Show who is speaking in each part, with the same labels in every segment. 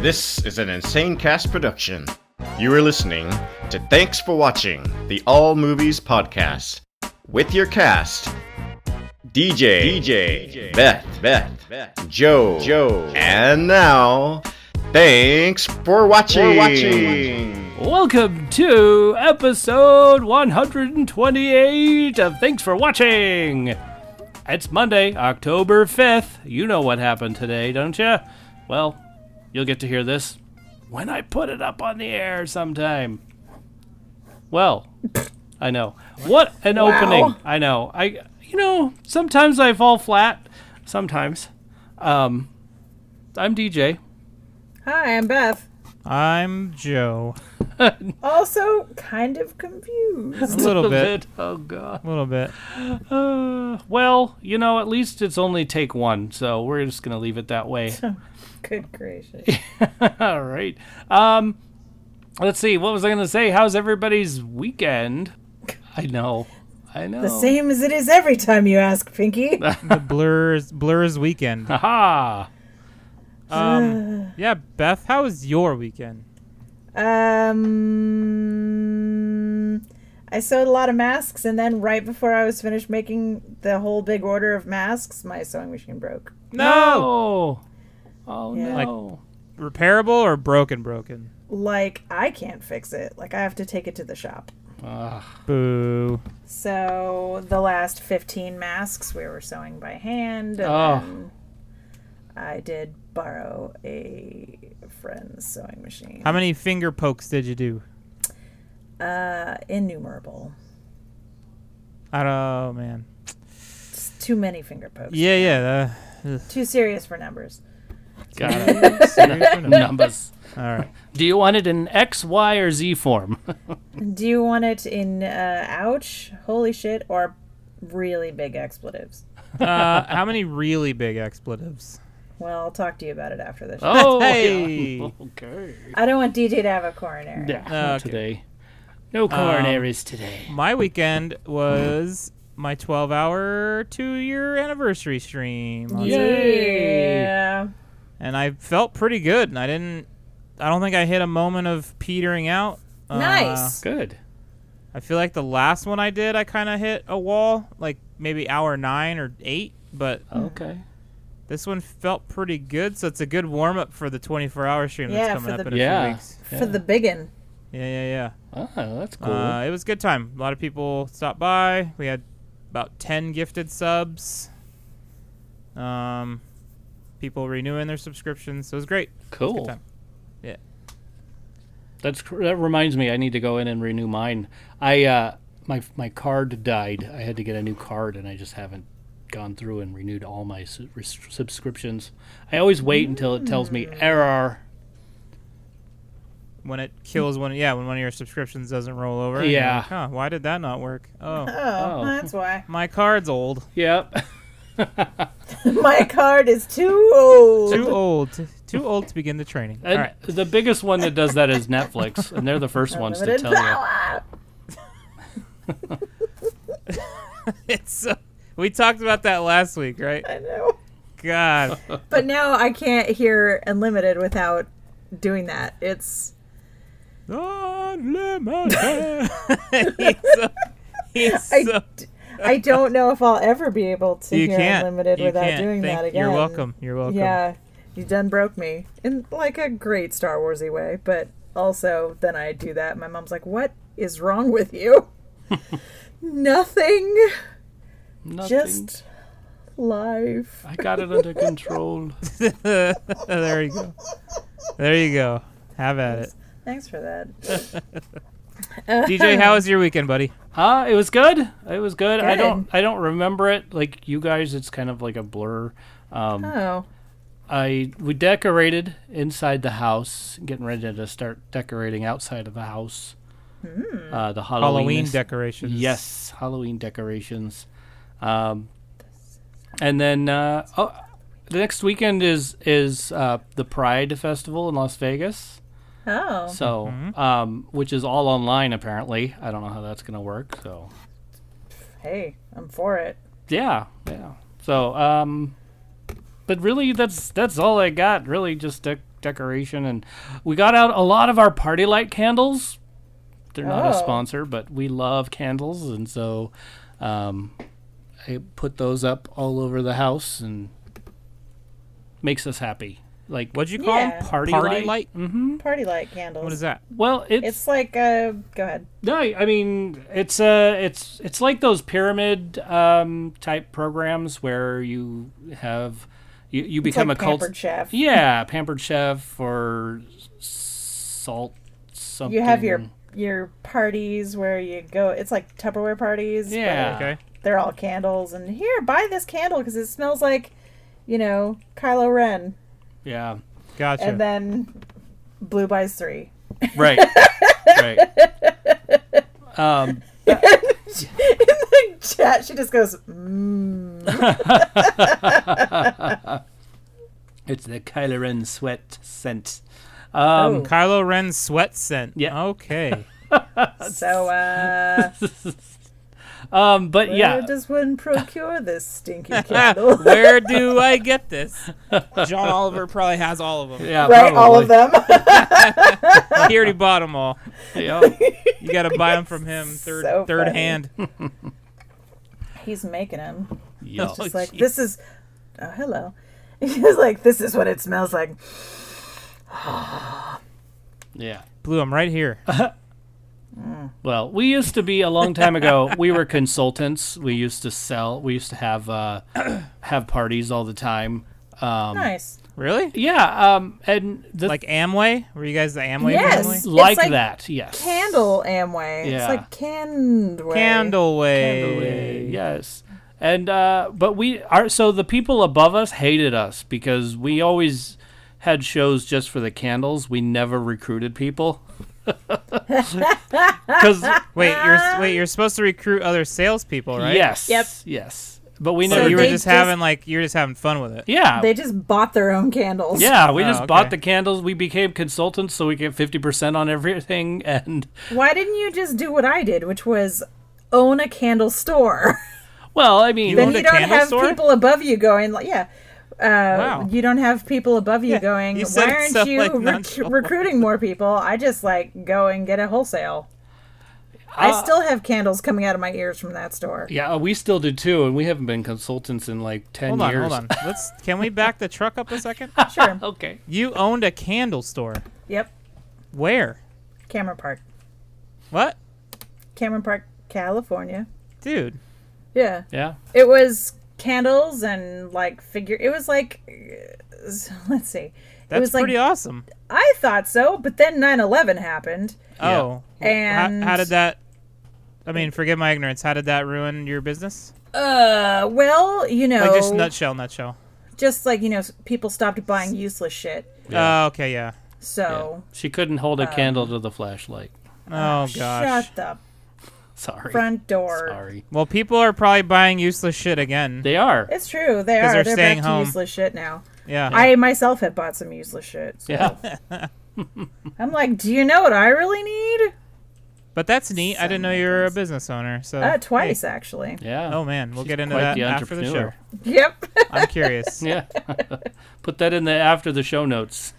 Speaker 1: This is an Insane Cast production. You are listening to Thanks for Watching, the All Movies Podcast, with your cast DJ, DJ, Beth, Beth, Beth, Joe, Joe, and now, thanks for watching. watching.
Speaker 2: Welcome to episode 128 of Thanks for Watching. It's Monday, October 5th. You know what happened today, don't you? Well, you'll get to hear this when I put it up on the air sometime. Well, I know. What an opening. I know. I you know, sometimes I fall flat. Sometimes. Um I'm DJ.
Speaker 3: Hi, I'm Beth.
Speaker 4: I'm Joe.
Speaker 3: Also, kind of confused.
Speaker 4: A little bit.
Speaker 2: Oh god.
Speaker 4: A little bit.
Speaker 2: Uh, well, you know, at least it's only take one, so we're just gonna leave it that way.
Speaker 3: Good gracious.
Speaker 2: All right. Um, let's see. What was I gonna say? How's everybody's weekend? I know. I know.
Speaker 3: The same as it is every time you ask, Pinky.
Speaker 4: The blurs blurs weekend.
Speaker 2: Aha.
Speaker 4: Um, yeah, Beth, how was your weekend?
Speaker 3: Um, I sewed a lot of masks, and then right before I was finished making the whole big order of masks, my sewing machine broke.
Speaker 2: No. Oh
Speaker 3: Yeah.
Speaker 4: Like-
Speaker 2: no.
Speaker 4: Repairable or broken? Broken.
Speaker 3: Like, I can't fix it. Like, I have to take it to the shop.
Speaker 2: Ah,
Speaker 4: Boo.
Speaker 3: So, the last 15 masks we were sewing by hand. And
Speaker 2: Oh.
Speaker 3: then I did borrow a friend's sewing machine.
Speaker 4: How many finger pokes did you do?
Speaker 3: Uh, innumerable.
Speaker 4: I don't. Oh man.
Speaker 3: It's too many finger pokes.
Speaker 4: Yeah, yeah. Uh,
Speaker 3: Too serious for numbers.
Speaker 2: Got it.
Speaker 4: ugh. Serious or no?
Speaker 2: Numbers.
Speaker 4: All right.
Speaker 2: Do you want it in X, Y, or Z form?
Speaker 3: Do you want it in uh, ouch, holy shit, or really big expletives?
Speaker 4: Uh, how many really big expletives?
Speaker 3: Well, I'll talk to you about it after this.
Speaker 2: Oh.
Speaker 4: Hey.
Speaker 2: Okay.
Speaker 3: I don't want DJ to have a coronary.
Speaker 2: Oh. Yeah.
Speaker 4: Okay.
Speaker 2: Today. No coronaries today.
Speaker 4: My weekend was my 12-hour two-year anniversary stream. on
Speaker 2: Yay.
Speaker 3: Yeah.
Speaker 4: and I felt pretty good. And I didn't. I don't think I hit a moment of petering out. Uh,
Speaker 3: Nice.
Speaker 2: Good.
Speaker 4: I feel like the last one I did, I kind of hit a wall, like maybe hour nine or eight. But
Speaker 2: Okay.
Speaker 4: this one felt pretty good, so it's a good warm up for the 24 hour stream
Speaker 3: Yeah,
Speaker 4: that's coming
Speaker 3: for
Speaker 4: up
Speaker 3: the-
Speaker 4: in a
Speaker 2: Uh, Yeah.
Speaker 4: few weeks.
Speaker 3: For the biggin.
Speaker 4: Yeah, yeah,
Speaker 2: Oh, that's
Speaker 4: yeah.
Speaker 2: cool.
Speaker 4: Uh, it was a good time. A lot of people stopped by. We had about 10 gifted subs. Um, people renewing their subscriptions. So it was great. It was a
Speaker 2: cool.
Speaker 4: good time.
Speaker 2: That's cr- that reminds me. I need to go in and renew mine. I uh, my my card died. I had to get a new card, and I just haven't gone through and renewed all my su- res- subscriptions. I always wait until it tells me
Speaker 3: Mm.
Speaker 2: error.
Speaker 4: when it kills one yeah when one of your subscriptions doesn't roll over and you're
Speaker 2: Yeah.
Speaker 4: like, huh, why did that not work oh
Speaker 3: Oh,
Speaker 2: Oh.
Speaker 3: that's why.
Speaker 4: my card's old
Speaker 2: Yep.
Speaker 3: My card is too old.
Speaker 4: too old to- too old to begin the training all
Speaker 2: And
Speaker 4: right
Speaker 2: The biggest one that does that is Netflix, and they're the first ones to
Speaker 3: Limited
Speaker 2: tell you.
Speaker 3: power.
Speaker 4: it's uh, we talked about that last week right
Speaker 3: I know.
Speaker 4: god
Speaker 3: But now I can't hear unlimited without doing that. It's
Speaker 4: Unlimited. he's so, he's
Speaker 3: I-
Speaker 4: so-
Speaker 3: I don't know if I'll ever be able to
Speaker 4: you
Speaker 3: hear
Speaker 4: can't
Speaker 3: unlimited
Speaker 4: you
Speaker 3: without
Speaker 4: can't.
Speaker 3: doing
Speaker 4: Thank-
Speaker 3: that again.
Speaker 4: you're welcome you're welcome
Speaker 3: Yeah, you done broke me in like a great Star Warsy way, but also then I do that. My mom's like, "What is wrong with you? Nothing,
Speaker 2: Nothing.
Speaker 3: just life."
Speaker 2: I got it under control.
Speaker 4: there you go there you go have at it
Speaker 3: Thanks for that.
Speaker 4: dj how was your weekend buddy
Speaker 2: Uh, it was good. It was good. I
Speaker 3: Good.
Speaker 2: don't I don't remember it like you guys. It's kind of like a blur. Um,
Speaker 3: Oh,
Speaker 2: I we decorated inside the house, getting ready to start decorating outside of the house. Uh, the Halloween,
Speaker 4: halloween
Speaker 2: is-
Speaker 4: decorations
Speaker 2: Yes, Halloween decorations. Um, and then uh, oh, the next weekend is is uh, the Pride Festival in Las Vegas.
Speaker 3: oh,
Speaker 2: So,
Speaker 4: Mm-hmm.
Speaker 2: um, which is all online apparently. I don't know how that's gonna work. So,
Speaker 3: hey, I'm for it.
Speaker 2: yeah, yeah. So, um, but really, that's that's all I got. Really, just dec- decoration, and we got out a lot of our party light candles. They're not a
Speaker 3: Oh.
Speaker 2: sponsor, but we love candles, and so um, I put those up all over the house, and makes us happy. Like
Speaker 4: What'd you call 'em?
Speaker 3: Yeah.
Speaker 2: Party light?
Speaker 4: Mm-hmm.
Speaker 3: Party light candles.
Speaker 4: What is that?
Speaker 2: Well,
Speaker 3: It's like uh go ahead.
Speaker 2: No, I mean it's uh it's it's like those pyramid um type programs where you have you, you
Speaker 3: It's
Speaker 2: become
Speaker 3: like
Speaker 2: a cult
Speaker 3: pampered chef.
Speaker 2: Yeah, pampered chef or s- salt something.
Speaker 3: You have your your parties where you go. It's like Tupperware parties. but
Speaker 2: Yeah.
Speaker 4: Okay.
Speaker 3: they're all candles, and here buy this candle because it smells like, you know, Kylo Ren.
Speaker 2: Yeah.
Speaker 4: Gotcha.
Speaker 3: And then Blue buys three.
Speaker 2: Right. right. Um
Speaker 3: In the chat, she just goes, mmm.
Speaker 2: it's the Kylo Ren sweat scent.
Speaker 3: oh,
Speaker 2: Um
Speaker 4: Kylo Ren's sweat scent.
Speaker 2: Yeah.
Speaker 4: Okay.
Speaker 3: So, uh, Oh.
Speaker 2: um but
Speaker 3: where
Speaker 2: yeah.
Speaker 3: does one procure this stinky candle?
Speaker 4: Where do I get this? John Oliver probably has all of them.
Speaker 2: Yeah,
Speaker 3: right, all of
Speaker 2: probably.
Speaker 3: them.
Speaker 4: He already bought them all.
Speaker 2: Yeah.
Speaker 4: You got to buy them from him third
Speaker 3: So
Speaker 4: third
Speaker 3: funny.
Speaker 4: hand.
Speaker 3: He's making them.
Speaker 2: Yeah.
Speaker 3: It's like, this is, oh, hello. He's like, this is what it smells like.
Speaker 2: yeah.
Speaker 4: Blew them right here.
Speaker 2: Well, we used to be a long time ago. We were consultants. We used to sell. We used to have uh, have parties all the time. Um,
Speaker 3: Nice.
Speaker 4: Really?
Speaker 2: yeah, um, and the,
Speaker 4: Like Amway? Were you guys the Amway
Speaker 3: Yes.
Speaker 4: family?
Speaker 2: like,
Speaker 3: it's like
Speaker 2: that. Yes,
Speaker 3: Candle Amway.
Speaker 2: Yeah.
Speaker 3: It's like Candway.
Speaker 4: Candleway.
Speaker 2: Way, Yes, and uh, but we are so the people above us hated us because we always had shows just for the candles. We never recruited people because
Speaker 4: Wait, you're s- wait, you're supposed to recruit other salespeople, right?
Speaker 2: yes,
Speaker 3: Yep.
Speaker 2: yes, but we
Speaker 4: So
Speaker 2: never.
Speaker 4: you were
Speaker 3: they
Speaker 4: just,
Speaker 3: just-
Speaker 4: having like you were just having fun with it.
Speaker 2: yeah,
Speaker 3: They just bought their own candles.
Speaker 2: Yeah, we
Speaker 4: Oh,
Speaker 2: just bought
Speaker 4: okay.
Speaker 2: the candles. We became consultants, so we get fifty percent on everything. And
Speaker 3: Why didn't you just do what I did, which was own a candle store?
Speaker 2: well, I mean,
Speaker 4: You
Speaker 3: then
Speaker 4: owned
Speaker 3: you
Speaker 4: a
Speaker 3: don't
Speaker 4: candle
Speaker 3: have
Speaker 4: store?
Speaker 3: people above you going, like, yeah. Uh,
Speaker 4: Wow.
Speaker 3: You don't have people above you
Speaker 4: Yeah,
Speaker 3: going,
Speaker 4: you said
Speaker 3: why
Speaker 4: it
Speaker 3: aren't
Speaker 4: so,
Speaker 3: you
Speaker 4: like,
Speaker 3: rec-
Speaker 4: nonchalant."
Speaker 3: recruiting more people? I just like go and get a wholesale.
Speaker 4: Uh,
Speaker 3: I still have candles coming out of my ears from that store.
Speaker 2: yeah, we still do too, and we haven't been consultants in like ten
Speaker 4: Hold on,
Speaker 2: years.
Speaker 4: hold on. Let's can we back the truck up a second?
Speaker 3: Sure.
Speaker 4: Oh.
Speaker 2: Okay.
Speaker 4: You owned a candle store.
Speaker 3: yep.
Speaker 4: Where?
Speaker 3: Cameron Park.
Speaker 4: What?
Speaker 3: Cameron Park, California.
Speaker 4: Dude.
Speaker 3: Yeah.
Speaker 2: Yeah.
Speaker 3: It was candles and like figure. It was like, uh, let's see. it
Speaker 4: That's
Speaker 3: was like
Speaker 4: pretty awesome.
Speaker 3: I thought so, but then 9/11 happened.
Speaker 2: Yeah.
Speaker 4: Oh.
Speaker 3: And-
Speaker 4: how, how did that I mean, forgive my ignorance. How did that ruin your business?
Speaker 3: Uh, well, you know,
Speaker 4: Like just nutshell, nutshell.
Speaker 3: just like you know, s- people stopped buying useless shit.
Speaker 2: Yeah.
Speaker 4: Oh, okay, yeah.
Speaker 3: So
Speaker 2: She couldn't hold a
Speaker 3: Um,
Speaker 2: candle to the flashlight.
Speaker 4: Oh gosh.
Speaker 3: shut the
Speaker 2: Sorry.
Speaker 3: front door.
Speaker 2: Sorry.
Speaker 4: Well, people are probably buying useless shit again.
Speaker 2: They are.
Speaker 3: It's true. They are.
Speaker 4: they're
Speaker 3: They're,
Speaker 4: staying
Speaker 3: back
Speaker 4: home.
Speaker 3: to useless shit now.
Speaker 4: yeah.
Speaker 3: I myself have bought some useless shit. so
Speaker 2: Yeah.
Speaker 3: I'm like, do you know what I really need?
Speaker 4: but that's neat. I didn't know you were a business owner. So
Speaker 3: Uh, twice actually.
Speaker 2: Yeah.
Speaker 4: Oh man, we'll
Speaker 2: She's
Speaker 4: get into
Speaker 2: quite
Speaker 4: that
Speaker 2: the
Speaker 4: after the show.
Speaker 2: entrepreneur.
Speaker 3: Yep.
Speaker 4: I'm curious.
Speaker 2: Yeah. Put that in the after the show notes.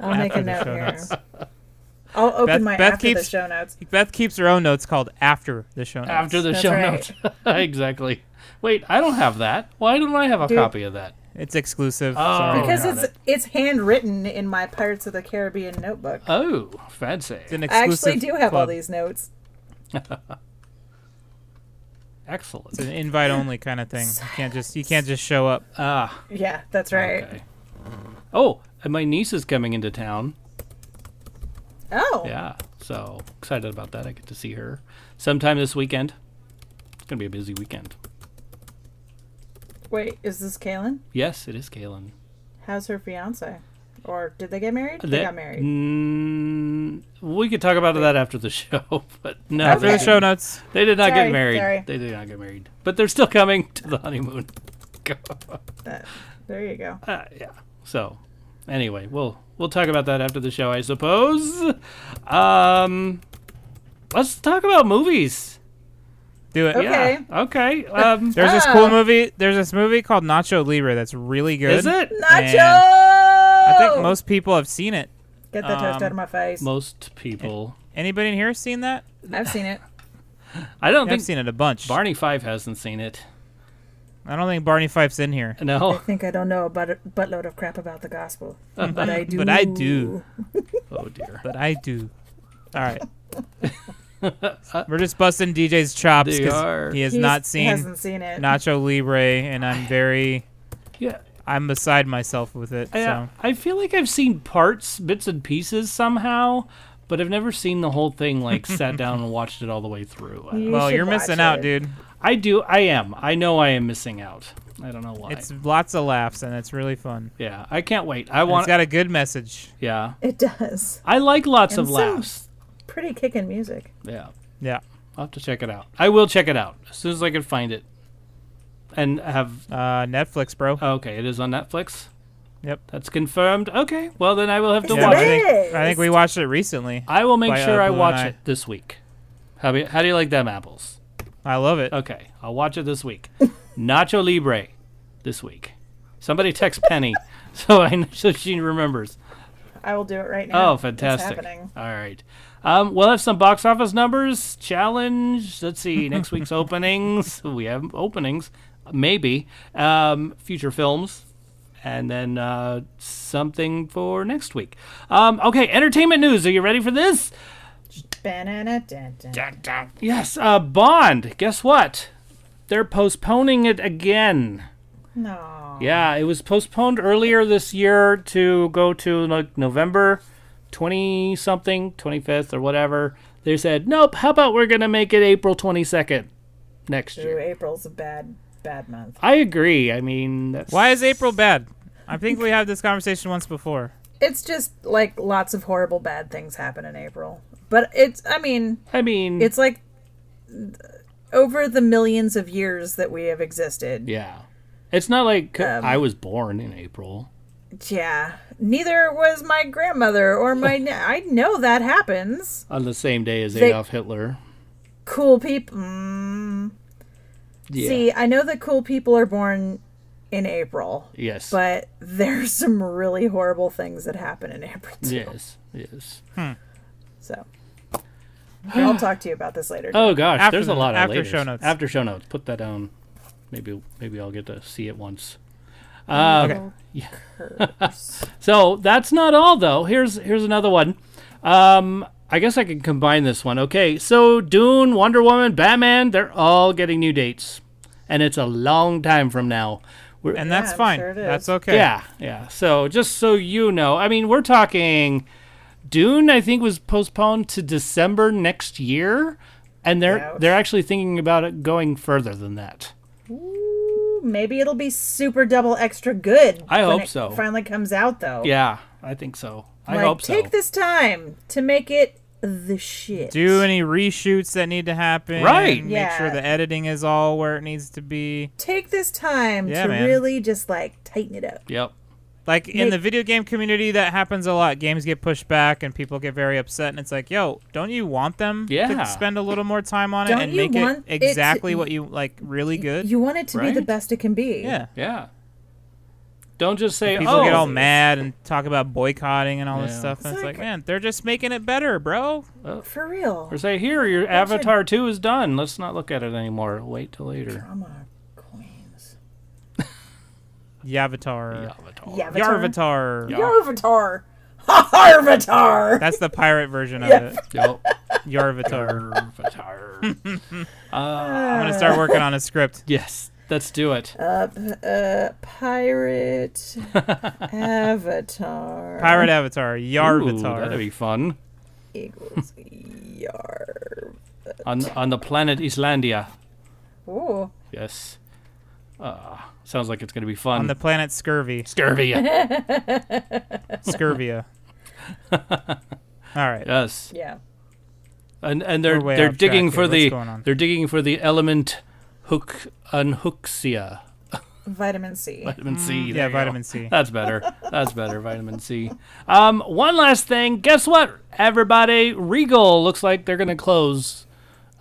Speaker 3: I'll make a
Speaker 4: the
Speaker 3: note
Speaker 4: show
Speaker 3: here.
Speaker 4: notes.
Speaker 3: I'll open
Speaker 4: Beth-
Speaker 3: my
Speaker 4: Beth
Speaker 3: after
Speaker 4: keeps-
Speaker 3: the show notes.
Speaker 4: Beth keeps her own notes called after the show notes.
Speaker 2: After the
Speaker 3: That's
Speaker 2: show
Speaker 3: right.
Speaker 2: notes. exactly. Wait, I don't have that. Why don't I have a
Speaker 3: Dude.
Speaker 2: copy of that?
Speaker 4: It's exclusive.
Speaker 2: Oh.
Speaker 4: Sorry.
Speaker 3: Because
Speaker 2: Got
Speaker 3: it's it's handwritten in my Pirates of the Caribbean notebook.
Speaker 2: Oh, fancy.
Speaker 4: It's an
Speaker 3: I
Speaker 4: exclusive
Speaker 3: actually do have all
Speaker 4: club.
Speaker 3: these notes.
Speaker 2: Excellent.
Speaker 4: It's an invite only kind of thing. You can't just you can't just show up.
Speaker 2: Ah.
Speaker 3: Yeah, that's right.
Speaker 2: Okay. Oh, and my niece is coming into town.
Speaker 3: Oh,
Speaker 2: Yeah, so excited about that. I get to see her sometime this weekend. It's gonna be a busy weekend.
Speaker 3: wait, is this Kaylin?
Speaker 2: Yes, it is Kaylin.
Speaker 3: How's her fiance? Or did they get married? They,
Speaker 2: That-
Speaker 3: got married.
Speaker 2: Mm, we could talk about that after the show, but no,
Speaker 4: After
Speaker 2: they
Speaker 4: the
Speaker 3: Okay.
Speaker 4: show notes.
Speaker 2: didn't. they did not get
Speaker 3: Sorry,
Speaker 2: married.
Speaker 3: sorry.
Speaker 2: They did not get married, but they're still coming to the honeymoon.
Speaker 3: That- there you go.
Speaker 2: Uh, yeah. So, anyway, we'll we'll talk about that after the show, I suppose. Um, let's talk about movies.
Speaker 4: Do it.
Speaker 3: Okay.
Speaker 2: Yeah. Okay. Um,
Speaker 4: There's this
Speaker 3: Ah.
Speaker 4: cool movie. There's this movie called Nacho Libre that's really good.
Speaker 2: is it?
Speaker 3: Nacho!
Speaker 4: And I think most people have seen it.
Speaker 3: Get that toast
Speaker 4: um,
Speaker 3: out of my face.
Speaker 2: Most people.
Speaker 4: Anybody in here seen that?
Speaker 3: I've seen it.
Speaker 2: I don't
Speaker 4: Yeah, I've
Speaker 2: think
Speaker 4: seen it a bunch.
Speaker 2: Barney Five hasn't seen it.
Speaker 4: I don't think Barney Fife's in here.
Speaker 3: I
Speaker 2: No.
Speaker 3: think I don't know a butt- buttload of crap about the gospel, but I do.
Speaker 4: But I do.
Speaker 2: Oh dear.
Speaker 4: But I do. All right. We're just busting DJ's chops
Speaker 2: They are.
Speaker 4: because he has
Speaker 3: He's-
Speaker 4: not seen
Speaker 3: Hasn't seen it.
Speaker 4: Nacho Libre, and I'm very,
Speaker 2: Yeah.
Speaker 4: I'm beside myself with it.
Speaker 2: I,
Speaker 4: So
Speaker 2: I feel like I've seen parts, bits and pieces somehow, but I've never seen the whole thing. Like sat down and watched it all the way through. I,
Speaker 3: You
Speaker 4: well,
Speaker 3: should
Speaker 4: you're missing
Speaker 3: watch
Speaker 4: out,
Speaker 3: it.
Speaker 4: dude.
Speaker 2: I do. I am. I know I am missing out. I don't know why.
Speaker 4: It's lots of laughs and it's really fun.
Speaker 2: yeah. I can't wait. I
Speaker 4: And it's
Speaker 2: want.
Speaker 4: got a good message.
Speaker 2: yeah.
Speaker 3: It does.
Speaker 2: I like lots
Speaker 3: And
Speaker 2: of
Speaker 3: some-
Speaker 2: laughs.
Speaker 3: Pretty kickin' music.
Speaker 2: Yeah.
Speaker 4: Yeah.
Speaker 2: I'll have to check it out. I will check it out as soon as I can find it. And have
Speaker 4: Uh, Netflix, bro.
Speaker 2: okay, it is on Netflix.
Speaker 4: Yep.
Speaker 2: That's confirmed. Okay, well then I will have to
Speaker 3: Yeah,
Speaker 4: Yeah,
Speaker 2: watch
Speaker 4: I
Speaker 2: it.
Speaker 4: think, I think we watched it recently.
Speaker 2: I will make
Speaker 4: By, uh,
Speaker 2: sure I
Speaker 4: Blue and
Speaker 2: watch
Speaker 4: I.
Speaker 2: it this week. How, be, how do you like them apples?
Speaker 4: I love it.
Speaker 2: Okay, I'll watch it this week. Nacho Libre, this week. Somebody text Penny, so I know, so she remembers.
Speaker 3: I will do it right now.
Speaker 2: Oh, fantastic!
Speaker 3: It's happening.
Speaker 2: All right, um, we'll have some box office numbers challenge. Let's see next week's openings. We have openings, maybe um, future films, and then uh, something for next week. Um, okay, entertainment news. Are you ready for this?
Speaker 3: Banana dun, dun.
Speaker 2: Yes, uh, Bond. Guess what? They're postponing it again.
Speaker 3: No.
Speaker 2: Yeah, it was postponed earlier this year to go to like November 20 something, 25th or whatever. They said, nope, how about we're going to make it April 22nd next
Speaker 3: Ooh,
Speaker 2: year?
Speaker 3: April's a bad, bad month.
Speaker 2: I agree. I mean, that's.
Speaker 4: Why is April bad? I think we had this conversation once before.
Speaker 3: It's just like lots of horrible bad things happen in April. But it's, I mean,
Speaker 2: I mean,
Speaker 3: it's like th- over the millions of years that we have existed.
Speaker 2: yeah. It's not like c-
Speaker 3: Um,
Speaker 2: I was born in April.
Speaker 3: Yeah. Neither was my grandmother or my. na- I know that happens.
Speaker 2: On the same day as
Speaker 3: they-
Speaker 2: Adolf Hitler.
Speaker 3: Cool people. Mm.
Speaker 2: Yeah.
Speaker 3: See, I know that cool people are born in April,
Speaker 2: yes.
Speaker 3: but there's some really horrible things that happen in April. Too.
Speaker 2: yes. Yes.
Speaker 3: So I'll talk to you about this later.
Speaker 2: Oh gosh,
Speaker 4: After
Speaker 2: there's a
Speaker 4: the-
Speaker 2: lot of
Speaker 4: after
Speaker 2: laters.
Speaker 4: show notes.
Speaker 2: After show notes, put that down. Maybe maybe I'll get to see it once. Um,
Speaker 3: okay.
Speaker 2: So that's not all though. Here's here's another one. Um, I guess I can combine this one. Okay, so Dune, Wonder Woman, Batman, they're all getting new dates, and it's a long time from now. We're,
Speaker 4: And
Speaker 3: Yeah,
Speaker 4: that's
Speaker 3: I'm
Speaker 4: fine.
Speaker 3: sure it is.
Speaker 4: that's okay.
Speaker 2: yeah, yeah. So just so you know, I mean, we're talking Dune. I think was postponed to December next year, and they're
Speaker 3: Ouch.
Speaker 2: they're actually thinking about it going further than that.
Speaker 3: Maybe it'll be super double extra good.
Speaker 2: I
Speaker 3: when
Speaker 2: hope
Speaker 3: it
Speaker 2: so.
Speaker 3: Finally comes out though.
Speaker 2: Yeah, I think so. I
Speaker 3: Like,
Speaker 2: hope so.
Speaker 3: Take this time to make it the shit.
Speaker 4: Do any reshoots that need to happen.
Speaker 2: Right.
Speaker 4: Make
Speaker 3: Yeah.
Speaker 4: sure the editing is all where it needs to be.
Speaker 3: take this time
Speaker 4: Yeah,
Speaker 3: to
Speaker 4: man.
Speaker 3: really just like tighten it up.
Speaker 2: Yep.
Speaker 4: Like in
Speaker 3: Make-
Speaker 4: the video game community, that happens a lot. Games get pushed back and people get very upset. And it's like, yo, don't you want them
Speaker 2: Yeah.
Speaker 4: to spend a little more time on
Speaker 3: Don't
Speaker 4: it and
Speaker 3: you
Speaker 4: make it
Speaker 3: want it to-
Speaker 4: exactly what you like really good?
Speaker 3: You want it to be the
Speaker 2: Right?
Speaker 3: best it can be.
Speaker 4: yeah.
Speaker 2: Yeah. Don't just say
Speaker 4: People
Speaker 2: oh
Speaker 4: get all mad and talk about boycotting and all this
Speaker 2: Yeah.
Speaker 4: stuff. And it's,
Speaker 3: It's
Speaker 4: like,
Speaker 3: like-
Speaker 4: man, they're just making it better, bro.
Speaker 3: For real.
Speaker 2: or say here your Avatar two is done. Let's not look at it anymore. Wait till later.
Speaker 3: Drama queens.
Speaker 4: Yavatar.
Speaker 2: Avatar.
Speaker 3: Yavatar.
Speaker 4: Yarvatar.
Speaker 3: Yarvatar. Harvatar.
Speaker 4: That's the pirate version of it.
Speaker 2: Yep.
Speaker 4: Yarvatar.
Speaker 2: Avatar.
Speaker 4: I'm gonna start working on a script.
Speaker 2: yes. Let's do it.
Speaker 3: Uh, pirate. Avatar.
Speaker 4: Pirate Avatar.
Speaker 2: Ooh, that'd
Speaker 4: Yarvatar.
Speaker 2: be fun.
Speaker 3: Eagles. E Yarv.
Speaker 2: On on the planet Islandia.
Speaker 3: Ooh.
Speaker 2: Yes. Uh, sounds like it's gonna be fun.
Speaker 4: on the planet Scurvy.
Speaker 2: scurvy.
Speaker 4: Scurvia. All right.
Speaker 2: yes.
Speaker 3: Yeah.
Speaker 2: And and they're
Speaker 4: We're way
Speaker 2: they're
Speaker 4: off
Speaker 2: digging
Speaker 4: track
Speaker 2: for
Speaker 4: here. What's
Speaker 2: the
Speaker 4: going on?
Speaker 2: they're digging for the element hook unhooksia.
Speaker 3: Vitamin C.
Speaker 2: Vitamin C. there
Speaker 4: Mm, yeah,
Speaker 2: you go.
Speaker 4: vitamin C.
Speaker 2: That's better. That's better. Vitamin C. Um, one last thing. Guess what, everybody? Regal looks like they're gonna close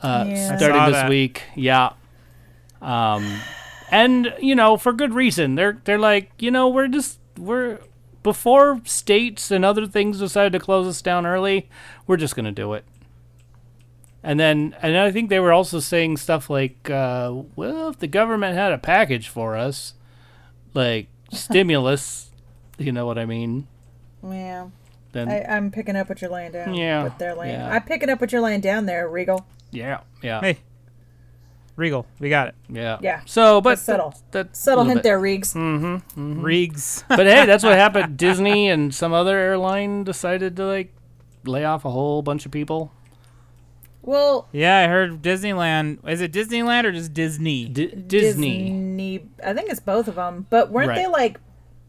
Speaker 2: uh,
Speaker 3: Yeah. I
Speaker 2: starting
Speaker 4: saw
Speaker 2: this
Speaker 4: that.
Speaker 2: week. Yeah. Um, and you know, for good reason. They're they're like, you know, we're just we're before states and other things decided to close us down early, we're just going to do it. And then, and I think they were also saying stuff like, uh, "Well, if the government had a package for us, like stimulus, you know what I mean?"
Speaker 3: Yeah.
Speaker 2: Then,
Speaker 3: I, I'm picking up what you're laying down.
Speaker 2: Yeah,
Speaker 3: What they're laying.
Speaker 2: yeah.
Speaker 3: I'm picking up what you're laying down there, Regal.
Speaker 2: yeah, yeah,
Speaker 4: Hey, Regal, we got it.
Speaker 2: yeah,
Speaker 3: Yeah.
Speaker 2: So, but
Speaker 3: That's subtle.
Speaker 2: that
Speaker 3: Subtle
Speaker 2: little
Speaker 3: hint
Speaker 2: bit. Hmm.
Speaker 3: there, Regs.
Speaker 2: Mm-hmm.
Speaker 4: Regs.
Speaker 2: but hey, that's what happened. Disney and some other airline decided to like lay off a whole bunch of people.
Speaker 3: Well,
Speaker 4: yeah, I heard Disneyland. Is it Disneyland or just Disney?
Speaker 2: D- Disney.
Speaker 3: I think it's both of them. But weren't
Speaker 2: Right.
Speaker 3: they like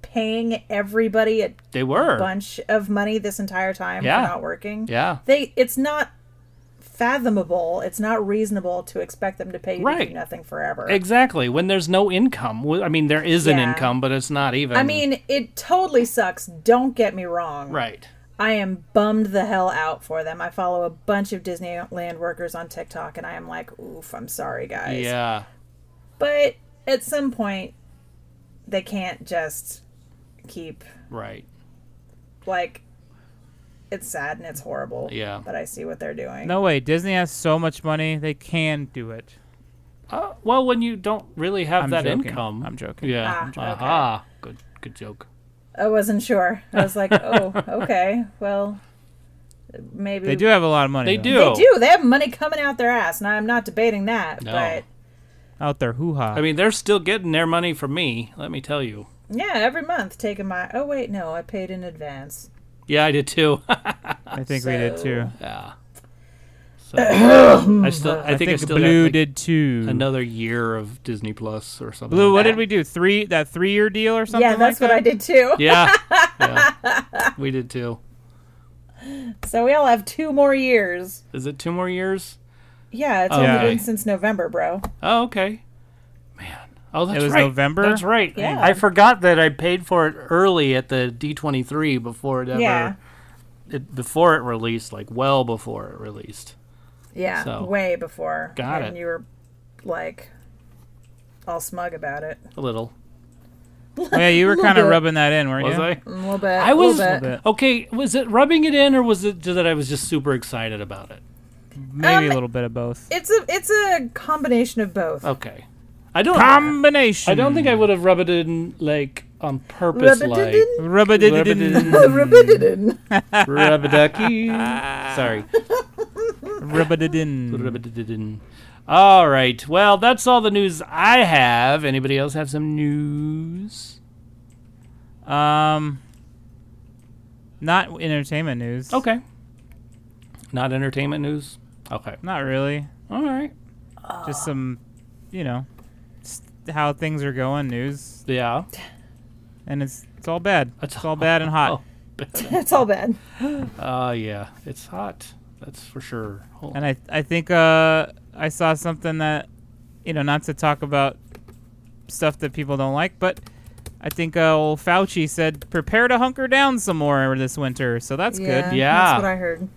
Speaker 3: paying everybody a
Speaker 2: They were.
Speaker 3: bunch of money this entire time
Speaker 2: Yeah.
Speaker 3: for not working?
Speaker 2: Yeah.
Speaker 3: They. It's not fathomable. It's not reasonable to expect them to pay you to
Speaker 2: Right.
Speaker 3: do nothing forever.
Speaker 2: Exactly. When there's no income. Well, I mean, there is an
Speaker 3: Yeah.
Speaker 2: income, but it's not even.
Speaker 3: I mean, it totally sucks. Don't get me wrong.
Speaker 2: right.
Speaker 3: I am bummed the hell out for them. I follow a bunch of Disneyland workers on TikTok, and I am like, oof, I'm sorry, guys.
Speaker 2: Yeah.
Speaker 3: But at some point, they can't just keep
Speaker 2: Right.
Speaker 3: like. It's sad and it's horrible.
Speaker 2: Yeah.
Speaker 3: But I see what they're doing.
Speaker 4: No way. Disney has so much money, they can do it.
Speaker 2: Uh, well, when you don't really have
Speaker 4: I'm
Speaker 2: that
Speaker 4: joking.
Speaker 2: income.
Speaker 4: I'm joking.
Speaker 2: Yeah.
Speaker 3: Ah, okay.
Speaker 2: Aha. Good. Good joke.
Speaker 3: I wasn't sure. I was like, oh, okay, well, maybe
Speaker 4: They do have a lot of money.
Speaker 2: They
Speaker 4: though.
Speaker 2: do.
Speaker 3: They do. They have money coming out their ass, and I'm not debating that.
Speaker 2: No.
Speaker 3: But
Speaker 4: Out there, hoo ha.
Speaker 2: I mean, they're still getting their money from me. Let me tell you.
Speaker 3: yeah, every month taking my. Oh wait, no, I paid in advance.
Speaker 2: Yeah, I did too.
Speaker 4: I think we did
Speaker 3: so-
Speaker 4: too.
Speaker 2: yeah. So, I still. I think I,
Speaker 4: I think,
Speaker 2: still got,
Speaker 4: Blue
Speaker 2: like,
Speaker 4: did too.
Speaker 2: another year of Disney Plus or something.
Speaker 4: Blue, what
Speaker 3: that.
Speaker 4: did we do? Three that three year deal or something?
Speaker 3: yeah, that's
Speaker 4: like
Speaker 3: what I
Speaker 4: that?
Speaker 3: did too.
Speaker 2: Yeah, yeah, we did too.
Speaker 3: So we all have two more years.
Speaker 2: Is it two more years?
Speaker 3: Yeah, it's
Speaker 4: Yeah.
Speaker 3: only been since November, bro.
Speaker 2: Oh, okay. Man, oh, that's
Speaker 4: It was
Speaker 2: right.
Speaker 4: November?
Speaker 2: That's right.
Speaker 3: Yeah.
Speaker 2: I forgot that I paid for it early at the D twenty three before it ever.
Speaker 3: Yeah.
Speaker 2: It, before it released, like well before it released.
Speaker 3: Yeah,
Speaker 2: So-
Speaker 3: way before.
Speaker 2: Got
Speaker 3: and
Speaker 2: it.
Speaker 3: you were like all smug about it.
Speaker 2: A little.
Speaker 4: Oh, yeah, you were
Speaker 3: Little
Speaker 4: kind of
Speaker 3: bit.
Speaker 4: rubbing that in, weren't
Speaker 2: Was
Speaker 4: you?
Speaker 2: I?
Speaker 3: A little bit.
Speaker 2: I was
Speaker 3: A little bit.
Speaker 2: okay. Was it rubbing it in, or was it just that I was just super excited about it?
Speaker 4: Maybe
Speaker 3: Um,
Speaker 4: a little bit of both.
Speaker 3: It's a it's a combination of both.
Speaker 2: Okay. I don't.
Speaker 4: Combination.
Speaker 2: I don't think I would have rubbed it in like on purpose, like
Speaker 4: Rub
Speaker 2: rub it in. Rub-a-ducky. Sorry. Rub-a-did-in. All right. Well, that's all the news I have. Anybody else have some news?
Speaker 4: Um, not entertainment news.
Speaker 2: Okay. Not entertainment news? Okay.
Speaker 4: Not really.
Speaker 2: All right.
Speaker 3: Uh.
Speaker 4: Just some, you know, just how things are going news,
Speaker 2: Yeah.
Speaker 4: and it's it's all bad.
Speaker 2: That's
Speaker 4: It's all bad and hot.
Speaker 3: It's all bad.
Speaker 2: Oh, uh, yeah. It's hot. That's for sure. Hold
Speaker 4: And I I think uh I saw something that, you know, not to talk about stuff that people don't like, but I think uh, old Fauci said prepare to hunker down some more this winter. So that's good.
Speaker 2: Yeah.
Speaker 3: That's what I heard.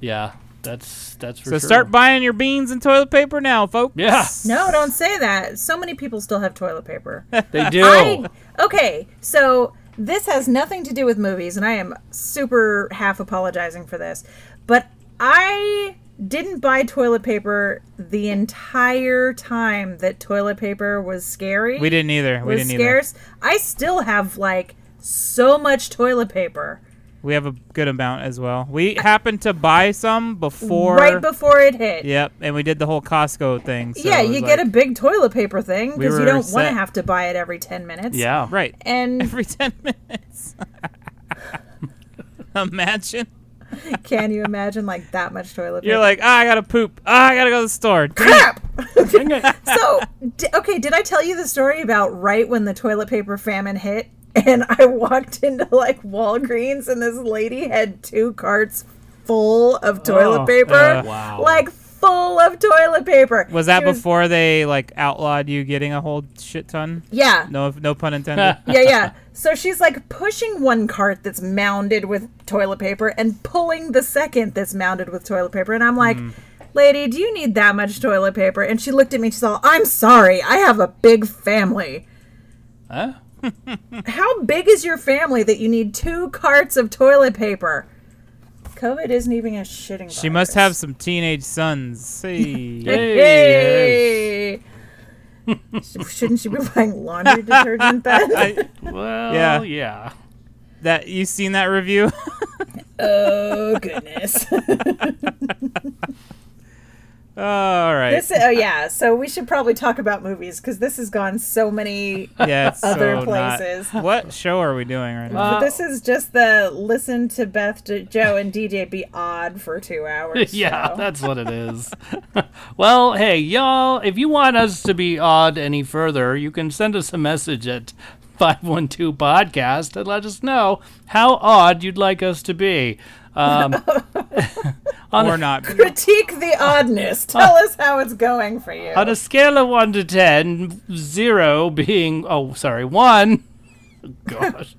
Speaker 2: Yeah. That's that's for
Speaker 4: So
Speaker 2: sure.
Speaker 4: start buying your beans and toilet paper now, folks.
Speaker 2: Yeah.
Speaker 3: No, don't say that. So many people still have toilet paper.
Speaker 2: They do.
Speaker 3: I,
Speaker 4: Oh.
Speaker 3: okay, so this has nothing to do with movies, and I am super half apologizing for this, but I didn't buy toilet paper the entire time that toilet paper was scary.
Speaker 4: We didn't either. We
Speaker 3: was
Speaker 4: didn't either.
Speaker 3: scarce. I still have like so much toilet paper
Speaker 4: We have a good amount as well. We happened to buy some before.
Speaker 3: right before it hit.
Speaker 4: Yep, and we did the whole Costco thing. So it
Speaker 3: yeah,
Speaker 4: was
Speaker 3: you get a
Speaker 4: like-
Speaker 3: big toilet paper thing
Speaker 4: We
Speaker 3: because
Speaker 4: were
Speaker 3: you don't want
Speaker 4: set.
Speaker 3: to have to buy it every 10 minutes.
Speaker 2: Yeah.
Speaker 4: right
Speaker 3: And
Speaker 4: every ten minutes. Imagine.
Speaker 3: Can you imagine like that much toilet paper?
Speaker 4: You're like, ah, I gotta poop. Ah, I gotta go to the store.
Speaker 3: crap.
Speaker 2: Dang it.
Speaker 3: so, d- okay, did I tell you the story about right when the toilet paper famine hit? And I walked into like Walgreens, and this lady had two carts full of toilet
Speaker 2: Oh,
Speaker 3: paper.
Speaker 4: uh,
Speaker 2: wow.
Speaker 3: Like full of toilet paper.
Speaker 4: Was that
Speaker 3: She
Speaker 4: before they like outlawed you getting a whole shit ton?
Speaker 3: Yeah.
Speaker 4: No, no pun intended.
Speaker 3: yeah, yeah. So she's like pushing one cart that's mounded with toilet paper and pulling the second that's mounded with toilet paper. And I'm like,
Speaker 4: Mm.
Speaker 3: lady, do you need that much toilet paper? And she looked at me. She's all, I'm sorry. I have a big family.
Speaker 2: Huh?
Speaker 3: How big is your family that you need two carts of toilet paper? COVID isn't even a shitting.
Speaker 4: She must have some teenage sons. See.
Speaker 2: Hey,
Speaker 3: Hey. Shouldn't she be buying laundry detergent then?
Speaker 4: I,
Speaker 2: Well,
Speaker 4: Yeah.
Speaker 2: yeah.
Speaker 4: that you seen that review?
Speaker 3: oh goodness.
Speaker 4: All right.
Speaker 3: this oh yeah. So we should probably talk about movies because this has gone so many.
Speaker 4: yeah, it's
Speaker 3: other
Speaker 4: so not-
Speaker 3: places.
Speaker 4: What show are we doing right now?
Speaker 3: but this is just the listen to Beth, D- Joe, and DJ be odd for two hours.
Speaker 2: Yeah,
Speaker 3: show.
Speaker 2: that's what it is. well, hey, y'all, if you want us to be odd any further, you can send us a message at 512 Podcast and let us know how odd you'd like us to be. Um, on,
Speaker 4: or
Speaker 2: a,
Speaker 4: not?
Speaker 3: critique the oddness. Tell us how it's going for you.
Speaker 2: on a scale of 1 to ten, zero being, oh, sorry, 1. Gosh,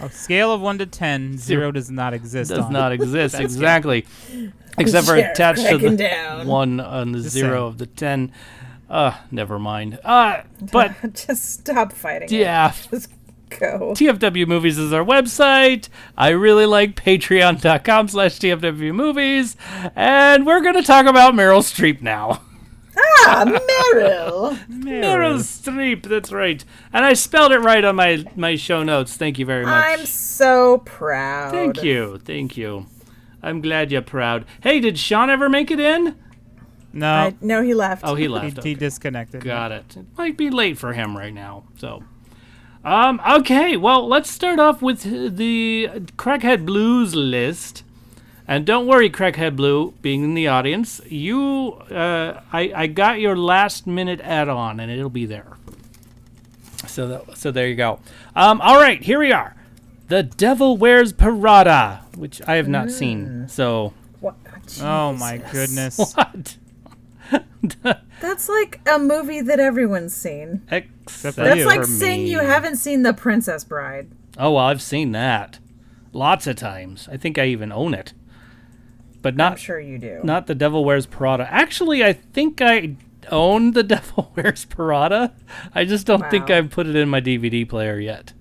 Speaker 4: A scale of one to ten, zero does not exist.
Speaker 2: does
Speaker 4: on.
Speaker 2: not exist. exactly. Except for
Speaker 3: Sure,
Speaker 2: attached to the
Speaker 3: cracking down.
Speaker 2: one on the
Speaker 4: same.
Speaker 2: zero of the 10. Uh, never mind. Uh, but
Speaker 3: Just stop fighting. it.
Speaker 2: Yeah.
Speaker 3: Just go.
Speaker 2: TFW Movies is our website. I really like patreon.com slash TFW Movies. And we're going to talk about Meryl Streep now.
Speaker 3: Ah, Meryl.
Speaker 2: Meryl Streep, that's right. And I spelled it right on my, my show notes. Thank you very much.
Speaker 3: I'm so proud.
Speaker 2: Thank you. Thank you. I'm glad you're proud. Hey, did Sean ever make it in?
Speaker 4: No,
Speaker 3: I, no, he left.
Speaker 2: Oh, he
Speaker 4: he,
Speaker 2: left.
Speaker 4: he
Speaker 2: Okay.
Speaker 4: disconnected.
Speaker 2: Got it. It might be late for him right now. So, um, okay. Well, let's start off with the Crackhead Blues list. And don't worry, Crackhead Blue, being in the audience, you, uh, I, I got your last minute add-on, and it'll be there. So, that, so there you go. Um, all right, here we are. The Devil Wears Prada, which I have not
Speaker 3: Mm.
Speaker 2: seen. So,
Speaker 3: What-
Speaker 4: Oh my
Speaker 3: Jesus.
Speaker 4: goodness.
Speaker 2: what?
Speaker 3: That's like a movie that everyone's seen.
Speaker 2: Except
Speaker 4: for
Speaker 3: That's
Speaker 4: you.
Speaker 3: like
Speaker 2: for
Speaker 3: saying you
Speaker 2: Oh, me.
Speaker 3: haven't seen The Princess Bride.
Speaker 2: Oh, well, I've seen that lots of times. I think I even own it. But
Speaker 3: I'm
Speaker 2: not
Speaker 3: sure you do.
Speaker 2: not The Devil Wears Prada. Actually, I think I own The Devil Wears Prada. I just don't think
Speaker 3: Wow.
Speaker 2: I've put it in my DVD player yet.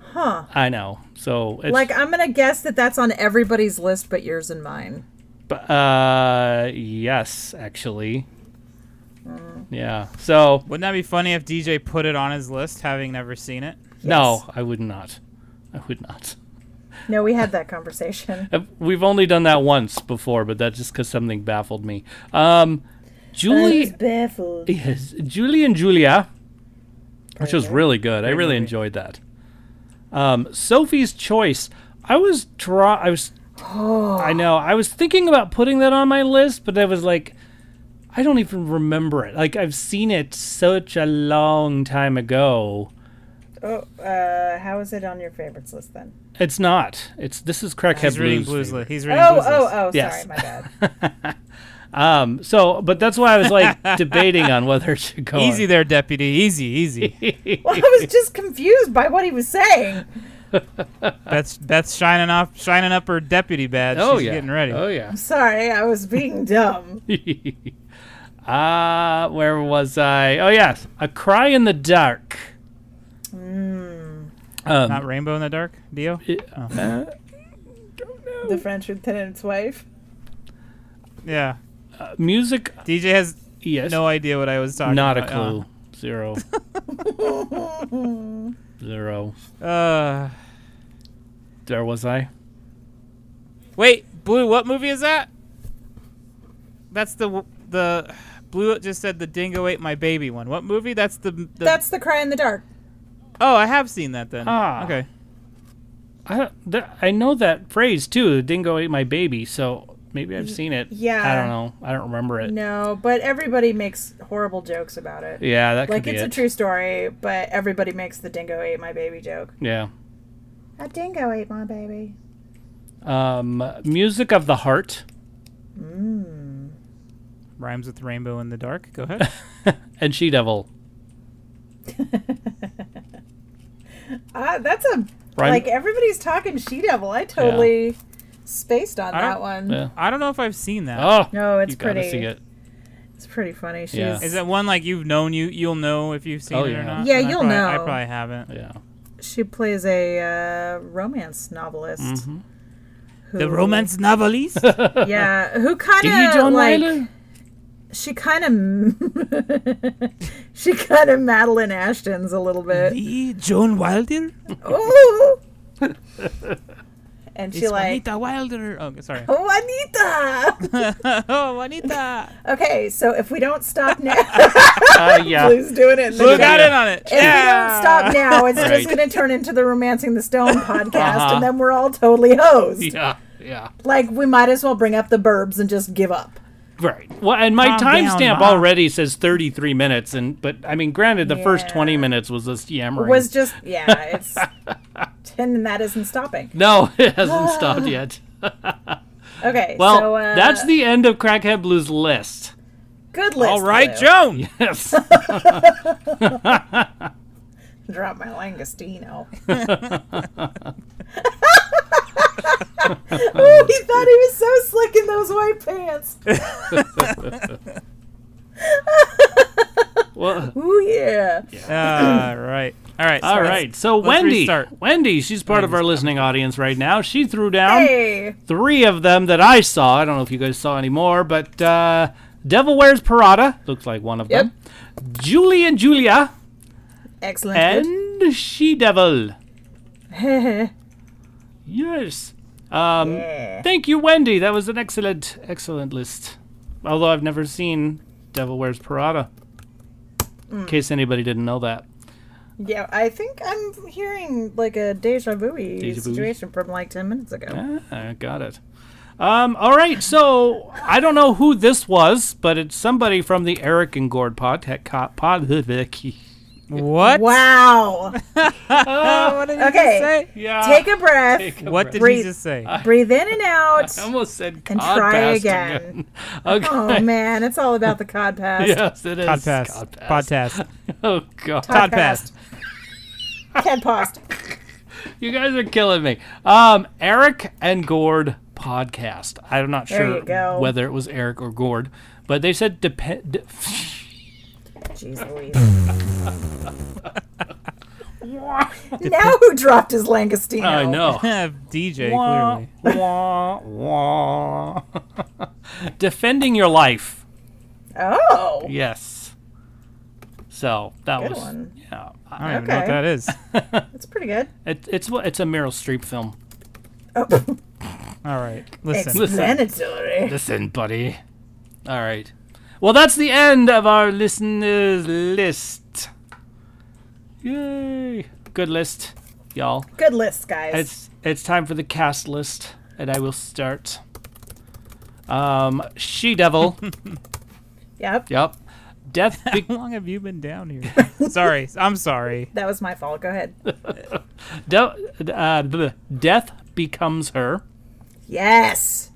Speaker 3: Huh.
Speaker 2: I know. So it's
Speaker 3: Like I'm gonna guess that that's on everybody's list but yours and mine.
Speaker 2: b- uh yes, actually.
Speaker 3: Hmm.
Speaker 2: Yeah. So
Speaker 4: Wouldn't that be funny if DJ put it on his list, having never seen it?
Speaker 2: no, I would not. I would not.
Speaker 3: No, we had that conversation.
Speaker 2: Uh, We've only done that once before, but that's just because something baffled me. Um,
Speaker 3: Uh,
Speaker 2: Julie,
Speaker 3: baffled.
Speaker 2: Yes, Julie and Julia, which was really good. I really
Speaker 4: movie.
Speaker 2: enjoyed that. Um, Sophie's Choice. I was try. I was. I know. I was thinking about putting that on my list, but I was like, I don't even remember it. Like I've seen it such a long time ago.
Speaker 3: Oh, uh, how is it on your favorites list then?
Speaker 2: It's not. It's this is crackhead
Speaker 4: He's reading blues.
Speaker 2: blues. favorite.
Speaker 4: List. He's reading
Speaker 3: Oh,
Speaker 4: blues.
Speaker 3: oh,
Speaker 4: List.
Speaker 3: oh,
Speaker 2: Yes.
Speaker 3: sorry, my bad.
Speaker 2: Um. So, but that's why I was like debating on whether to go. on-
Speaker 4: Easy there, deputy. Easy, easy.
Speaker 3: Well, I was just confused by what he was saying.
Speaker 4: Beth's Beth's shining off, shining up her deputy badge.
Speaker 2: Oh
Speaker 4: She's
Speaker 2: yeah.
Speaker 4: getting ready.
Speaker 2: Oh yeah.
Speaker 3: Sorry, I was being dumb.
Speaker 2: Ah, where was I? Oh yes, a cry in the dark.
Speaker 3: Hmm.
Speaker 2: Um,
Speaker 4: Not rainbow in the dark, Dio.
Speaker 3: The French lieutenant's wife.
Speaker 4: Yeah.
Speaker 2: Music.
Speaker 4: DJ has
Speaker 2: Yes.
Speaker 4: no idea what I was talking.
Speaker 2: not a
Speaker 4: about.
Speaker 3: uh,
Speaker 2: clue. Zero. Zero.
Speaker 4: Uh, uh,
Speaker 2: There was I.
Speaker 4: wait, Blue. What movie is that? That's the w- the Blue just said the Dingo ate my baby one. What movie? That's the, the
Speaker 3: That's the cry in the dark.
Speaker 4: oh I have seen that then.
Speaker 2: Ah.
Speaker 4: Okay.
Speaker 2: I don't- th- I know that phrase too. The dingo ate my baby. So maybe I've seen it.
Speaker 3: yeah.
Speaker 2: I don't know. I don't remember it.
Speaker 3: No, but everybody makes horrible jokes about it.
Speaker 2: Yeah, that
Speaker 3: like
Speaker 2: could be
Speaker 3: it's
Speaker 2: it.
Speaker 3: a true story, but everybody makes the dingo ate my baby joke.
Speaker 2: yeah.
Speaker 3: A dingo ate my baby.
Speaker 2: Um, music of the heart
Speaker 3: Hmm.
Speaker 4: Rhymes with rainbow in the dark. Go ahead.
Speaker 2: and she devil.
Speaker 3: Ah, that's a
Speaker 2: Right.
Speaker 3: like everybody's talking she devil. I totally spaced on
Speaker 4: I
Speaker 3: that
Speaker 4: don't-
Speaker 3: one.
Speaker 2: Yeah.
Speaker 4: I don't know if I've seen that.
Speaker 2: Oh
Speaker 3: No, it's
Speaker 2: you gotta
Speaker 3: pretty.
Speaker 2: see it.
Speaker 3: It's pretty funny. She's
Speaker 2: Yeah.
Speaker 4: Is it one like you've known you you'll know if you've seen
Speaker 2: Oh,
Speaker 4: it
Speaker 2: yeah.
Speaker 4: or not?
Speaker 3: Yeah,
Speaker 4: And I
Speaker 3: you'll
Speaker 4: probably- I
Speaker 3: know.
Speaker 4: probably haven't.
Speaker 2: Yeah.
Speaker 3: she plays a uh, romance novelist. Who,
Speaker 4: Mm-hmm. The romance novelist.
Speaker 3: yeah, who kind of like she kind of she kind of Madeline Ashton's a little bit.
Speaker 4: the Joan Wilder.
Speaker 3: Ooh. and she
Speaker 4: It's
Speaker 3: like
Speaker 4: Juanita Wilder. Oh, sorry.
Speaker 3: Juanita.
Speaker 4: oh, Juanita.
Speaker 3: Okay, so if we don't stop now,
Speaker 2: Uh, yeah.
Speaker 3: who's doing it? in the
Speaker 4: Who
Speaker 3: beginning?
Speaker 4: got in on it?
Speaker 3: If we don't stop now, it's
Speaker 2: Right.
Speaker 3: just going to turn into the Romancing the Stone podcast,
Speaker 4: Uh-huh.
Speaker 3: and then we're all totally hosed.
Speaker 2: Yeah. Yeah.
Speaker 3: Like, we might as well bring up the burbs and just give up.
Speaker 2: Right. Well, and my
Speaker 4: Calm down,
Speaker 2: timestamp
Speaker 4: Ma.
Speaker 2: already says 33 minutes, and but I mean, granted, the first
Speaker 3: Yeah.
Speaker 2: 20 minutes was just yammering.
Speaker 3: Was just, yeah, it's. and that isn't stopping.
Speaker 2: no, it hasn't stopped yet.
Speaker 3: Okay,
Speaker 2: Well,
Speaker 3: so. Uh,
Speaker 2: that's the end of Crackhead Blues list.
Speaker 3: Good list.
Speaker 4: All right,
Speaker 3: Lou.
Speaker 4: Joan.
Speaker 2: Yes.
Speaker 3: Drop my Langostino. oh, he thought he was so slick in those white pants.
Speaker 2: well,
Speaker 3: Ooh, yeah.
Speaker 4: All right. All right.
Speaker 2: all
Speaker 4: sorry.
Speaker 2: right. So
Speaker 4: let's
Speaker 2: Wendy,
Speaker 4: restart.
Speaker 2: Wendy, she's part of our listening audience right now. She threw down
Speaker 3: Hey.
Speaker 2: three of them that I saw. I don't know if you guys saw any more, but uh, Devil Wears Prada looks like one of
Speaker 3: Yep.
Speaker 2: them. Julie and Julia
Speaker 3: Excellent.
Speaker 2: and She Devil. Yes. Um,
Speaker 3: Yeah.
Speaker 2: Thank you, Wendy. That was an excellent, excellent list. Although I've never seen Devil Wears Prada.
Speaker 3: Hmm.
Speaker 2: In case anybody didn't know that.
Speaker 3: Yeah, I think I'm hearing like a deja vu
Speaker 2: Deja vu?
Speaker 3: situation from like 10 minutes ago.
Speaker 2: Ah, got it. Um, all right, so I don't know who this was, but it's somebody from the Eric and Gord pod. pod, pod
Speaker 4: What?
Speaker 3: Wow.
Speaker 4: what did he just say?
Speaker 3: Okay.
Speaker 2: yeah.
Speaker 3: Take a breath,
Speaker 4: What did
Speaker 3: Breathe. Uh,
Speaker 4: he just say?
Speaker 3: breathe in and out.
Speaker 2: I almost said
Speaker 3: And
Speaker 2: cod
Speaker 3: try
Speaker 2: pass
Speaker 3: again.
Speaker 2: okay.
Speaker 3: Oh man, it's all about the cod pass.
Speaker 2: Yes, it is.
Speaker 4: Podcast.
Speaker 2: Cod pass.
Speaker 4: Podcast.
Speaker 2: Oh god.
Speaker 4: Cod pass.
Speaker 3: Cod pass.
Speaker 2: You guys are killing me. Um, Eric and Gord podcast. I'm not
Speaker 3: There
Speaker 2: sure
Speaker 3: you go.
Speaker 2: whether it was Eric or Gord, but they said depend. De-
Speaker 3: Jeez Louise. now who dropped his Langostino?
Speaker 2: I know.
Speaker 4: DJ
Speaker 2: Wah,
Speaker 4: clearly.
Speaker 2: wah, wah. Defending your life.
Speaker 3: Oh.
Speaker 2: Yes. So that
Speaker 3: Good
Speaker 2: was
Speaker 3: one.
Speaker 2: yeah.
Speaker 4: I don't even know what
Speaker 3: Okay.
Speaker 4: that is.
Speaker 3: That's pretty good.
Speaker 2: It, it's what- it's a Meryl Streep film.
Speaker 3: Oh,
Speaker 4: All right. Listen.
Speaker 3: explanatory.
Speaker 2: Listen, buddy. All right. Well, that's the end of our listeners list. Yay! Good list, y'all.
Speaker 3: Good list, guys.
Speaker 2: It's it's time for the cast list, and I will start. Um, She Devil.
Speaker 3: Yep.
Speaker 2: yep. Death. Be-
Speaker 4: How long have you been down here? sorry. I'm sorry.
Speaker 3: That was my fault. Go ahead.
Speaker 2: de- uh, bleh. death becomes her.
Speaker 3: Yes.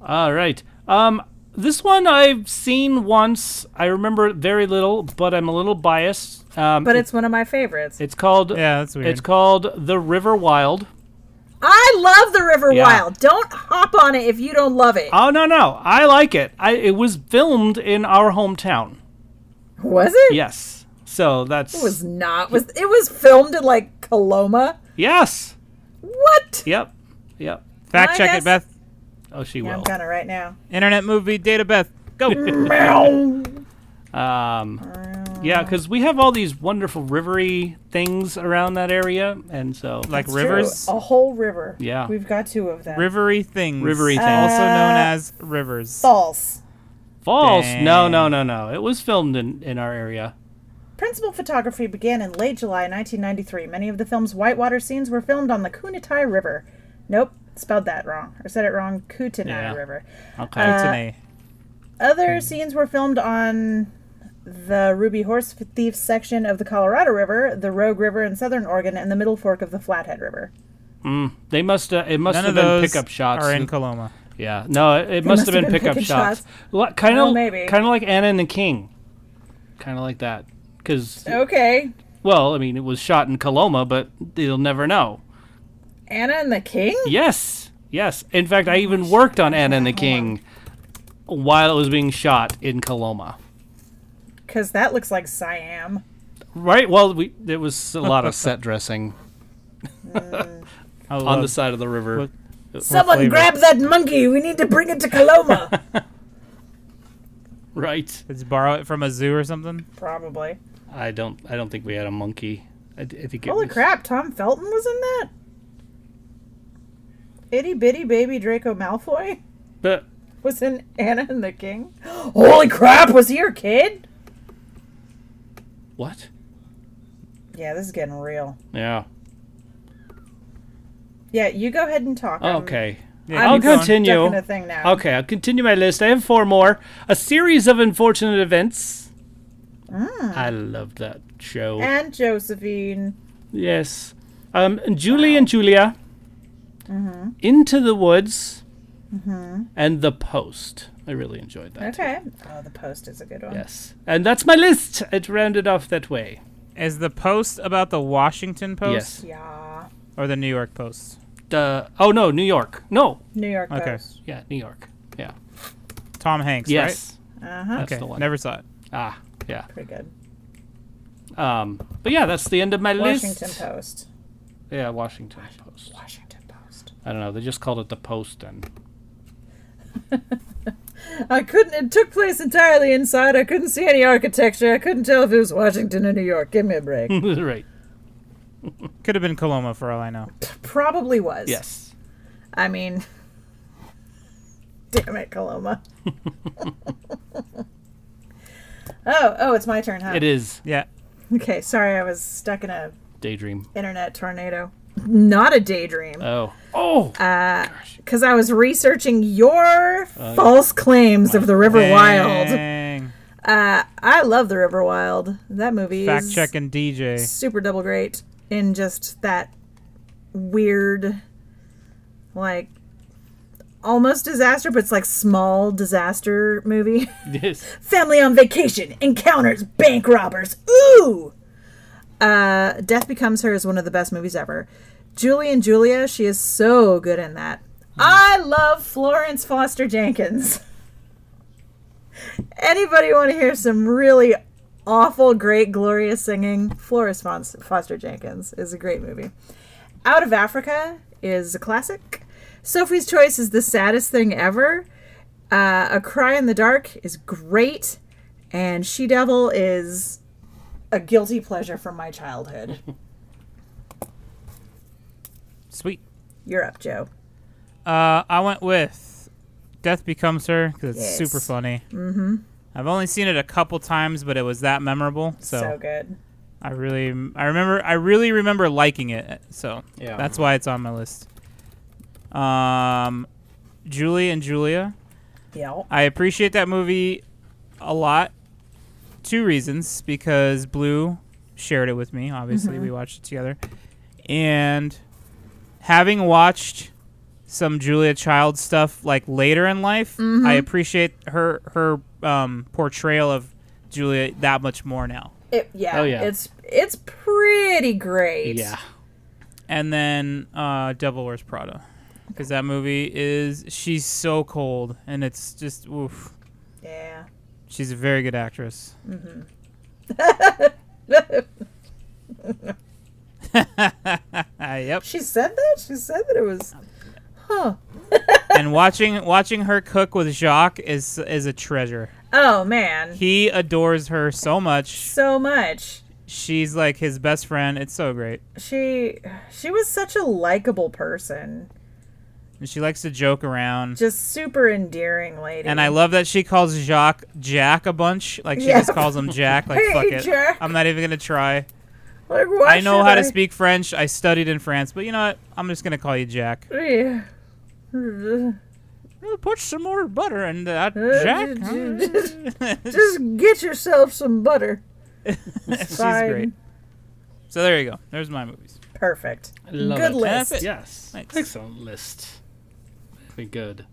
Speaker 2: All right. Um, this one I've seen once. I remember very little, but I'm a little biased. Um,
Speaker 3: But it's one of my favorites.
Speaker 2: It's called
Speaker 4: Yeah, that's weird.
Speaker 2: It's called The River Wild.
Speaker 3: I love the River
Speaker 2: Yeah.
Speaker 3: Wild. Don't hop on it if you don't love it.
Speaker 2: Oh no no, I like it. I it was filmed in our hometown.
Speaker 3: was it?
Speaker 2: Yes. So that's
Speaker 3: It was not. Was it was filmed in like Coloma?
Speaker 2: yes.
Speaker 3: What?
Speaker 2: Yep. Yep.
Speaker 4: Fact
Speaker 3: I
Speaker 4: check
Speaker 3: guess-
Speaker 4: it, Beth.
Speaker 2: Oh, she
Speaker 3: I'm
Speaker 2: will.
Speaker 3: kind of right now.
Speaker 4: Internet movie data, Beth. Go.
Speaker 2: Um, yeah, because we have all these wonderful rivery things around that area, and so
Speaker 4: like
Speaker 3: It's
Speaker 4: rivers.
Speaker 3: true. A whole river.
Speaker 2: Yeah.
Speaker 3: We've got two of them.
Speaker 4: Rivery things.
Speaker 2: Rivery things.
Speaker 4: Also known
Speaker 3: Uh,
Speaker 4: as rivers.
Speaker 3: False.
Speaker 2: false. No,
Speaker 4: Dang.
Speaker 2: no, no, no. It was filmed in in our area.
Speaker 3: Principal photography began in late July 1993. Many of the film's whitewater scenes were filmed on the Kunatai River. Nope, spelled that wrong. Or said it wrong. Kutenai
Speaker 2: Yeah.
Speaker 3: River.
Speaker 2: Okay.
Speaker 3: Uh,
Speaker 4: Today.
Speaker 3: Other scenes were filmed on the Ruby Horse Thief section of the Colorado River, the Rogue River in southern Oregon, and the Middle Fork of the Flathead River.
Speaker 2: they must. Uh, it must
Speaker 4: None
Speaker 2: have
Speaker 4: of
Speaker 2: been
Speaker 4: those
Speaker 2: pickup shots.
Speaker 4: are in Coloma.
Speaker 2: yeah. No, it, it must have been pickup shots. Kind
Speaker 3: Oh,
Speaker 2: of.
Speaker 3: maybe.
Speaker 2: Kind of like Anna and the King. Kind of like that. Because
Speaker 3: Okay.
Speaker 2: Well, I mean, it was shot in Coloma, but they'll never know.
Speaker 3: Anna and the King?
Speaker 2: Yes, yes. In fact, I even worked on Anna and the King while it was being shot in Coloma.
Speaker 3: because that looks like Siam.
Speaker 2: Right? Well, we there was a lot of set dressing
Speaker 4: I
Speaker 2: on
Speaker 4: love-
Speaker 2: the side of the river.
Speaker 4: Look-
Speaker 3: Someone
Speaker 4: flavor.
Speaker 3: grab that monkey. We need to bring it to Coloma.
Speaker 2: Right.
Speaker 4: Let's borrow it from a zoo or something.
Speaker 3: Probably.
Speaker 2: I don't I don't think we had a monkey. I, d- I think it
Speaker 3: Holy
Speaker 2: was-
Speaker 3: crap! Tom Felton was in that. Itty bitty baby Draco Malfoy
Speaker 2: But
Speaker 3: was in Anna and the King. Holy crap! Was he your kid?
Speaker 2: what?
Speaker 3: Yeah, this is getting real.
Speaker 2: Yeah.
Speaker 3: Yeah, you go ahead and talk. I'm-
Speaker 2: Okay.
Speaker 4: Yeah,
Speaker 3: I'm
Speaker 2: I'll
Speaker 4: keep going.
Speaker 2: continue.
Speaker 3: ducking a thing now.
Speaker 2: Okay, I'll continue my list. I have four more. A series of unfortunate events. I love that show.
Speaker 3: Mm. And Josephine.
Speaker 2: Yes. Um, Julie and Julia,
Speaker 3: Mm-hmm.
Speaker 2: Into the Woods, and The Post. I really enjoyed that.
Speaker 3: Okay. Oh, the post is a good one.
Speaker 2: Yes. And that's my list. It rounded off that way.
Speaker 4: Is the post about the Washington Post
Speaker 2: Yes.
Speaker 3: Yeah.
Speaker 4: or the New York Post?
Speaker 2: Uh, oh, no, New York. No.
Speaker 3: New York
Speaker 4: Okay.
Speaker 3: Post.
Speaker 2: Yeah, New York. Yeah.
Speaker 4: Tom Hanks,
Speaker 2: Yes.
Speaker 3: Uh huh.
Speaker 4: right?
Speaker 2: the
Speaker 4: Okay,
Speaker 2: one.
Speaker 4: never saw it.
Speaker 2: Ah, yeah.
Speaker 3: Pretty good.
Speaker 2: Um, but yeah, that's the end of my
Speaker 3: Washington
Speaker 2: list.
Speaker 3: Post.
Speaker 2: Yeah, Washington Post.
Speaker 3: Washington Post.
Speaker 2: I don't know. They just called it The Post and
Speaker 3: I couldn't. It took place entirely inside. I couldn't see any architecture. I couldn't tell if it was Washington or New York. Give me a break.
Speaker 2: right.
Speaker 4: Could have been Coloma for all I know.
Speaker 3: Probably was.
Speaker 2: Yes.
Speaker 3: I mean, damn it, Coloma. oh, oh, it's my turn, huh?
Speaker 2: It is
Speaker 4: Yeah,
Speaker 3: Okay, sorry, I was stuck in a
Speaker 2: daydream.
Speaker 3: internet tornado. Not a daydream,
Speaker 2: Oh. Oh.
Speaker 3: because I was researching your
Speaker 2: Uh,
Speaker 3: false claims of the River Wild.
Speaker 4: Dang.
Speaker 3: Uh, I love the River Wild. That movie
Speaker 4: Fact
Speaker 3: is
Speaker 4: checking DJ.
Speaker 3: super double great in just that weird, like almost disaster, but it's like small disaster movie.
Speaker 2: yes.
Speaker 3: Family on vacation encounters bank robbers. Ooh. Uh, Death Becomes Her is one of the best movies ever. Julie and Julia, she is so good in that. I love Florence Foster Jenkins. Anybody want to hear some really awful, great, glorious singing? Florence Fon- Foster Jenkins is a great movie. Out of Africa is a classic. Sophie's Choice is the saddest thing ever. Uh, a Cry in the Dark is great, and She Devil is a guilty pleasure from my childhood.
Speaker 4: Sweet.
Speaker 3: You're up, Joe.
Speaker 4: Uh, I went with Death Becomes Her because it's
Speaker 3: Yes.
Speaker 4: super funny. Mm-hmm. I've only seen it a couple times, but it was that memorable. So,
Speaker 3: So, good.
Speaker 4: I really, I remember, I really remember liking it. So
Speaker 2: Yeah.
Speaker 4: that's why it's on my list. Um, Julie and Julia.
Speaker 3: Yeah.
Speaker 4: I appreciate that movie a lot. Two reasons because Blue shared it with me. Obviously, we watched it together. And having watched some Julia Child stuff like later in life, I appreciate her her um, portrayal of Julia that much more now.
Speaker 3: It, yeah,
Speaker 2: Oh, yeah.
Speaker 3: It's it's pretty great.
Speaker 2: Yeah.
Speaker 4: and then uh, Devil Wears Prada, because that movie is she's so cold, and it's just oof.
Speaker 3: Yeah.
Speaker 4: She's a very good actress. yep.
Speaker 3: She said that? She said that it was Huh.
Speaker 4: And watching watching her cook with Jacques is is a treasure.
Speaker 3: Oh man.
Speaker 4: He adores her so much.
Speaker 3: so much.
Speaker 4: She's like his best friend. It's so great.
Speaker 3: She she was such a likable person.
Speaker 4: And she likes to joke around.
Speaker 3: Just super endearing lady.
Speaker 4: And I love that she calls Jacques Jack a bunch. Like she
Speaker 3: Yeah.
Speaker 4: just calls him Jack. Like
Speaker 3: Hey,
Speaker 4: fuck it.
Speaker 3: Jack.
Speaker 4: I'm not even gonna try.
Speaker 3: like, why
Speaker 4: I know
Speaker 3: should
Speaker 4: how
Speaker 3: I-
Speaker 4: to speak French. I studied in France, but you know what? I'm just gonna call you Jack.
Speaker 3: Yeah.
Speaker 4: "Oh, Put some more butter in that,
Speaker 3: Uh,
Speaker 4: Jack.
Speaker 3: j- j- Just get yourself some butter.
Speaker 4: She's
Speaker 3: fine.
Speaker 4: great. So there you go. There's my movies.
Speaker 3: Perfect.
Speaker 2: I love
Speaker 3: Good
Speaker 2: it.
Speaker 3: list.
Speaker 4: That's it.
Speaker 2: Yes.
Speaker 4: Thanks.
Speaker 2: Excellent list. Very good.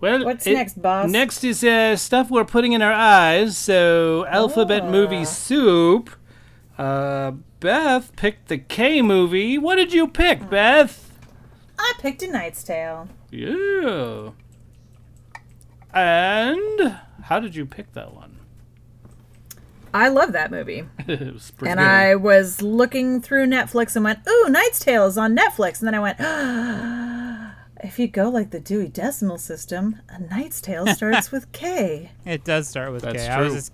Speaker 2: Well,
Speaker 3: What's
Speaker 2: it-
Speaker 3: next, boss?
Speaker 2: Next is uh, stuff we're putting in our eyes. So, alphabet
Speaker 3: Oh.
Speaker 2: movie soup. Uh, Beth picked the K movie. What did you
Speaker 3: Hmm.
Speaker 2: pick, Beth?
Speaker 3: I picked a Knight's Tale.
Speaker 2: You. And how did you pick that one?
Speaker 3: I love that movie.
Speaker 2: it was pretty
Speaker 3: And
Speaker 2: good.
Speaker 3: I was looking through Netflix and went, "Ooh, Knight's Tale is on Netflix." And then I went, "Ah, "If you go like the Dewey Decimal System, a Knight's Tale starts with K
Speaker 4: It does start with
Speaker 2: That's
Speaker 4: K. I was
Speaker 2: true.
Speaker 4: just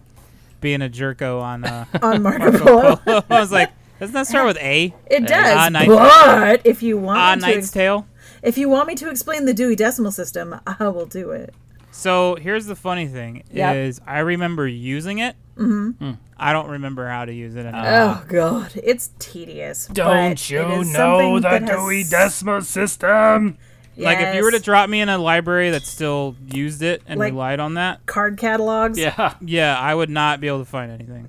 Speaker 4: being a jerko on. Uh,
Speaker 3: on Marco Polo."
Speaker 4: I was like, doesn't that start with A?
Speaker 3: It does.
Speaker 4: Ah, Knight's-
Speaker 3: but if you want
Speaker 4: Ah,
Speaker 3: me to
Speaker 4: Knight's
Speaker 3: ex-
Speaker 4: Tale.
Speaker 3: if you want me to explain the Dewey Decimal System, I will do it.
Speaker 4: So here's the funny thing:
Speaker 3: Yep.
Speaker 4: is I remember using it. Mm-hmm.
Speaker 2: Hmm.
Speaker 4: I don't remember how to use it anymore.
Speaker 3: Oh God, it's tedious. but
Speaker 2: Don't
Speaker 3: it
Speaker 2: you
Speaker 3: is
Speaker 2: know
Speaker 3: something
Speaker 2: the
Speaker 3: that has-
Speaker 2: Dewey Decimal System?
Speaker 4: Like if you were to
Speaker 3: Yes.
Speaker 4: drop me in a library that still used it and
Speaker 3: Like-
Speaker 4: relied on that,
Speaker 3: card catalogs,
Speaker 2: Yeah.
Speaker 4: yeah, I would not be able to find anything.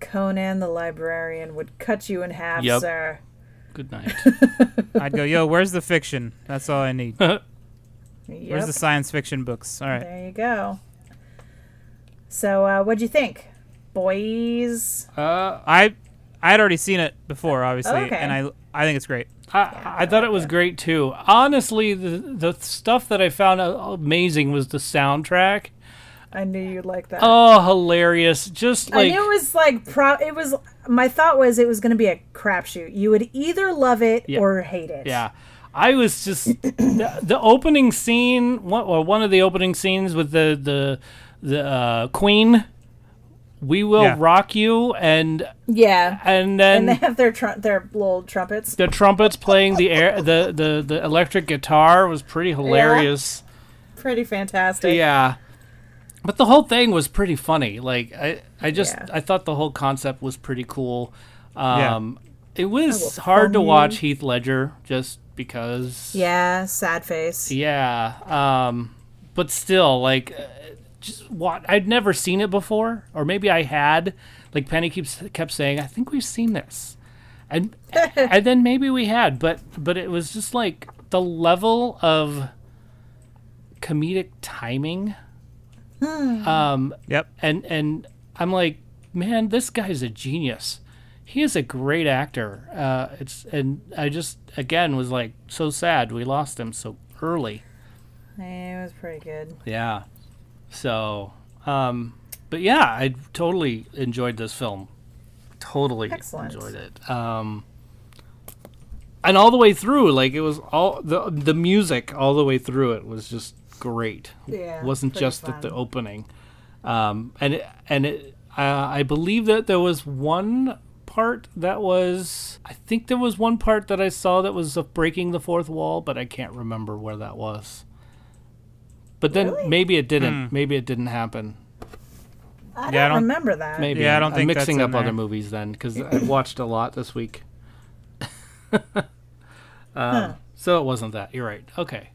Speaker 3: Conan the librarian would cut you in half,
Speaker 2: Yep.
Speaker 3: sir.
Speaker 2: Good night.
Speaker 4: I'd go, yo, where's the fiction? That's all I need.
Speaker 2: Uh,
Speaker 4: Where's
Speaker 3: Yep.
Speaker 4: the science fiction books? All right.
Speaker 3: There you go. So, uh, what'd you think, boys?
Speaker 2: Uh,
Speaker 4: I I had already seen it before, obviously,
Speaker 3: Okay.
Speaker 4: and I I think it's great.
Speaker 2: I, I thought it was great too. Honestly, the the stuff that I found a- amazing was the soundtrack.
Speaker 3: I knew you'd like that.
Speaker 2: Oh, hilarious! Just
Speaker 3: I
Speaker 2: like
Speaker 3: knew it was like pro. It was my thought was it was going to be a crapshoot. You would either love it
Speaker 2: Yeah.
Speaker 3: or hate it.
Speaker 2: yeah, I was just the, the opening scene. One or one of the opening scenes with the the the uh, Queen. We will
Speaker 4: Yeah.
Speaker 2: rock you, and
Speaker 3: yeah.
Speaker 2: and
Speaker 3: And
Speaker 2: then
Speaker 3: they have their tr- their little trumpets.
Speaker 2: the trumpets playing the air. The the the electric guitar was pretty hilarious.
Speaker 3: Pretty fantastic.
Speaker 2: Yeah. But the whole thing was pretty funny. Like I, I just
Speaker 3: Yeah.
Speaker 2: I thought the whole concept was pretty cool.
Speaker 4: Yeah.
Speaker 2: Um, It was
Speaker 3: will
Speaker 2: hard to
Speaker 3: phone you.
Speaker 2: watch Heath Ledger just because.
Speaker 3: Yeah. Sad face.
Speaker 2: Yeah. Um, but still, like, uh, just what I'd never seen it before, or maybe I had. Like Penny keeps kept saying, "I think we've seen this," and and then maybe we had, but but it was just like the level of comedic timing. Um,
Speaker 4: Yep.
Speaker 2: and and I'm like, man, this guy's a genius. He is a great actor. Uh, it's and I just again was like so sad we lost him so early.
Speaker 3: It was pretty good.
Speaker 2: Yeah. So, um, but yeah, I totally enjoyed this film. Totally
Speaker 3: Excellent.
Speaker 2: enjoyed it. Um, and all the way through, like it was all the the music all the way through. It was just great.
Speaker 3: Yeah,
Speaker 2: it wasn't
Speaker 3: pretty
Speaker 2: just at the
Speaker 3: fun.
Speaker 2: opening. Um, and it, and it, uh, I believe that there was one part that was I think there was one part that I saw that was of breaking the fourth wall, but I can't remember where that was. But then maybe it didn't. Maybe it didn't happen.
Speaker 3: I don't,
Speaker 4: Yeah, I don't-
Speaker 3: remember that.
Speaker 2: Maybe
Speaker 4: Yeah, I don't
Speaker 2: I'm
Speaker 4: think that's
Speaker 2: mixing
Speaker 4: in
Speaker 2: up other
Speaker 4: there.
Speaker 2: movies then because I've watched a lot this week. um, So it wasn't that. You're right. Okay,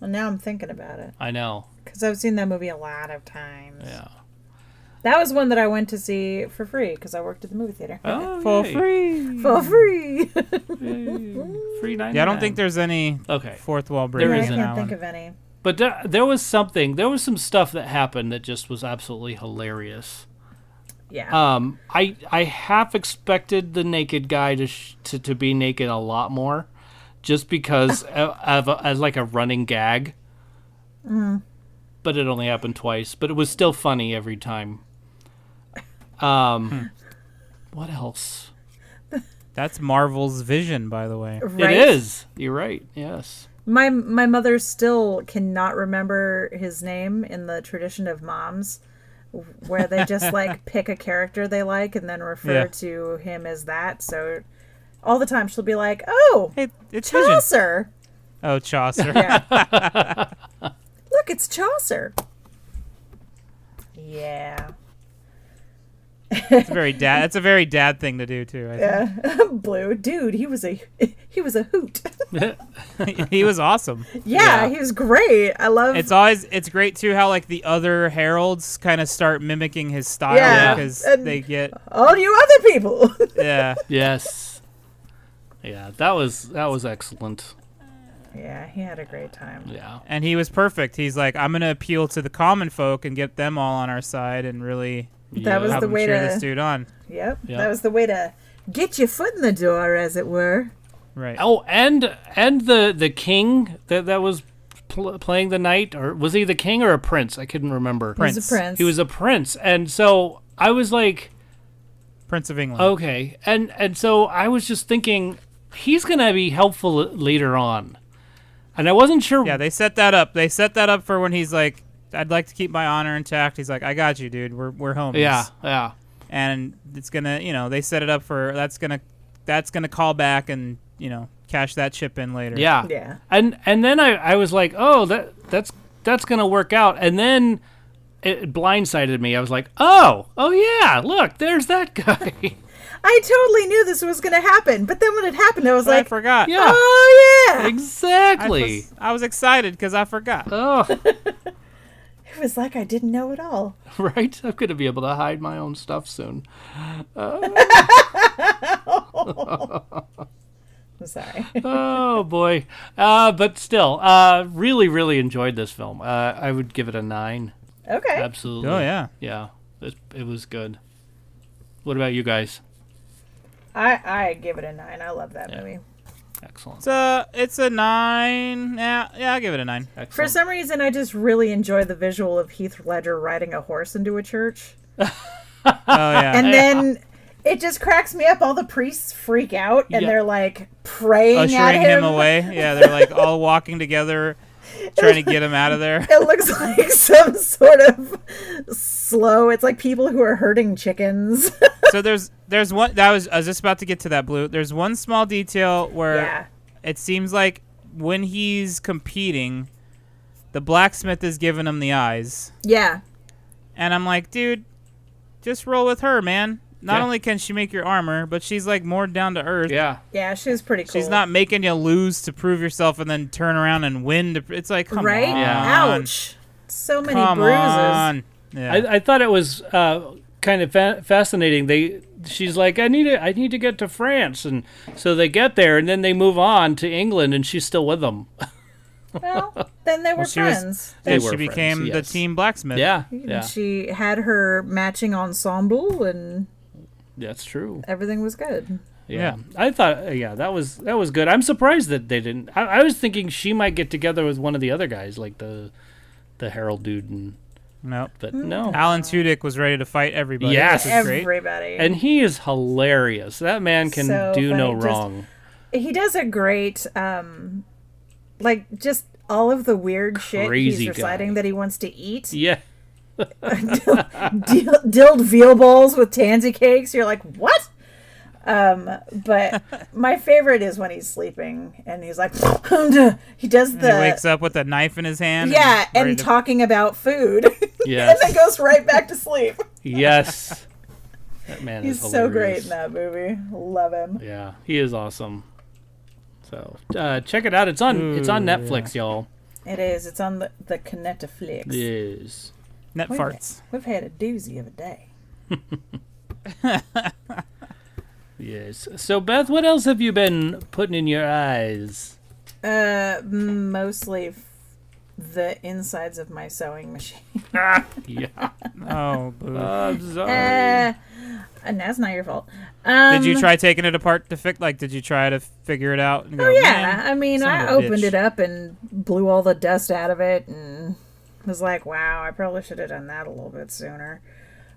Speaker 3: Well, now I'm thinking about it
Speaker 2: I know.
Speaker 3: because I've seen that movie a lot of times.
Speaker 2: Yeah.
Speaker 3: That was one that I went to see for free because I worked at the movie theater.
Speaker 2: Oh.
Speaker 4: For
Speaker 2: yay.
Speaker 4: free.
Speaker 3: For free.
Speaker 2: Free ninety.
Speaker 4: Yeah, I don't think there's any
Speaker 2: Okay,
Speaker 4: fourth wall break.
Speaker 2: There
Speaker 3: I
Speaker 4: in
Speaker 2: isn't.
Speaker 4: that
Speaker 3: can't think
Speaker 4: one.
Speaker 3: of any.
Speaker 2: but there, there was something. There was some stuff that happened that just was absolutely hilarious.
Speaker 3: Yeah.
Speaker 2: Um, I I half expected the naked guy to sh- to, to be naked a lot more, just because of, of a, as like a running gag. But it only happened twice. But it was still funny every time. Um, what else?
Speaker 4: That's Marvel's vision, by the way.
Speaker 3: right?
Speaker 2: It is. You're right. Yes.
Speaker 3: My my mother still cannot remember his name in the tradition of moms, where they just like pick a character they like and then refer
Speaker 4: Yeah.
Speaker 3: to him as that. So all the time she'll be like, "Oh,
Speaker 4: Hey, it's vision.
Speaker 3: Chaucer."
Speaker 4: Oh, Chaucer.
Speaker 3: Yeah. Look, it's Chaucer. Yeah.
Speaker 4: It's very dad. It's a very dad thing to do too. I think.
Speaker 3: Blue dude, he was a he was a hoot.
Speaker 4: he was awesome.
Speaker 3: Yeah,
Speaker 2: Yeah.
Speaker 3: he was great. I love
Speaker 4: It's always it's great too how like the other heralds kind of start mimicking his style
Speaker 3: Yeah.
Speaker 4: because
Speaker 3: And-
Speaker 4: they get
Speaker 3: all you other people.
Speaker 4: yeah.
Speaker 2: Yes. Yeah. That was that was excellent.
Speaker 3: yeah, he had a great time.
Speaker 2: Yeah.
Speaker 4: And he was perfect. He's like, I'm gonna appeal to the common folk and get them all on our side and really
Speaker 2: Yeah.
Speaker 3: That was
Speaker 4: have
Speaker 3: the
Speaker 4: them
Speaker 3: way
Speaker 4: cheer
Speaker 3: to
Speaker 4: this dude on.
Speaker 3: Yep,
Speaker 2: Yeah.
Speaker 3: that was the way to get your foot in the door, as it were.
Speaker 4: Right.
Speaker 2: Oh, and and the the king that that was pl- playing the knight, or was he the king or a prince? I couldn't remember.
Speaker 3: He was
Speaker 4: Prince.
Speaker 3: a prince.
Speaker 2: He was a prince, and so I was like,
Speaker 4: Prince of England.
Speaker 2: okay, and and so I was just thinking he's gonna be helpful later on, and I wasn't sure.
Speaker 4: Yeah, they set that up. They set that up for when he's like, "I'd like to keep my honor intact." He's like, "I got you, dude. We're we're homies."
Speaker 2: yeah, yeah.
Speaker 4: and it's gonna, you know, they set it up for that's gonna that's gonna call back and you know cash that chip in later.
Speaker 2: Yeah.
Speaker 3: Yeah.
Speaker 2: And and then I, I was like, oh, that that's that's gonna work out. And then it blindsided me. I was like, oh, oh yeah, look, there's that guy.
Speaker 3: I totally knew this was going to happen, but then when it happened, I was
Speaker 4: But I
Speaker 3: like,
Speaker 4: forgot.
Speaker 2: Yeah.
Speaker 3: "Oh yeah!"
Speaker 4: I
Speaker 2: exactly.
Speaker 4: was, I was excited because I forgot.
Speaker 2: Oh,
Speaker 3: It was like I didn't know at all.
Speaker 2: right. I'm gonna be able to hide my own stuff soon.
Speaker 3: I'm sorry.
Speaker 2: Oh boy. Uh, but still, uh, really, really enjoyed this film. Uh, I would give it a nine.
Speaker 3: okay.
Speaker 2: Absolutely.
Speaker 4: Oh yeah.
Speaker 2: Yeah. It, it was good. What about you guys?
Speaker 3: I I give it a nine. I love that movie.
Speaker 2: Excellent.
Speaker 4: It's a it's a nine. Yeah, yeah, I'll give it a nine.
Speaker 3: For
Speaker 2: Excellent.
Speaker 3: some reason, I just really enjoy the visual of Heath Ledger riding a horse into a church,
Speaker 4: Oh yeah.
Speaker 3: and then it just cracks me up. All the priests freak out, and
Speaker 2: Yeah.
Speaker 3: they're like praying at
Speaker 4: ushering
Speaker 3: him.
Speaker 4: Oh, him. away. Yeah, they're like all walking together, trying to get him out of there.
Speaker 3: It looks like some sort of slow. It's like people who are herding chickens.
Speaker 4: So there's there's one that was I was just about to get to that blue. There's one small detail where
Speaker 3: yeah.
Speaker 4: it seems like when he's competing, the blacksmith is giving him the eyes,
Speaker 3: Yeah.
Speaker 4: and I'm like, dude, just roll with her, man. Not
Speaker 2: Yeah.
Speaker 4: only can she make your armor, but she's like more down to earth.
Speaker 2: Yeah.
Speaker 3: Yeah. She was pretty cool.
Speaker 4: She's not making you lose to prove yourself and then turn around and win. To, it's like, come
Speaker 3: right.
Speaker 4: on.
Speaker 2: Yeah.
Speaker 3: Ouch. So many
Speaker 4: Come
Speaker 3: bruises.
Speaker 4: on. Yeah.
Speaker 2: I, I thought it was uh, kind of fa- fascinating. They she's like, I need to, I need to get to France, and so they get there, and then they move on to England, and she's still with them.
Speaker 3: Well, then they were
Speaker 4: she was-
Speaker 3: friends.
Speaker 2: They
Speaker 4: and
Speaker 2: were
Speaker 4: she
Speaker 2: friends,
Speaker 4: became
Speaker 2: yes.
Speaker 4: the team blacksmith.
Speaker 2: Yeah,
Speaker 3: And
Speaker 2: yeah,
Speaker 3: She had her matching ensemble and
Speaker 2: that's true.
Speaker 3: everything was good.
Speaker 2: Yeah. I thought, uh, yeah, that was that was good. I'm surprised that they didn't. I, I was thinking she might get together with one of the other guys, like the the Harold dude, and
Speaker 4: Nope.
Speaker 2: but
Speaker 3: Hmm.
Speaker 2: no.
Speaker 4: Alan Tudyk was ready to fight everybody.
Speaker 2: Yes.
Speaker 4: which is great.
Speaker 3: Everybody.
Speaker 2: And he is hilarious. That man can
Speaker 3: So
Speaker 2: do no
Speaker 3: funny, just-
Speaker 2: wrong.
Speaker 3: he does a great um like just all of the weird shit
Speaker 2: Crazy
Speaker 3: he's
Speaker 2: guy.
Speaker 3: reciting that he wants to eat.
Speaker 2: Yeah.
Speaker 3: Dill- Dilled veal balls with tansy cakes. You're like, "What?" Um, but my favorite is when he's sleeping and he's like he does
Speaker 4: He
Speaker 3: the
Speaker 4: wakes up with a knife in his hand.
Speaker 3: uh, yeah,
Speaker 4: ready
Speaker 3: and
Speaker 4: to-
Speaker 3: talking about food.
Speaker 2: Yes.
Speaker 3: and then goes right back to sleep.
Speaker 2: Yes. That man
Speaker 3: He's
Speaker 2: is
Speaker 3: so
Speaker 2: hilarious.
Speaker 3: great in that movie. Love him.
Speaker 2: Yeah, he is awesome. So uh, check it out. It's on it's on Netflix, y'all.
Speaker 3: It is. It's on the, the Kinetaflix.
Speaker 2: Yes.
Speaker 4: Net
Speaker 3: Wait a minute.
Speaker 4: farts.
Speaker 3: We've had a doozy of a day.
Speaker 2: Yes. So Beth, what else have you been putting in your eyes?
Speaker 3: Uh, mostly f- the insides of my sewing machine.
Speaker 2: Yeah.
Speaker 4: Oh, boo.
Speaker 2: Uh, I'm sorry.
Speaker 3: Uh, and that's not your fault. Um,
Speaker 4: did you try taking it apart to fix? Like, did you try to figure it out? And go,
Speaker 3: Oh, Yeah,
Speaker 4: "Man,
Speaker 3: I mean,
Speaker 4: son
Speaker 3: I
Speaker 4: of a
Speaker 3: opened
Speaker 4: bitch."
Speaker 3: it up and blew all the dust out of it, and was like, "Wow, I probably should have done that a little bit sooner."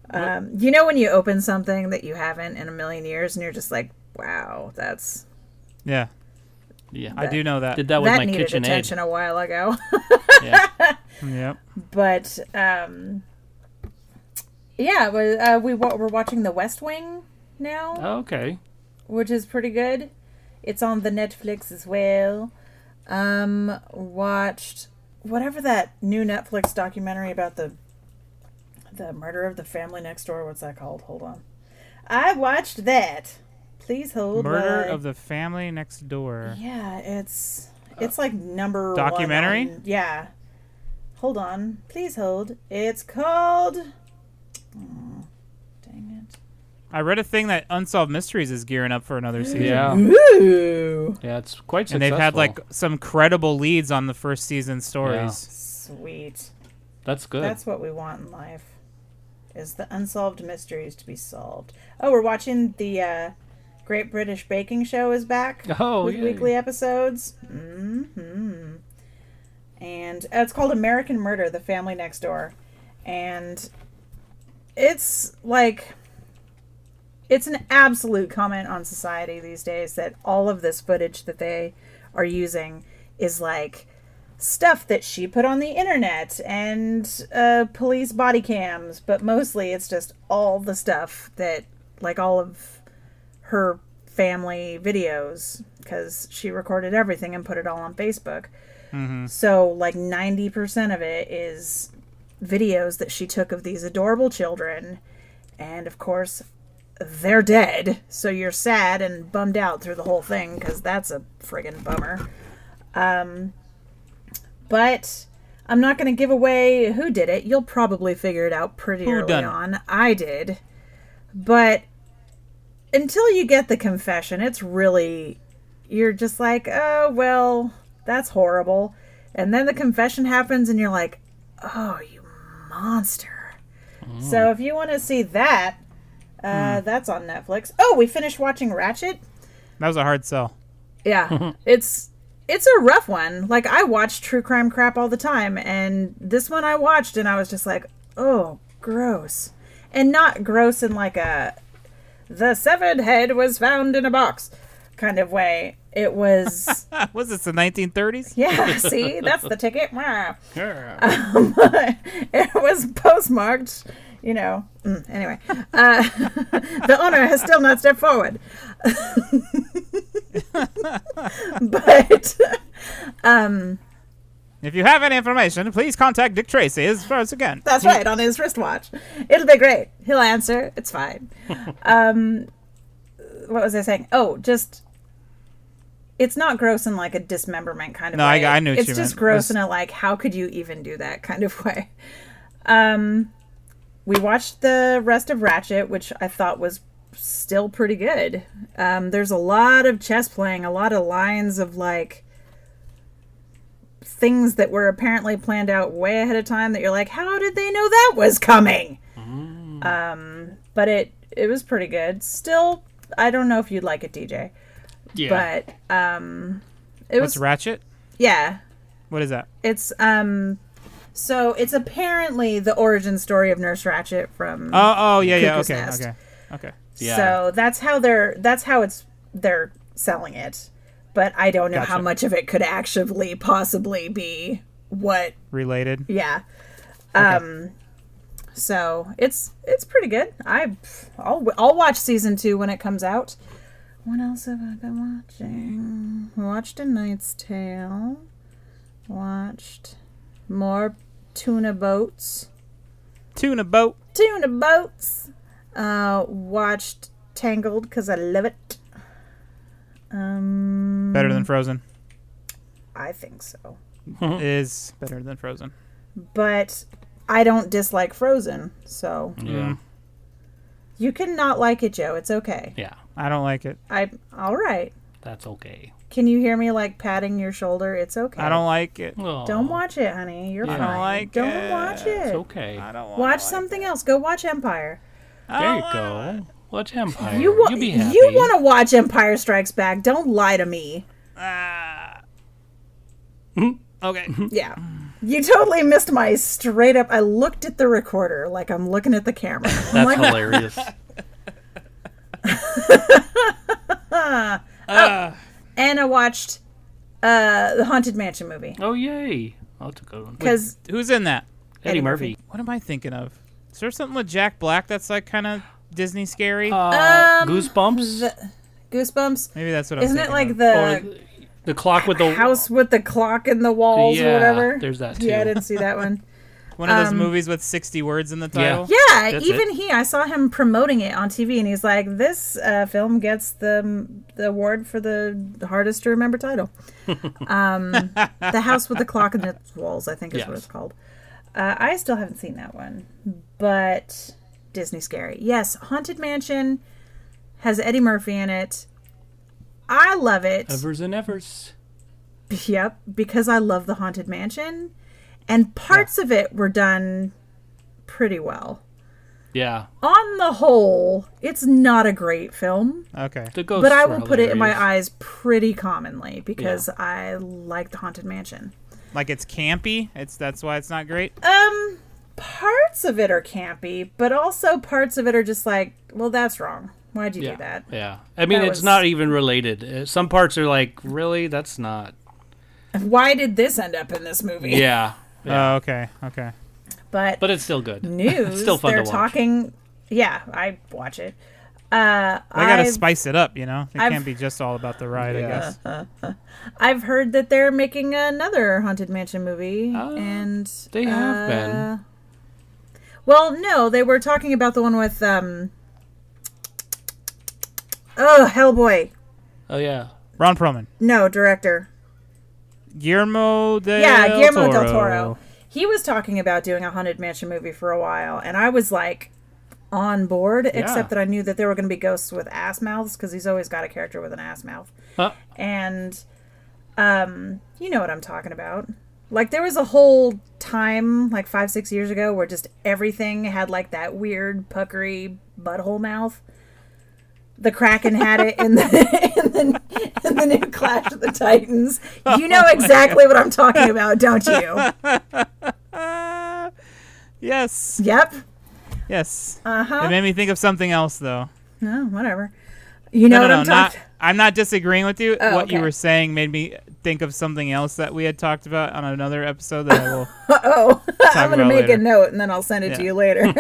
Speaker 3: Um, you know, when you open something that you haven't in a million years, and you're just like, "Wow, that's
Speaker 4: Yeah,
Speaker 2: yeah.
Speaker 4: I do know that.
Speaker 2: did that with
Speaker 3: that
Speaker 2: my
Speaker 3: needed
Speaker 2: kitchen aid.
Speaker 3: attention a while ago."
Speaker 2: Yeah.
Speaker 4: Yep.
Speaker 3: but um yeah we, uh, we wa- we're watching the west wing now
Speaker 2: Oh, Okay.
Speaker 3: which is pretty good it's on the netflix as well um watched whatever that new netflix documentary about the the murder of the family next door what's that called hold on i watched that please hold
Speaker 4: Murder
Speaker 3: while I-
Speaker 4: of the family next door.
Speaker 3: yeah it's it's like number one
Speaker 4: Documentary?
Speaker 3: on- yeah hold on please hold it's called Mm, dang
Speaker 4: I read a thing that Unsolved Mysteries is gearing up for another season.
Speaker 2: Yeah. Mm-hmm.
Speaker 3: it ooh
Speaker 2: Yeah. It's quite
Speaker 4: And
Speaker 2: successful.
Speaker 4: they've had like some credible leads on the first season stories.
Speaker 3: sweet
Speaker 2: that's good.
Speaker 3: that's what we want in life is the unsolved mysteries to be solved oh we're watching the uh Great British Baking Show is back
Speaker 2: Oh,
Speaker 3: with
Speaker 2: yay.
Speaker 3: weekly episodes. hmm And and uh, it's called American Murder: The Family Next Door, and it's like it's an absolute comment on society these days that all of this footage that they are using is like stuff that she put on the internet and uh, police body cams, but mostly it's just all the stuff that like all of her family videos because she recorded everything and put it all on Facebook. So like 90% of it is videos that she took of these adorable children and of course they're dead. So you're sad and bummed out through the whole thing cuz that's a friggin' bummer. Um but I'm not going to give away who did it. You'll probably figure it out pretty early
Speaker 4: done it?
Speaker 3: on. I did. But until you get the confession, it's really you're just like, oh well, that's horrible. And then the confession happens, and you're like, oh, you monster. So if you want to see that, uh, that's on Netflix. Oh, we finished watching Ratchet.
Speaker 4: That was a hard sell.
Speaker 3: Yeah, it's it's a rough one. Like I watch true crime crap all the time, and this one I watched, and I was just like, oh, gross, and not gross in like a the severed head was found in a box kind of way. It was
Speaker 4: Was this the 1930s?
Speaker 3: yeah. See, that's the ticket. Wow. it was postmarked, you know. mm, Anyway, uh, the owner has still not stepped forward. but
Speaker 4: If you have any information, please contact Dick Tracy as far as again.
Speaker 3: that's right on his wristwatch. It'll be great. He'll answer. It's fine. Um, what was I saying? Oh, just it's not gross in like a dismemberment kind of
Speaker 4: No, I-
Speaker 3: way.
Speaker 4: I knew what
Speaker 3: it's
Speaker 4: you
Speaker 3: just
Speaker 4: meant.
Speaker 3: gross
Speaker 4: It's-
Speaker 3: in a like how could you even do that kind of way. Um, we watched the rest of Ratchet, which I thought was still pretty good. Um, there's a lot of chess playing, a lot of lines of like things that were apparently planned out way ahead of time that you're like, how did they know that was coming? Um, but it it was pretty good. Still, I don't know if you'd like it, DJ,
Speaker 2: Yeah.
Speaker 3: but um, it
Speaker 4: What's
Speaker 3: was
Speaker 4: Ratchet?
Speaker 3: yeah.
Speaker 4: What is that?
Speaker 3: It's um, so it's apparently the origin story of Nurse Ratchet from
Speaker 4: Oh, oh, yeah, yeah.
Speaker 3: Cuckoo's
Speaker 4: Okay,
Speaker 3: Nest.
Speaker 4: okay, okay.
Speaker 2: Yeah.
Speaker 3: So that's how they're that's how it's they're selling it. But I don't know how
Speaker 4: Gotcha.
Speaker 3: much of it could actually possibly be what
Speaker 4: Related.
Speaker 3: yeah. Um so it's it's pretty good. I I'll I'll watch season 2 when it comes out. What else have I been watching? Watched A Knight's Tale. Watched more tuna boats
Speaker 4: Tuna boat.
Speaker 3: tuna boats. Uh, watched Tangled because I love it. Um,
Speaker 4: Better than Frozen.
Speaker 3: I think so,
Speaker 2: Mm-hmm.
Speaker 4: Is better than Frozen.
Speaker 3: but I don't dislike Frozen, so
Speaker 2: yeah.
Speaker 3: you can not like it, Joe. It's okay.
Speaker 2: Yeah.
Speaker 4: I don't like it.
Speaker 3: I all right.
Speaker 2: That's okay.
Speaker 3: Can you hear me like patting your shoulder? It's okay.
Speaker 4: I don't like it.
Speaker 2: Oh,
Speaker 3: Don't watch it, honey. You're
Speaker 2: Yeah.
Speaker 3: fine.
Speaker 2: I don't
Speaker 4: like
Speaker 3: don't
Speaker 4: it.
Speaker 3: watch it.
Speaker 2: It's okay.
Speaker 4: I don't want
Speaker 3: Watch something else. Go watch Empire.
Speaker 2: There you go. Watch Empire.
Speaker 3: You wa-
Speaker 2: You'll be happy.
Speaker 3: you want to watch Empire Strikes Back. Don't lie to me.
Speaker 2: Mm-hmm.
Speaker 4: Okay.
Speaker 3: Yeah. You totally missed my straight up. I looked at the recorder like I'm looking at the camera. I'm
Speaker 2: That's
Speaker 3: like,
Speaker 2: hilarious.
Speaker 3: and I watched uh, the Haunted Mansion movie
Speaker 2: Oh yay! Oh, that's a good one.
Speaker 3: because
Speaker 4: Who's in that?
Speaker 2: Eddie,
Speaker 3: Eddie
Speaker 2: Murphy.
Speaker 4: What am I thinking of? Is there something with Jack Black that's like kind of Disney scary?
Speaker 2: Uh,
Speaker 3: Um,
Speaker 2: Goosebumps.
Speaker 3: Goosebumps.
Speaker 4: Maybe that's what I'm
Speaker 3: Isn't it
Speaker 4: thinking
Speaker 3: like
Speaker 4: of.
Speaker 2: or
Speaker 3: the
Speaker 2: the, the clock with the
Speaker 3: uh, house with the clock in the walls
Speaker 2: Yeah,
Speaker 3: or whatever?
Speaker 2: there's that
Speaker 3: Yeah, I
Speaker 2: too.
Speaker 3: didn't see that one.
Speaker 4: One of those
Speaker 3: um,
Speaker 4: movies with 60 words in the title?
Speaker 3: Yeah,
Speaker 2: That's
Speaker 3: even
Speaker 2: it.
Speaker 3: he, I saw him promoting it on TV, and he's like, "This uh, film gets the the award for the hardest to remember title." Um, the House with the Clock in its Walls, I think, is what
Speaker 2: Yes.
Speaker 3: it's called. Uh, I still haven't seen that one, but Disney scary. Yes, Haunted Mansion has Eddie Murphy in it. I love it.
Speaker 2: Evers and Evers.
Speaker 3: Yep, because I love the Haunted Mansion, and parts of it were done pretty well
Speaker 2: Yeah,
Speaker 3: on the whole, it's not a great film,
Speaker 4: Okay.
Speaker 2: the ghosts.
Speaker 3: but I
Speaker 2: were
Speaker 3: will put it in my
Speaker 2: Oh, hilarious.
Speaker 3: eyes pretty commonly because I like The Haunted Mansion.
Speaker 4: Like it's campy. It's that's why it's not great.
Speaker 3: Um, parts of it are campy, but also parts of it are just like, well, that's wrong. Why'd you
Speaker 2: yeah,
Speaker 3: do that?
Speaker 2: yeah. I mean,
Speaker 3: That
Speaker 2: it's
Speaker 3: was-
Speaker 2: not even related. Uh, Some parts are like, really, that's not.
Speaker 3: Why did this end up in this movie?
Speaker 2: Yeah, yeah.
Speaker 4: Oh, okay, okay.
Speaker 3: But,
Speaker 2: but it's still good.
Speaker 3: news,
Speaker 2: still fun
Speaker 3: they're
Speaker 2: to watch.
Speaker 3: talking. Yeah, I watch it. Uh,
Speaker 4: They gotta
Speaker 3: I've,
Speaker 4: spice it up, you know. It
Speaker 3: I've-
Speaker 4: can't be just all about the ride, I guess.
Speaker 3: I've heard that they're making another Haunted Mansion movie,
Speaker 2: Oh,
Speaker 3: and
Speaker 2: they have been.
Speaker 3: uh, Well, no, they were talking about the one with um. Oh, Hellboy!
Speaker 2: Oh yeah,
Speaker 4: Ron Perlman,
Speaker 3: No, director.
Speaker 4: Guillermo del
Speaker 3: yeah, Guillermo
Speaker 4: Toro.
Speaker 3: del Toro. He was talking about doing a haunted mansion movie for a while, and I was like on board, except that I knew that there were going to be ghosts with ass mouths because he's always got a character with an ass mouth,
Speaker 2: Huh.
Speaker 3: and um, you know what I'm talking about. Like there was a whole time, like five six years ago, where just everything had like that weird puckery butthole mouth. The Kraken had it in the in the, in the new Clash of the Titans. You
Speaker 4: Oh,
Speaker 3: know exactly what I'm talking about, don't you?
Speaker 4: Yes,
Speaker 3: Yep.
Speaker 4: yes.
Speaker 3: Uh huh.
Speaker 4: It made me think of something else, though.
Speaker 3: No, whatever. You know
Speaker 4: no,
Speaker 3: what
Speaker 4: no,
Speaker 3: I'm
Speaker 4: no, not.
Speaker 3: talking.
Speaker 4: I'm not disagreeing with you.
Speaker 3: Oh,
Speaker 4: what you
Speaker 3: okay.
Speaker 4: were saying made me think of something else that we had talked about on another episode that I will.
Speaker 3: Oh, I'm
Speaker 4: talk
Speaker 3: gonna
Speaker 4: about
Speaker 3: make a
Speaker 4: later.
Speaker 3: note and then I'll send it to
Speaker 4: Yeah.
Speaker 3: you later.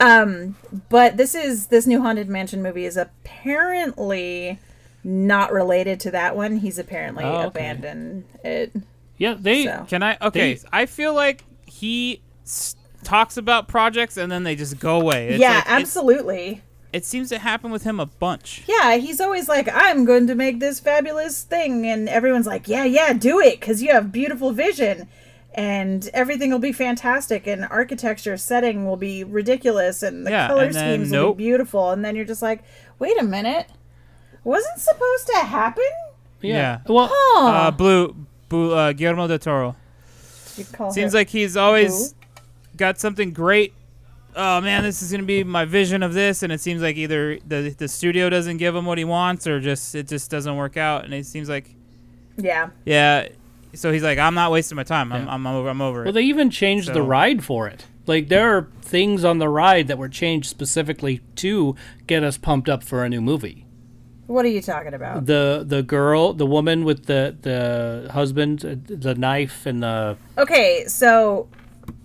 Speaker 3: um, but this is this new haunted mansion movie is apparently not related to that one. He's apparently
Speaker 2: Oh, okay.
Speaker 3: abandoned it.
Speaker 2: yeah. They
Speaker 3: So.
Speaker 4: Can I? Okay,
Speaker 2: They-
Speaker 4: I feel like he s- talks about projects and then they just go away. It's
Speaker 3: yeah,
Speaker 4: like- it-
Speaker 3: absolutely.
Speaker 4: It seems to happen with him a bunch.
Speaker 3: Yeah, he's always like, I'm going to make this fabulous thing. And everyone's like, yeah, yeah, do it because you have beautiful vision and everything will be fantastic. And architecture setting will be ridiculous and the
Speaker 4: Yeah,
Speaker 3: color
Speaker 4: and then
Speaker 3: schemes will
Speaker 4: nope.
Speaker 3: be beautiful. And then you're just like, wait a minute. Wasn't supposed to happen?
Speaker 4: Yeah.
Speaker 2: Well,
Speaker 4: Uh,
Speaker 3: Huh.
Speaker 4: Blue, Blue uh, Guillermo del Toro.
Speaker 3: You call
Speaker 4: Seems
Speaker 3: her-
Speaker 4: like he's always got something great. Oh man, this is gonna be my vision of this, and it seems like either the the studio doesn't give him what he wants, or just it just doesn't work out. And it seems like
Speaker 3: Yeah.
Speaker 4: yeah, so he's like, I'm not wasting my time. I'm, I'm over. I'm over.
Speaker 2: well,
Speaker 4: it.
Speaker 2: they even changed the
Speaker 4: So-
Speaker 2: ride for it. Like there are things on the ride that were changed specifically to get us pumped up for a new movie.
Speaker 3: What are you talking about?
Speaker 2: The the girl, the woman with the the husband, uh, the knife, and the
Speaker 3: Okay, so.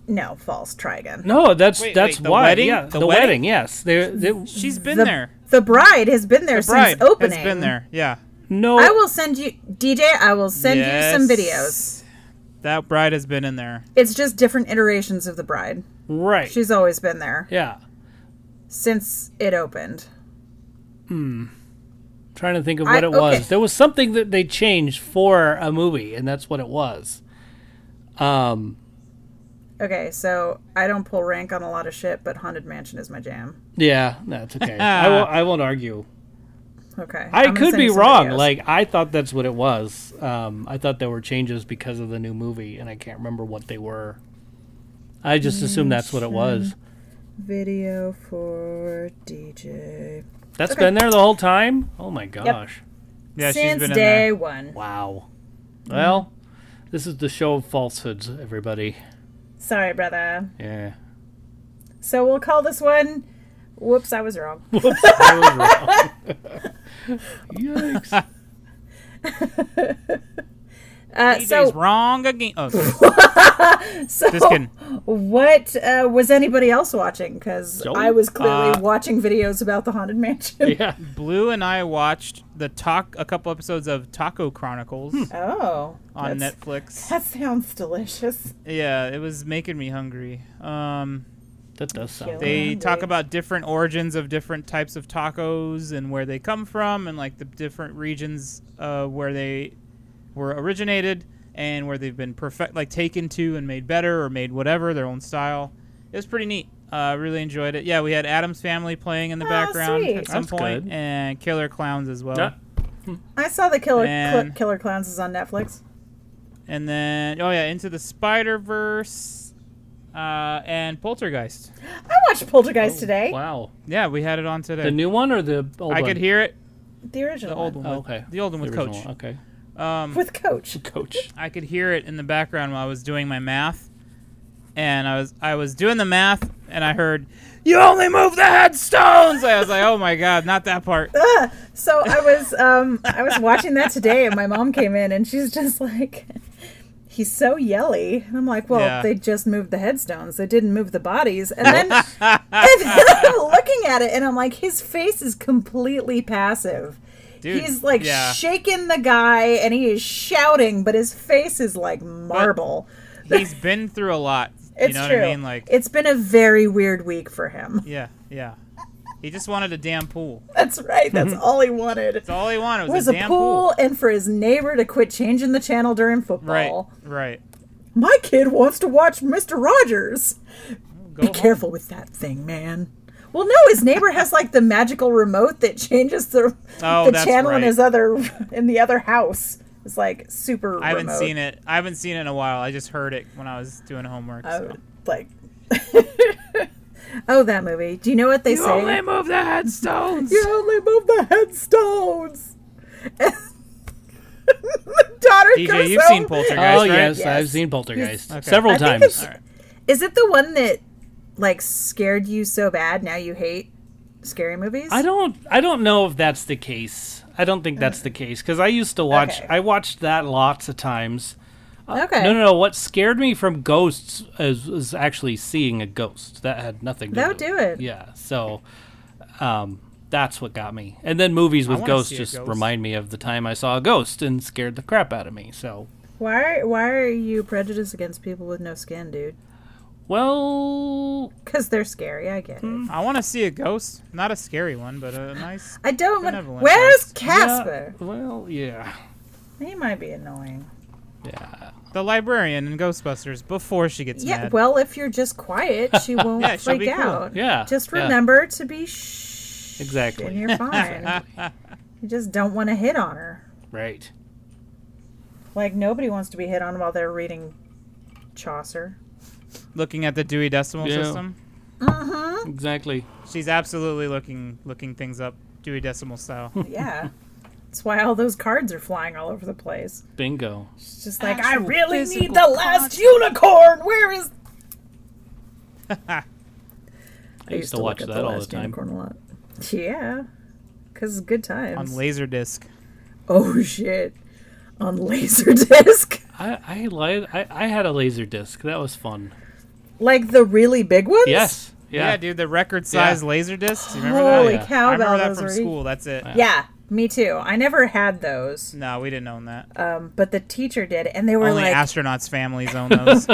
Speaker 3: No, false. Try again.
Speaker 2: no, that's
Speaker 4: Wait,
Speaker 2: that's
Speaker 4: wait, the
Speaker 2: why,
Speaker 4: wedding?
Speaker 2: yeah, the,
Speaker 4: The
Speaker 2: wedding?
Speaker 4: wedding?
Speaker 2: yes. They, they,
Speaker 4: She's been
Speaker 3: The,
Speaker 4: there.
Speaker 3: the bride has been there
Speaker 4: Bride
Speaker 3: since opening.
Speaker 4: has been there. Yeah.
Speaker 2: no,
Speaker 3: I will send you, DJ, I will send you some
Speaker 4: Yes.
Speaker 3: videos.
Speaker 4: That bride has been in there.
Speaker 3: It's just different iterations of the bride.
Speaker 2: right?
Speaker 3: She's always been there
Speaker 2: yeah,
Speaker 3: since it opened.
Speaker 2: trying to think of
Speaker 3: I-
Speaker 2: what it
Speaker 3: okay.
Speaker 2: was. There was something that they changed for a movie, and that's what it was. Um,
Speaker 3: Okay, so I don't pull rank on a lot of shit, but Haunted Mansion is my jam.
Speaker 2: yeah, that's okay. I won't. I won't argue.
Speaker 3: Okay.
Speaker 2: I
Speaker 3: I'm gonna
Speaker 2: could
Speaker 3: send
Speaker 2: be
Speaker 3: you some
Speaker 2: wrong.
Speaker 3: videos.
Speaker 2: Like I thought that's what it was. Um, I thought there were changes because of the new movie, and I can't remember what they were. I just assumed that's what it
Speaker 3: Hmm.
Speaker 2: was.
Speaker 3: video for DJ.
Speaker 2: That's
Speaker 3: Okay.
Speaker 2: been there the whole time. Oh my gosh!
Speaker 4: Yeah, she's
Speaker 3: since
Speaker 4: been in
Speaker 3: day
Speaker 4: there.
Speaker 3: one.
Speaker 2: Wow. Well, this is the show of falsehoods, everybody.
Speaker 3: Sorry, brother.
Speaker 2: Yeah.
Speaker 3: So we'll call this one. Whoops, I was wrong.
Speaker 2: Whoops, I was wrong. Yikes!
Speaker 3: Uh,
Speaker 4: DJ's
Speaker 3: so,
Speaker 4: wrong again. Oh,
Speaker 3: so
Speaker 4: just kidding.
Speaker 3: what uh, was anybody else watching? Because
Speaker 2: Joel?
Speaker 3: I was clearly
Speaker 4: Uh,
Speaker 3: watching videos about the Haunted Mansion.
Speaker 2: Yeah.
Speaker 4: Blue and I watched the talk a couple episodes of Taco Chronicles
Speaker 3: Oh.
Speaker 4: on
Speaker 3: that's-
Speaker 4: Netflix.
Speaker 3: That sounds delicious.
Speaker 4: Yeah, it was making me hungry. Um,
Speaker 2: That does sound. good.
Speaker 3: They-
Speaker 4: they
Speaker 3: hungry.
Speaker 4: talk about different origins of different types of tacos and where they come from, and like the different regions uh, where they were originated and where they've been perfect, like taken to and made better or made whatever their own style. It was pretty neat. I uh, really enjoyed it. Yeah, we had Adam's Family playing in the
Speaker 3: Oh,
Speaker 4: background
Speaker 3: sweet.
Speaker 4: at some
Speaker 2: That's
Speaker 4: point,
Speaker 2: good.
Speaker 4: and Killer Clowns as well.
Speaker 2: Yeah.
Speaker 3: I saw the Killer
Speaker 4: Man.
Speaker 3: Cl- Killer Clowns is on Netflix.
Speaker 4: And then, oh yeah, Into the Spider Verse, uh, and Poltergeist.
Speaker 3: I watched
Speaker 4: Oh,
Speaker 3: Poltergeist today.
Speaker 2: Wow.
Speaker 4: Yeah, we had it on today.
Speaker 2: The new one or the old one?
Speaker 4: I could hear it.
Speaker 3: The original.
Speaker 4: The old one.
Speaker 2: Oh,
Speaker 4: with-
Speaker 2: okay.
Speaker 4: The old one with
Speaker 2: The original
Speaker 4: Coach.
Speaker 2: one, Okay.
Speaker 3: with Coach.
Speaker 2: Coach.
Speaker 4: I could hear it in the background while I was doing my math, and I was I was doing the math, and I heard, "You only move the headstones." I was like, "Oh my god, not that part."
Speaker 3: So I was um I was watching that today and my mom came in and she's just like he's so yelly and I'm like well
Speaker 4: Yeah.
Speaker 3: they just moved the headstones they didn't move the bodies and then, and then I'm looking at it and I'm like his face is completely passive
Speaker 4: Dude,
Speaker 3: he's like
Speaker 4: yeah.
Speaker 3: shaking the guy and he is shouting but his face is like marble
Speaker 4: He's been through a lot. you
Speaker 3: it's
Speaker 4: know
Speaker 3: true
Speaker 4: what I mean? Like,
Speaker 3: it's been a very weird week for him
Speaker 4: yeah, yeah. He just wanted a damn pool.
Speaker 3: that's right that's all he wanted
Speaker 4: That's all he wanted was,
Speaker 3: was a
Speaker 4: damn
Speaker 3: pool and for his neighbor to quit changing the channel during
Speaker 4: Right,
Speaker 3: football.
Speaker 4: right.
Speaker 3: My kid wants to watch Mr. Rogers.
Speaker 4: Go
Speaker 3: Be
Speaker 4: home.
Speaker 3: careful with that thing, man. Well, no, his neighbor has like the magical remote that changes the,
Speaker 4: Oh,
Speaker 3: the
Speaker 4: that's
Speaker 3: channel in
Speaker 4: right.
Speaker 3: his other in the other house. It's like super.
Speaker 4: I haven't seen it. I haven't seen it in a while. I just heard it when I was doing homework. so.
Speaker 3: Like, oh, that movie. Do you know what they say?
Speaker 4: move the headstones.
Speaker 3: You only move the headstones. the daughter
Speaker 4: DJ,
Speaker 3: comes
Speaker 4: you've seen
Speaker 3: home.
Speaker 4: Poltergeist,
Speaker 2: Oh
Speaker 4: right?
Speaker 2: yes,
Speaker 3: Yes.
Speaker 2: I've seen Poltergeist
Speaker 4: Okay.
Speaker 2: several
Speaker 3: I think
Speaker 2: times.
Speaker 3: it's- Is it the one that like scared you so bad now you hate scary movies?
Speaker 2: I don't I don't know if that's the case. I don't think that's the case because I used to watch
Speaker 3: Okay.
Speaker 2: I watched that lots of times.
Speaker 3: Okay.
Speaker 2: No, no, no. What scared me from ghosts is, is actually seeing a ghost. That had nothing to
Speaker 3: That
Speaker 2: do.
Speaker 3: would do
Speaker 2: with
Speaker 3: it.
Speaker 2: Yeah. So, um, that's what got me. And then movies with
Speaker 4: wanna
Speaker 2: ghosts
Speaker 4: see a
Speaker 2: just
Speaker 4: ghost.
Speaker 2: remind me of the time I saw a ghost and scared the crap out of me. So,
Speaker 3: Why why are you prejudiced against people with no skin, dude?
Speaker 2: well,
Speaker 3: Cuz they're scary, I get it.
Speaker 4: I want to see a ghost. Not a scary one, but a nice.
Speaker 3: I don't want
Speaker 4: Benevolent
Speaker 3: Where's
Speaker 4: ghost.
Speaker 3: Casper?
Speaker 2: Yeah, well, yeah,
Speaker 3: He might be annoying.
Speaker 2: yeah.
Speaker 4: The librarian in Ghostbusters before she gets
Speaker 3: Yeah,
Speaker 4: mad.
Speaker 3: well, if you're just quiet, she won't
Speaker 4: Yeah, she'll
Speaker 3: freak
Speaker 4: be cool.
Speaker 3: out.
Speaker 2: Yeah,
Speaker 3: Just
Speaker 2: yeah.
Speaker 3: remember to be shh.
Speaker 2: Exactly.
Speaker 3: And you're fine. you just don't want to hit on her.
Speaker 2: Right.
Speaker 3: Like nobody wants to be hit on while they're reading Chaucer.
Speaker 4: looking at the Dewey Decimal
Speaker 2: Yeah.
Speaker 4: System.
Speaker 2: Exactly.
Speaker 4: She's absolutely looking looking things up Dewey Decimal style.
Speaker 3: Yeah. That's why all those cards are flying all over the place.
Speaker 2: Bingo.
Speaker 3: It's just like, I really need the last unicorn. Where is.
Speaker 2: I, used to, watch
Speaker 3: look
Speaker 2: that
Speaker 3: at
Speaker 2: all the
Speaker 3: Last
Speaker 2: time.
Speaker 3: Unicorn a lot. Yeah. Because good
Speaker 4: on
Speaker 3: times.
Speaker 4: Laserdisc.
Speaker 3: oh, shit. On Laserdisc.
Speaker 2: I I, li- I I had a laser disc. That was fun.
Speaker 3: like the really big ones?
Speaker 2: Yes.
Speaker 4: Yeah.
Speaker 2: Yeah.
Speaker 4: dude, the record size laser discs. You remember
Speaker 3: Holy
Speaker 4: that?
Speaker 2: yeah.
Speaker 3: cow,
Speaker 4: I remember
Speaker 3: Belle,
Speaker 4: that
Speaker 3: those e-
Speaker 4: from
Speaker 3: were-
Speaker 4: school. That's it.
Speaker 3: Yeah, me too. I never had those,
Speaker 4: No, we didn't own that.
Speaker 3: um, but the teacher did, and they were
Speaker 4: Only
Speaker 3: like,
Speaker 4: astronauts' families own those.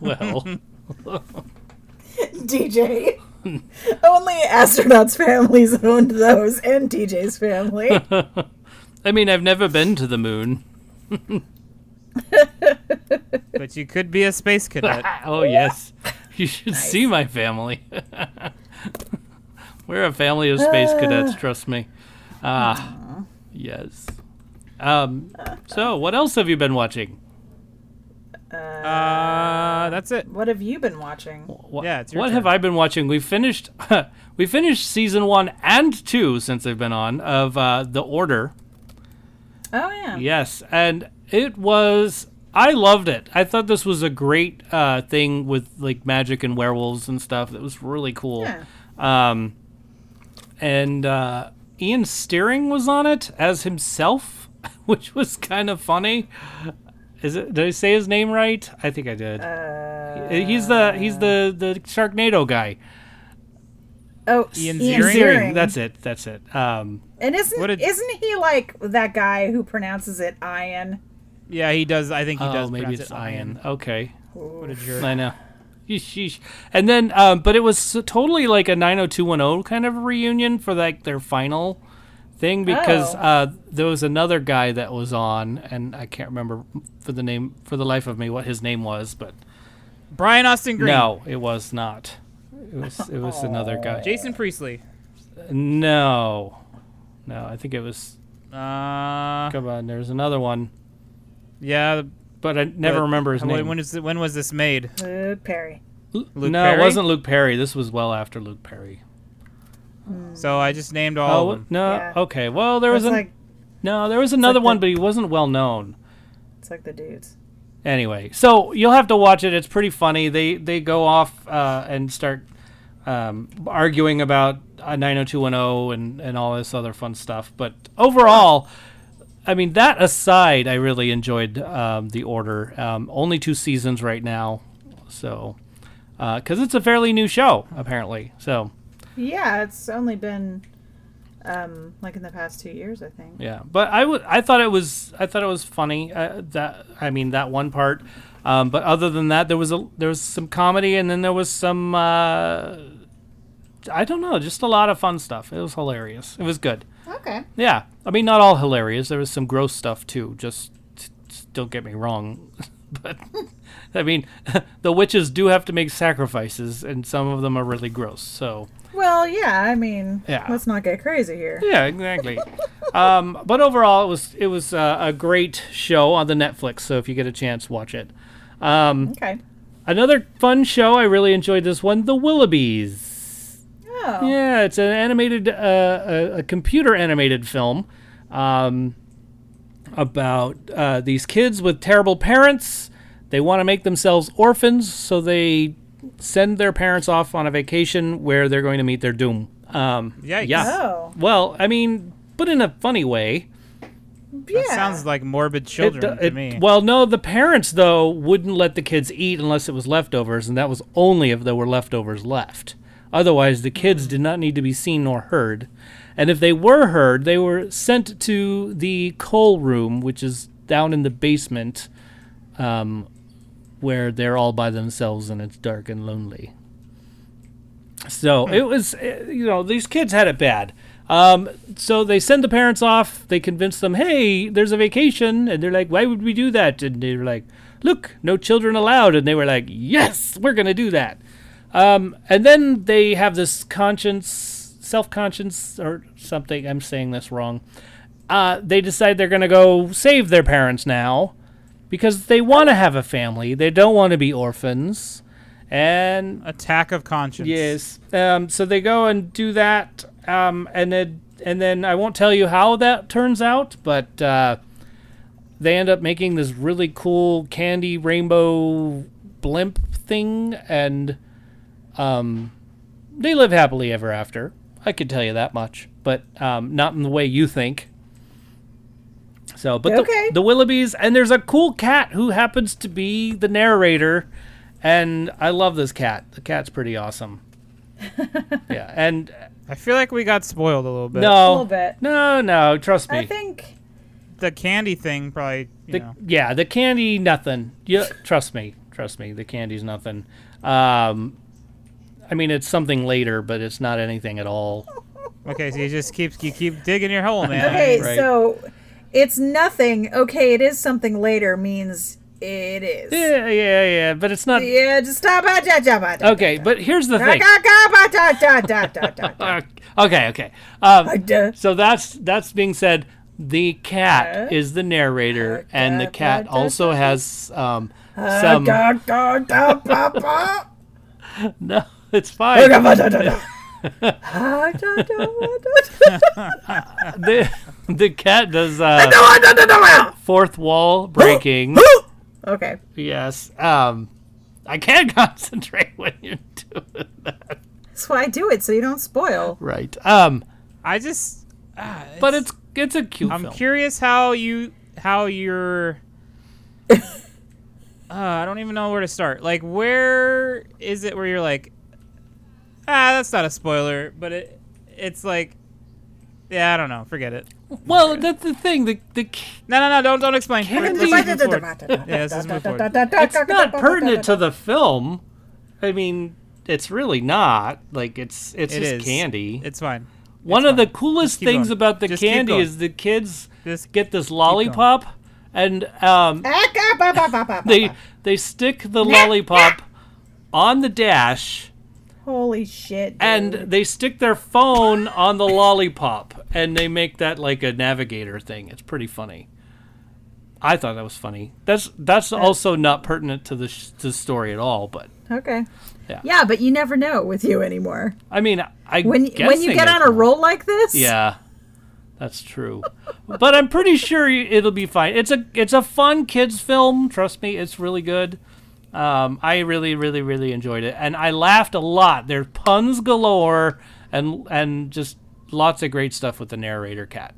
Speaker 2: Well.
Speaker 3: DJ. Only astronauts' families owned those, and DJ's family.
Speaker 2: I mean, I've never been to the moon.
Speaker 4: but you could be a space cadet.
Speaker 2: Oh yes, you should see my family. We're a family of space cadets. Trust me. Ah, yes. Um. So, what else have you been watching?
Speaker 4: Uh, that's it.
Speaker 3: what have you been watching?
Speaker 2: What,
Speaker 4: Yeah, it's your
Speaker 2: what
Speaker 4: turn.
Speaker 2: have I been watching? We finished. we finished season one and two since I've been on of uh, the Order.
Speaker 3: Oh yeah.
Speaker 2: Yes, and it was. I loved it. I thought this was a great uh, thing with like magic and werewolves and stuff. It was really cool.
Speaker 3: Yeah.
Speaker 2: Um, and uh, Ian Steering was on it as himself, which was kind of funny. Is it? Did I say his name right? I think I did. he's the he's the the Sharknado guy.
Speaker 3: Oh,
Speaker 4: Ian
Speaker 3: Ian
Speaker 4: Ziering?
Speaker 3: Ziering.
Speaker 2: That's it. That's it. Um,
Speaker 3: And isn't
Speaker 4: What did-
Speaker 3: isn't he like that guy who pronounces it Ian?
Speaker 4: Yeah, he does. I think he
Speaker 2: oh,
Speaker 4: does.
Speaker 2: maybe
Speaker 4: pronounce
Speaker 2: it's
Speaker 4: it
Speaker 2: Ian. Okay.
Speaker 4: What a jerk.
Speaker 2: I know. Yeesh. And then, um, but it was so- totally like a 90210 kind of reunion for like their final thing because
Speaker 3: Oh.
Speaker 2: uh, there was another guy that was on, and I can't remember for the name for the life of me what his name was, but
Speaker 4: Brian Austin Green.
Speaker 2: no, it was not. It was it was another guy.
Speaker 4: Jason Priestley.
Speaker 2: No, no, I think it was.
Speaker 4: Uh,
Speaker 2: Come on, there's another one,
Speaker 4: yeah. the-
Speaker 2: but I never
Speaker 4: but-
Speaker 2: remember his
Speaker 4: when-
Speaker 2: name.
Speaker 4: When, is, when was this made?
Speaker 3: Uh, Perry.
Speaker 4: Luke
Speaker 2: no,
Speaker 4: Perry?
Speaker 2: it wasn't Luke Perry. This was well after Luke Perry.
Speaker 4: So I just named all
Speaker 2: Oh
Speaker 4: of them.
Speaker 2: no,
Speaker 3: Yeah.
Speaker 2: okay. Well, there
Speaker 3: That's
Speaker 2: was an,
Speaker 3: like
Speaker 2: No, there was another
Speaker 3: like
Speaker 2: one,
Speaker 3: the-
Speaker 2: but he wasn't well known.
Speaker 3: It's like the dudes.
Speaker 2: Anyway, so you'll have to watch it. It's pretty funny. They they go off uh, and start um, arguing about uh, 90210 and and all this other fun stuff. But overall, I mean that aside, I really enjoyed um, the order. Um, only two seasons right now, so because it's a fairly new show apparently. So
Speaker 3: Yeah, it's only been um, like in the past two years, I think.
Speaker 2: Yeah, but I would. I thought it was. I thought it was funny. Uh, that I mean, that one part. Um, but other than that, there was a there was some comedy, and then there was some. Uh, I don't know, just a lot of fun stuff. It was hilarious. It was good.
Speaker 3: Okay.
Speaker 2: Yeah, I mean, not all hilarious. There was some gross stuff too. Just, just don't get me wrong, but I mean, the witches do have to make sacrifices, and some of them are really gross. So.
Speaker 3: Well, yeah. I mean,
Speaker 2: Yeah.
Speaker 3: let's not get crazy here.
Speaker 2: Yeah, exactly. um, but overall, it was it was uh, a great show on the Netflix. So if you get a chance, watch it. Um,
Speaker 3: Okay.
Speaker 2: another fun show. I really enjoyed this one, The Willoughbys.
Speaker 3: Oh.
Speaker 2: Yeah, it's an animated, uh, a, a computer animated film um, about uh, these kids with terrible parents. They want to make themselves orphans, so they send their parents off on a vacation where they're going to meet their doom. Um,
Speaker 4: Yikes.
Speaker 2: Yeah.
Speaker 3: Oh.
Speaker 2: well, I mean, but in a funny way.
Speaker 3: Yeah.
Speaker 4: That sounds like morbid
Speaker 2: It-
Speaker 4: children to
Speaker 2: it-
Speaker 4: me.
Speaker 2: Well, no, the parents though wouldn't let the kids eat unless it was leftovers, and that was only if there were leftovers left. Otherwise, the kids did not need to be seen nor heard. And if they were heard, they were sent to the coal room, which is down in the basement, um, where they're all by themselves and it's dark and lonely. So it was, eh, you know, these kids had it bad. Um, so they send the parents off. They convince them, hey, there's a vacation. And they're like, why would we do that? And they were like, look, no children allowed. And they were like, yes, we're going to do that. Um, and then they have this conscience, self conscience, or something. I'm saying this wrong. Uh, they decide they're going to go save their parents now because they want to have a family. They don't want to be orphans. And
Speaker 4: Attack of conscience.
Speaker 2: Yes. Um, so they go and do that, um, and then and then I won't tell you how that turns out, but uh, they end up making this really cool candy rainbow blimp thing, and um, they live happily ever after. I could tell you that much, but um, not in the way you think. So, but
Speaker 3: Okay.
Speaker 2: the, the Willoughbys, and there's a cool cat who happens to be the narrator, and I love this cat. The cat's pretty awesome. yeah, and uh,
Speaker 4: I feel like we got spoiled a little bit.
Speaker 2: no,
Speaker 3: A little bit.
Speaker 2: no, no. Trust me.
Speaker 3: I think.
Speaker 4: The candy thing probably, you
Speaker 2: the,
Speaker 4: know.
Speaker 2: yeah, the candy, nothing. Yeah, trust me, trust me. The candy's nothing. Um, I mean, it's something later, but it's not anything at all.
Speaker 4: Okay, so you just keep you keep digging your hole, man.
Speaker 3: Okay,
Speaker 2: right.
Speaker 3: so it's nothing. Okay, it is something later means it is.
Speaker 2: Yeah,
Speaker 3: Yeah.
Speaker 2: yeah, yeah. But it's not.
Speaker 3: just stop. ah, da, da, ba, da,
Speaker 2: Okay, but here's the
Speaker 3: da,
Speaker 2: thing.
Speaker 3: ga, ga, ba, da, da, da, da, da, da,
Speaker 2: Uh, okay, okay. Um,
Speaker 3: ba, da.
Speaker 2: So that's that's being said. The cat
Speaker 3: Uh,
Speaker 2: is the narrator, and the
Speaker 3: uh,
Speaker 2: cat
Speaker 3: uh,
Speaker 2: also
Speaker 3: uh,
Speaker 2: has um,
Speaker 3: Da,
Speaker 2: some.
Speaker 3: da, da, da, ba, ba.
Speaker 2: No, it's
Speaker 3: Da,
Speaker 2: fine.
Speaker 3: da, ba, da, da, da. Ah, da, da, ba, da, da.
Speaker 2: The, the cat does uh,
Speaker 3: Ah, da, da, da, ba.
Speaker 2: fourth wall breaking.
Speaker 3: Okay.
Speaker 2: yes. Um, I can't concentrate when you're doing that.
Speaker 3: That's why I do it, so you don't spoil.
Speaker 2: Right. Um,
Speaker 4: I just, ah, it's,
Speaker 2: but it's it's a cute
Speaker 4: I'm
Speaker 2: film.
Speaker 4: curious how you how you're. uh, I don't even know where to start. Like, where is it where you're like, ah, that's not a spoiler, but it, it's like, yeah, I don't know, forget it.
Speaker 2: Well, that's the thing. The the c-
Speaker 4: No, no, no, don't don't explain. Let's-
Speaker 2: be-
Speaker 4: let's move forward. Yeah, let's just move forward.
Speaker 2: it's not pertinent to the film. I mean, it's really not. Like it's it's
Speaker 4: It
Speaker 2: just
Speaker 4: is
Speaker 2: candy.
Speaker 4: It's fine.
Speaker 2: One of the coolest
Speaker 4: keep
Speaker 2: things
Speaker 4: going.
Speaker 2: about the
Speaker 4: Just keep
Speaker 2: candy
Speaker 4: going.
Speaker 2: is the kids
Speaker 4: Just
Speaker 2: get this lollipop, and um,
Speaker 3: Ah,
Speaker 2: they they stick the lollipop on the dash,
Speaker 3: Holy shit.
Speaker 2: and
Speaker 3: dude.
Speaker 2: they stick their phone on the lollipop, and they make that like a navigator thing. It's pretty funny. I thought that was funny. That's that's also not pertinent to the sh- to the story at all. But
Speaker 3: Okay.
Speaker 2: Yeah.
Speaker 3: but you never know with you anymore.
Speaker 2: I mean, I
Speaker 3: When when you
Speaker 2: guessing
Speaker 3: get
Speaker 2: it's
Speaker 3: on a
Speaker 2: not.
Speaker 3: roll like this,
Speaker 2: yeah, That's true. but I'm pretty sure you- it'll be fine. It's a it's a fun kids film. Trust me, it's really good. Um, I really, really, really enjoyed it, and I laughed a lot. There's puns galore, and and just lots of great stuff with the narrator cat.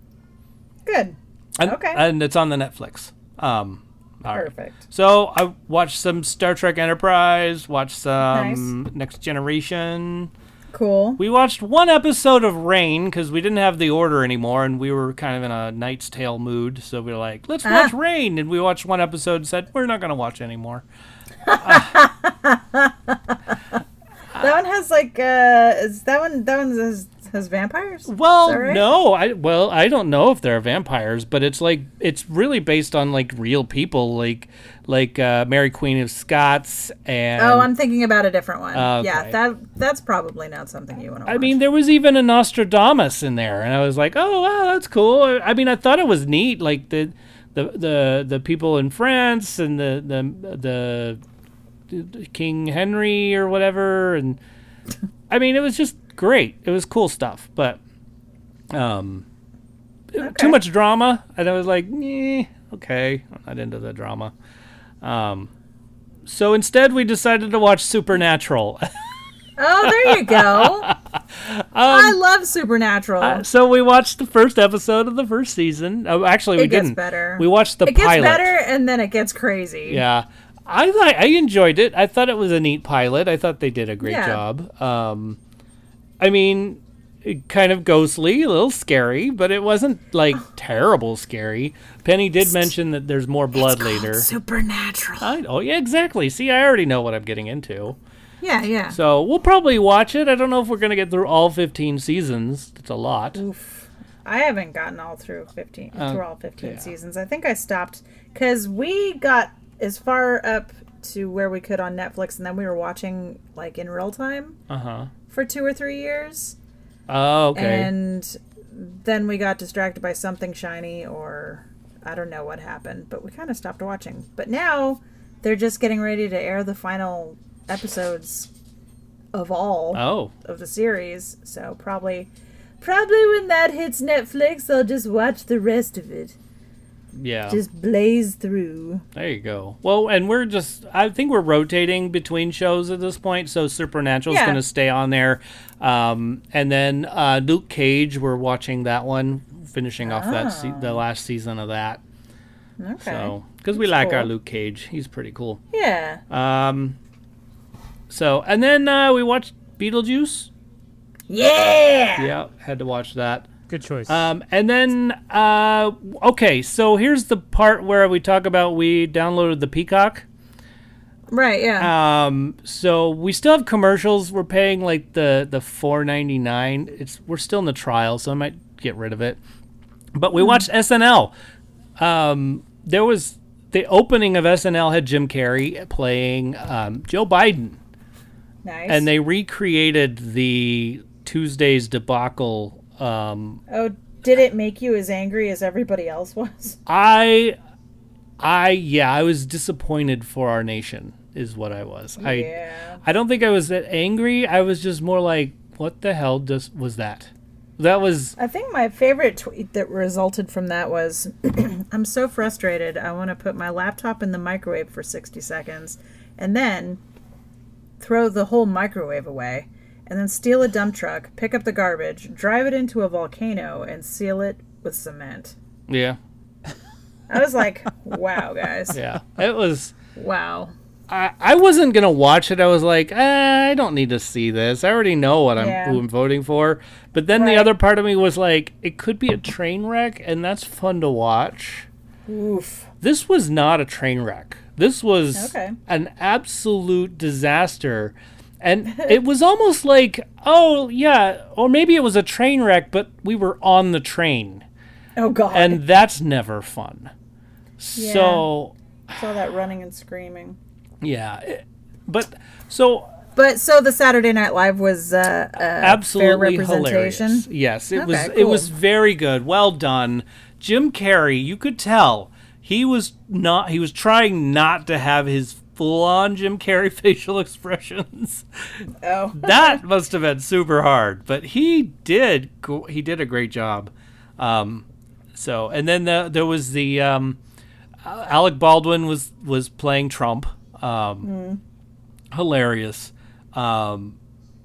Speaker 3: Good.
Speaker 2: And,
Speaker 3: Okay.
Speaker 2: And it's on the Netflix. Um, all right.
Speaker 3: Perfect.
Speaker 2: So I watched some Star Trek Enterprise. Watched some Next Generation.
Speaker 3: Cool.
Speaker 2: We watched one episode of Rain because we didn't have the order anymore, and we were kind of in a Knight's Tale mood. So we were like, "Let's watch
Speaker 3: Uh-huh.
Speaker 2: Rain," and we watched one episode. and Said we're not going to watch anymore.
Speaker 3: that one has like uh is that one that one has, has vampires?
Speaker 2: Well,
Speaker 3: that right?
Speaker 2: no, I well, I don't know if there are vampires, but it's like it's really based on like real people, like like uh, Mary Queen of Scots and
Speaker 3: Oh, I'm thinking about a different one.
Speaker 2: Uh, okay.
Speaker 3: Yeah, that that's probably not something you want to watch.
Speaker 2: I mean, there was even a Nostradamus in there, and I was like, "Oh wow, that's cool." I mean, I thought it was neat, like the the the, the people in France and the the, the the King Henry or whatever, and I mean, it was just great. It was cool stuff, but um, too much drama, and I was like, "Eh, okay, I'm not into the drama." Um, so instead, we decided to watch Supernatural.
Speaker 3: oh, there you go.
Speaker 2: Um,
Speaker 3: I love Supernatural.
Speaker 2: Uh, so we watched the first episode of the first season. Oh, actually, we
Speaker 3: It gets
Speaker 2: didn't.
Speaker 3: better.
Speaker 2: We watched the
Speaker 3: it gets
Speaker 2: pilot.
Speaker 3: better and then it gets crazy.
Speaker 2: Yeah, I thought I enjoyed it. I thought it was a neat pilot. I thought they did a great
Speaker 3: Yeah.
Speaker 2: job. Um, I mean, it kind of ghostly, a little scary, but it wasn't like terrible scary. Penny did mention that there's more blood later.
Speaker 3: Supernatural.
Speaker 2: I, oh yeah, exactly. See, I already know what I'm getting into.
Speaker 3: yeah, yeah.
Speaker 2: So we'll probably watch it. I don't know if we're gonna get through all 15 seasons. It's a lot.
Speaker 3: I haven't gotten all through 15
Speaker 2: Um,
Speaker 3: through all 15 seasons. I think I stopped cuz we got as far up to where we could on Netflix and then we were watching like in real time
Speaker 2: Uh huh.
Speaker 3: for 2 or 3 years
Speaker 2: Oh, okay.
Speaker 3: and then we got distracted by something shiny or I don't know what happened, but we kind of stopped watching. But now they're just getting ready to air the final episodes of all
Speaker 2: oh.
Speaker 3: of the series, so probably probably when that hits Netflix, I'll just watch the rest of it.
Speaker 2: Yeah.
Speaker 3: Just blaze through.
Speaker 2: There you go. Well, and we're just I think we're rotating between shows at this point, so Supernatural's
Speaker 3: Yeah.
Speaker 2: going to stay on there. Um, and then uh, Luke Cage, we're watching that one, finishing off that se- the last season of that.
Speaker 3: Ah. Okay.
Speaker 2: So, cuz we like our
Speaker 3: cool.
Speaker 2: Luke Cage. He's pretty cool.
Speaker 3: Yeah.
Speaker 2: Um so, and then uh, we watched Beetlejuice.
Speaker 3: yeah.
Speaker 2: Yeah, had to watch that.
Speaker 4: Good choice.
Speaker 2: Um, and then, uh, okay, so here's the part where we talk about we downloaded the Peacock.
Speaker 3: Right, yeah.
Speaker 2: Um, so we still have commercials. We're paying like the the four ninety nine. It's we're still in the trial, so I might get rid of it. But we watched SNL. Um, there was the opening of SNL had Jim Carrey playing um, Joe Biden,
Speaker 3: nice.
Speaker 2: and they recreated the Tuesday's debacle. Um,
Speaker 3: oh, did it make you as angry as everybody else was?
Speaker 2: I, I yeah, I was disappointed for our nation. Is what I was. I
Speaker 3: yeah.
Speaker 2: I don't think I was that angry. I was just more like, what the hell just was that? That was
Speaker 3: I think my favorite tweet that resulted from that was I'm so frustrated. I want to put my laptop in the microwave for 60 seconds and then throw the whole microwave away and then steal a dump truck, pick up the garbage, drive it into a volcano, and seal it with cement.
Speaker 2: yeah,
Speaker 3: I was like, wow, guys.
Speaker 2: yeah. It was.
Speaker 3: Wow.
Speaker 2: I, I wasn't gonna watch it. I was like, eh, I don't need to see this. I already know what I'm
Speaker 3: Yeah.
Speaker 2: who I'm voting for. But then the
Speaker 3: Right.
Speaker 2: other part of me was like, it could be a train wreck, and that's fun to watch.
Speaker 3: Oof.
Speaker 2: This was not a train wreck. This was
Speaker 3: Okay.
Speaker 2: an absolute disaster. And it was almost like, oh, yeah, or maybe it was a train wreck, but we were on the train.
Speaker 3: Oh, God.
Speaker 2: and that's never fun. So
Speaker 3: saw that running and screaming.
Speaker 2: yeah, it- but so
Speaker 3: But so the Saturday Night Live was uh, a fair
Speaker 2: absolutely
Speaker 3: representation.
Speaker 2: hilarious. Yes, it was
Speaker 3: Okay,
Speaker 2: it was
Speaker 3: cool.
Speaker 2: very good. Well done, Jim Carrey. You could tell he was not he was trying not to have his full on Jim Carrey facial expressions.
Speaker 3: Oh.
Speaker 2: that must have been super hard, but he did go- he did a great job. Um, so and then the, there was the um, Alec Baldwin was was playing Trump. Um, Hilarious. Um,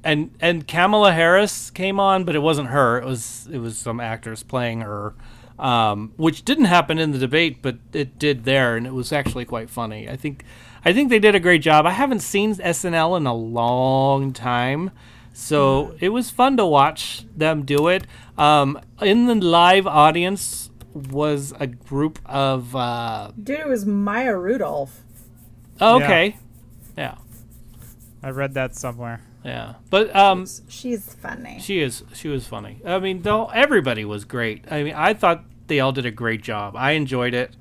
Speaker 2: and and Kamala Harris came on, but it wasn't her. It was it was some actors playing her, um, which didn't happen in the debate, but it did there, and it was actually quite funny. I think I think they did a great job. I haven't seen SNL in a long time. So it was fun to watch them do it. Um, in the live audience was a group of uh,
Speaker 3: Dude, it was Maya Rudolph.
Speaker 2: oh, okay, yeah.
Speaker 4: I read that somewhere.
Speaker 2: yeah, But um,
Speaker 3: She's funny.
Speaker 2: she is she was funny. I mean, though everybody was great. I mean, I thought they all did a great job. I enjoyed it.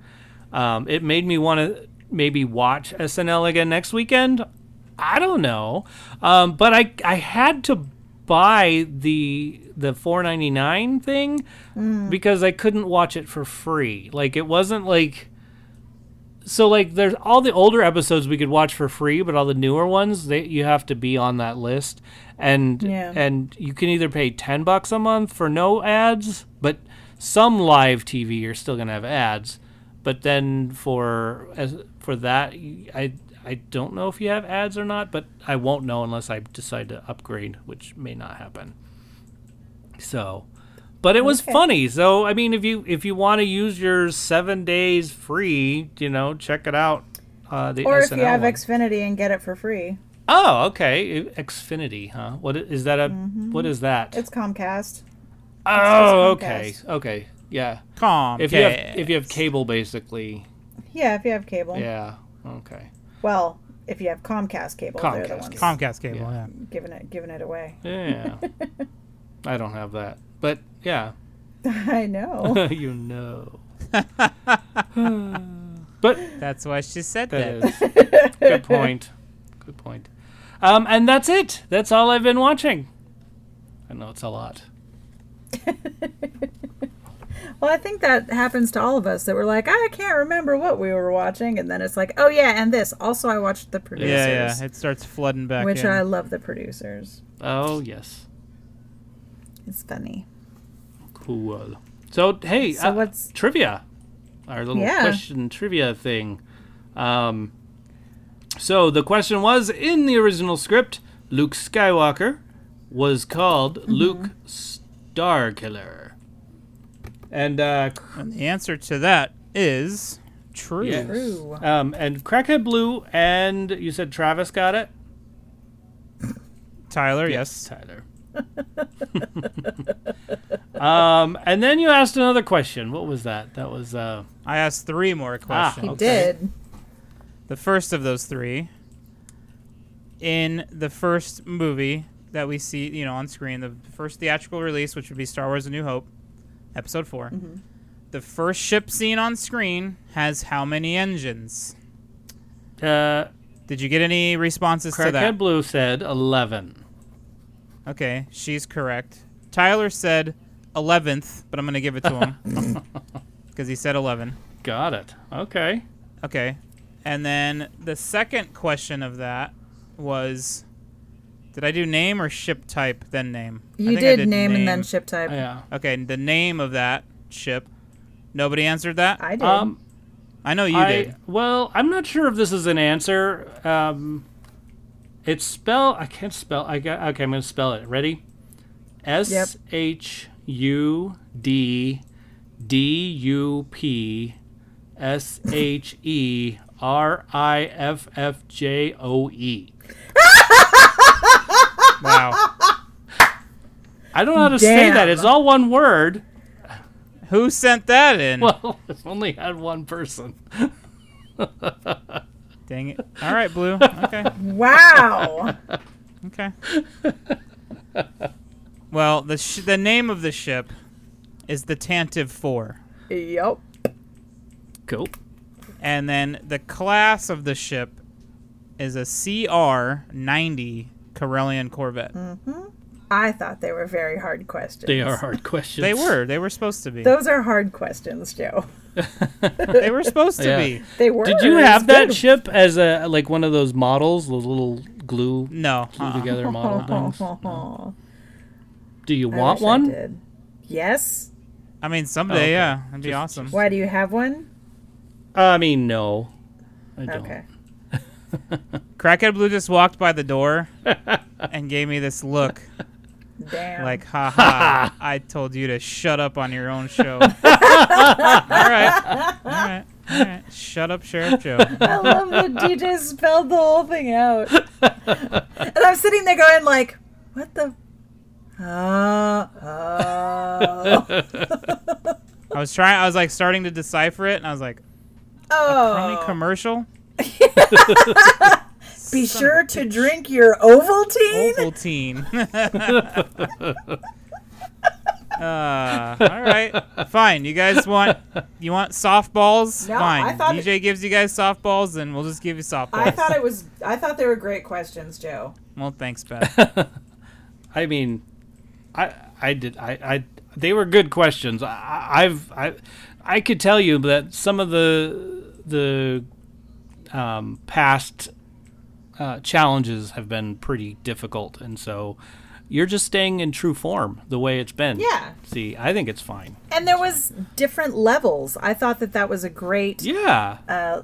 Speaker 2: Um, it made me want to maybe watch SNL again next weekend. I don't know, um, but I I had to buy the the 4.99 thing because I couldn't watch it for free. Like it wasn't like so like there's all the older episodes we could watch for free, but all the newer ones they you have to be on that list, and
Speaker 3: Yeah.
Speaker 2: and you can either pay ten bucks a month for no ads, but some live TV you're still gonna have ads, but then for as for that I I don't know if you have ads or not, but I won't know unless I decide to upgrade, which may not happen. So, but it was funny. So I mean, if you if you want to use your seven days free, you know, check it out. Uh, the
Speaker 3: Or if
Speaker 2: SNL
Speaker 3: you have
Speaker 2: one.
Speaker 3: Xfinity and get it for free,
Speaker 2: oh, okay, I- Xfinity, huh? What i- is that? A what is that?
Speaker 3: Mm-hmm. it's Comcast.
Speaker 2: oh,
Speaker 3: just
Speaker 2: okay, okay, yeah.
Speaker 4: Calm.
Speaker 2: If you have if you have cable, basically,
Speaker 3: Yeah, if you have cable.
Speaker 2: yeah. Okay.
Speaker 3: Well, if you have Comcast cable, they're the
Speaker 2: Comcast
Speaker 3: ones
Speaker 2: cable.
Speaker 4: Comcast cable. Yeah.
Speaker 3: giving it giving it away.
Speaker 2: Yeah. I don't have that, but yeah,
Speaker 3: I know.
Speaker 2: you know. but
Speaker 4: That's why she said
Speaker 2: That
Speaker 4: that.
Speaker 2: is good point. Good point. Um, and that's it. That's all I've been watching. I know it's a lot.
Speaker 3: well, I think that happens to all of us that we're like, I can't remember what we were watching, and then it's like, oh yeah, and this. Also, I watched the producers,
Speaker 4: Yeah, yeah. It starts flooding back
Speaker 3: which
Speaker 4: in.
Speaker 3: I love. The producers.
Speaker 2: Oh yes,
Speaker 3: It's funny.
Speaker 2: cool. So hey,
Speaker 3: So
Speaker 2: uh,
Speaker 3: what's-
Speaker 2: trivia? Our little
Speaker 3: Yeah.
Speaker 2: question trivia thing. Um, so the question was in the original script, Luke Skywalker was called
Speaker 3: Mm-hmm.
Speaker 2: Luke Starkiller, and uh,
Speaker 4: and the answer to that is true.
Speaker 2: Yes.
Speaker 3: True.
Speaker 2: um, and Crackhead Blue, and you said Travis got it.
Speaker 4: Tyler, yes.
Speaker 2: Tyler. um, and then you asked another question. What was that? That was uh,
Speaker 4: I asked three
Speaker 2: Ah.
Speaker 4: more questions.
Speaker 3: He
Speaker 2: Okay.
Speaker 3: did.
Speaker 4: The first of those three. In the first movie that we see, you know, on screen, the first theatrical release, which would be Star Wars: A New Hope, Episode 4
Speaker 3: Mm-hmm.
Speaker 4: The first ship seen on screen has how many engines?
Speaker 2: uh,
Speaker 4: Did you get any responses to that?
Speaker 2: Crackhead Blue said eleven.
Speaker 4: Okay, she's correct. Tyler said 11th, but I'm going to give it to him because he said 11.
Speaker 2: Got it. Okay.
Speaker 4: Okay. And then the second question of that was Did I do name or ship type, then name? I
Speaker 3: You
Speaker 4: think I
Speaker 3: did, name, and then ship type.
Speaker 2: Oh, Yeah.
Speaker 4: Okay, the name of that ship. Nobody answered that? I,
Speaker 3: I did.
Speaker 2: Um,
Speaker 4: know you
Speaker 2: I
Speaker 4: did.
Speaker 2: well, I'm not sure if this is an answer. Um, it's spell. I can't spell. I got. Okay, I'm gonna spell it. Ready? S H U D D U P S H E R I F F J O E.
Speaker 4: Wow.
Speaker 2: I don't know how to say that.
Speaker 3: Damn.
Speaker 2: It's all one word.
Speaker 4: Who sent that in?
Speaker 2: Well, it's only had one person.
Speaker 4: Dang it. All right, Blue. Okay.
Speaker 3: wow.
Speaker 4: Okay. well, the sh- the name of the ship is the Tantive Four,
Speaker 3: yep.
Speaker 2: Cool.
Speaker 4: and then the class of the ship is a CR ninety Corellian Corvette.
Speaker 2: Hmm.
Speaker 3: I thought they were very hard questions.
Speaker 2: They are hard questions.
Speaker 4: They were. They were supposed to be.
Speaker 3: Those are hard questions, Joe.
Speaker 4: They were supposed to
Speaker 2: Yeah.
Speaker 4: be.
Speaker 3: They were.
Speaker 2: Did you
Speaker 3: It was
Speaker 2: have that
Speaker 3: good.
Speaker 2: ship as a like one of those models, those little glue glue
Speaker 4: No.
Speaker 3: Uh-huh.
Speaker 4: uh-uh.
Speaker 2: together model things?
Speaker 3: I
Speaker 2: Do you
Speaker 3: wish
Speaker 2: want
Speaker 3: I
Speaker 2: one?
Speaker 3: did. Yes.
Speaker 4: I mean, someday,
Speaker 2: okay.
Speaker 4: yeah, that'd be
Speaker 2: Just-
Speaker 4: awesome.
Speaker 3: Why do you have one?
Speaker 2: I mean, no, I don't.
Speaker 3: Okay.
Speaker 4: Crackhead Blue just walked by the door and gave me this look,
Speaker 3: Damn.
Speaker 4: like, "Ha ha! I told you to shut up on your own show." all right, all right, all right. Shut up, Sheriff Joe.
Speaker 3: I love that DJ spelled the whole thing out. and I'm sitting there going like, what the? Uh, oh.
Speaker 4: I was trying. I was like starting to decipher it, and I was like, "Crummy
Speaker 3: oh.
Speaker 4: commercial."
Speaker 3: Be sure to drink your Ovaltine.
Speaker 4: Ovaltine. uh, all right, fine. You guys want you want softballs?
Speaker 3: No, I
Speaker 4: fine.
Speaker 3: thought
Speaker 4: DJ gives you guys softballs, and we'll just give you softballs.
Speaker 3: I thought it was. I thought they were great questions, Joe.
Speaker 4: well, thanks, Beth.
Speaker 2: I mean, I I did I, I they were good questions. I, I've I I could tell you that some of the the um, past uh, challenges have been pretty difficult, and so you're just staying in true form the way it's been.
Speaker 3: Yeah.
Speaker 2: See, I think it's fine.
Speaker 3: And there was different levels. I thought that that was a great
Speaker 2: Yeah.
Speaker 3: uh,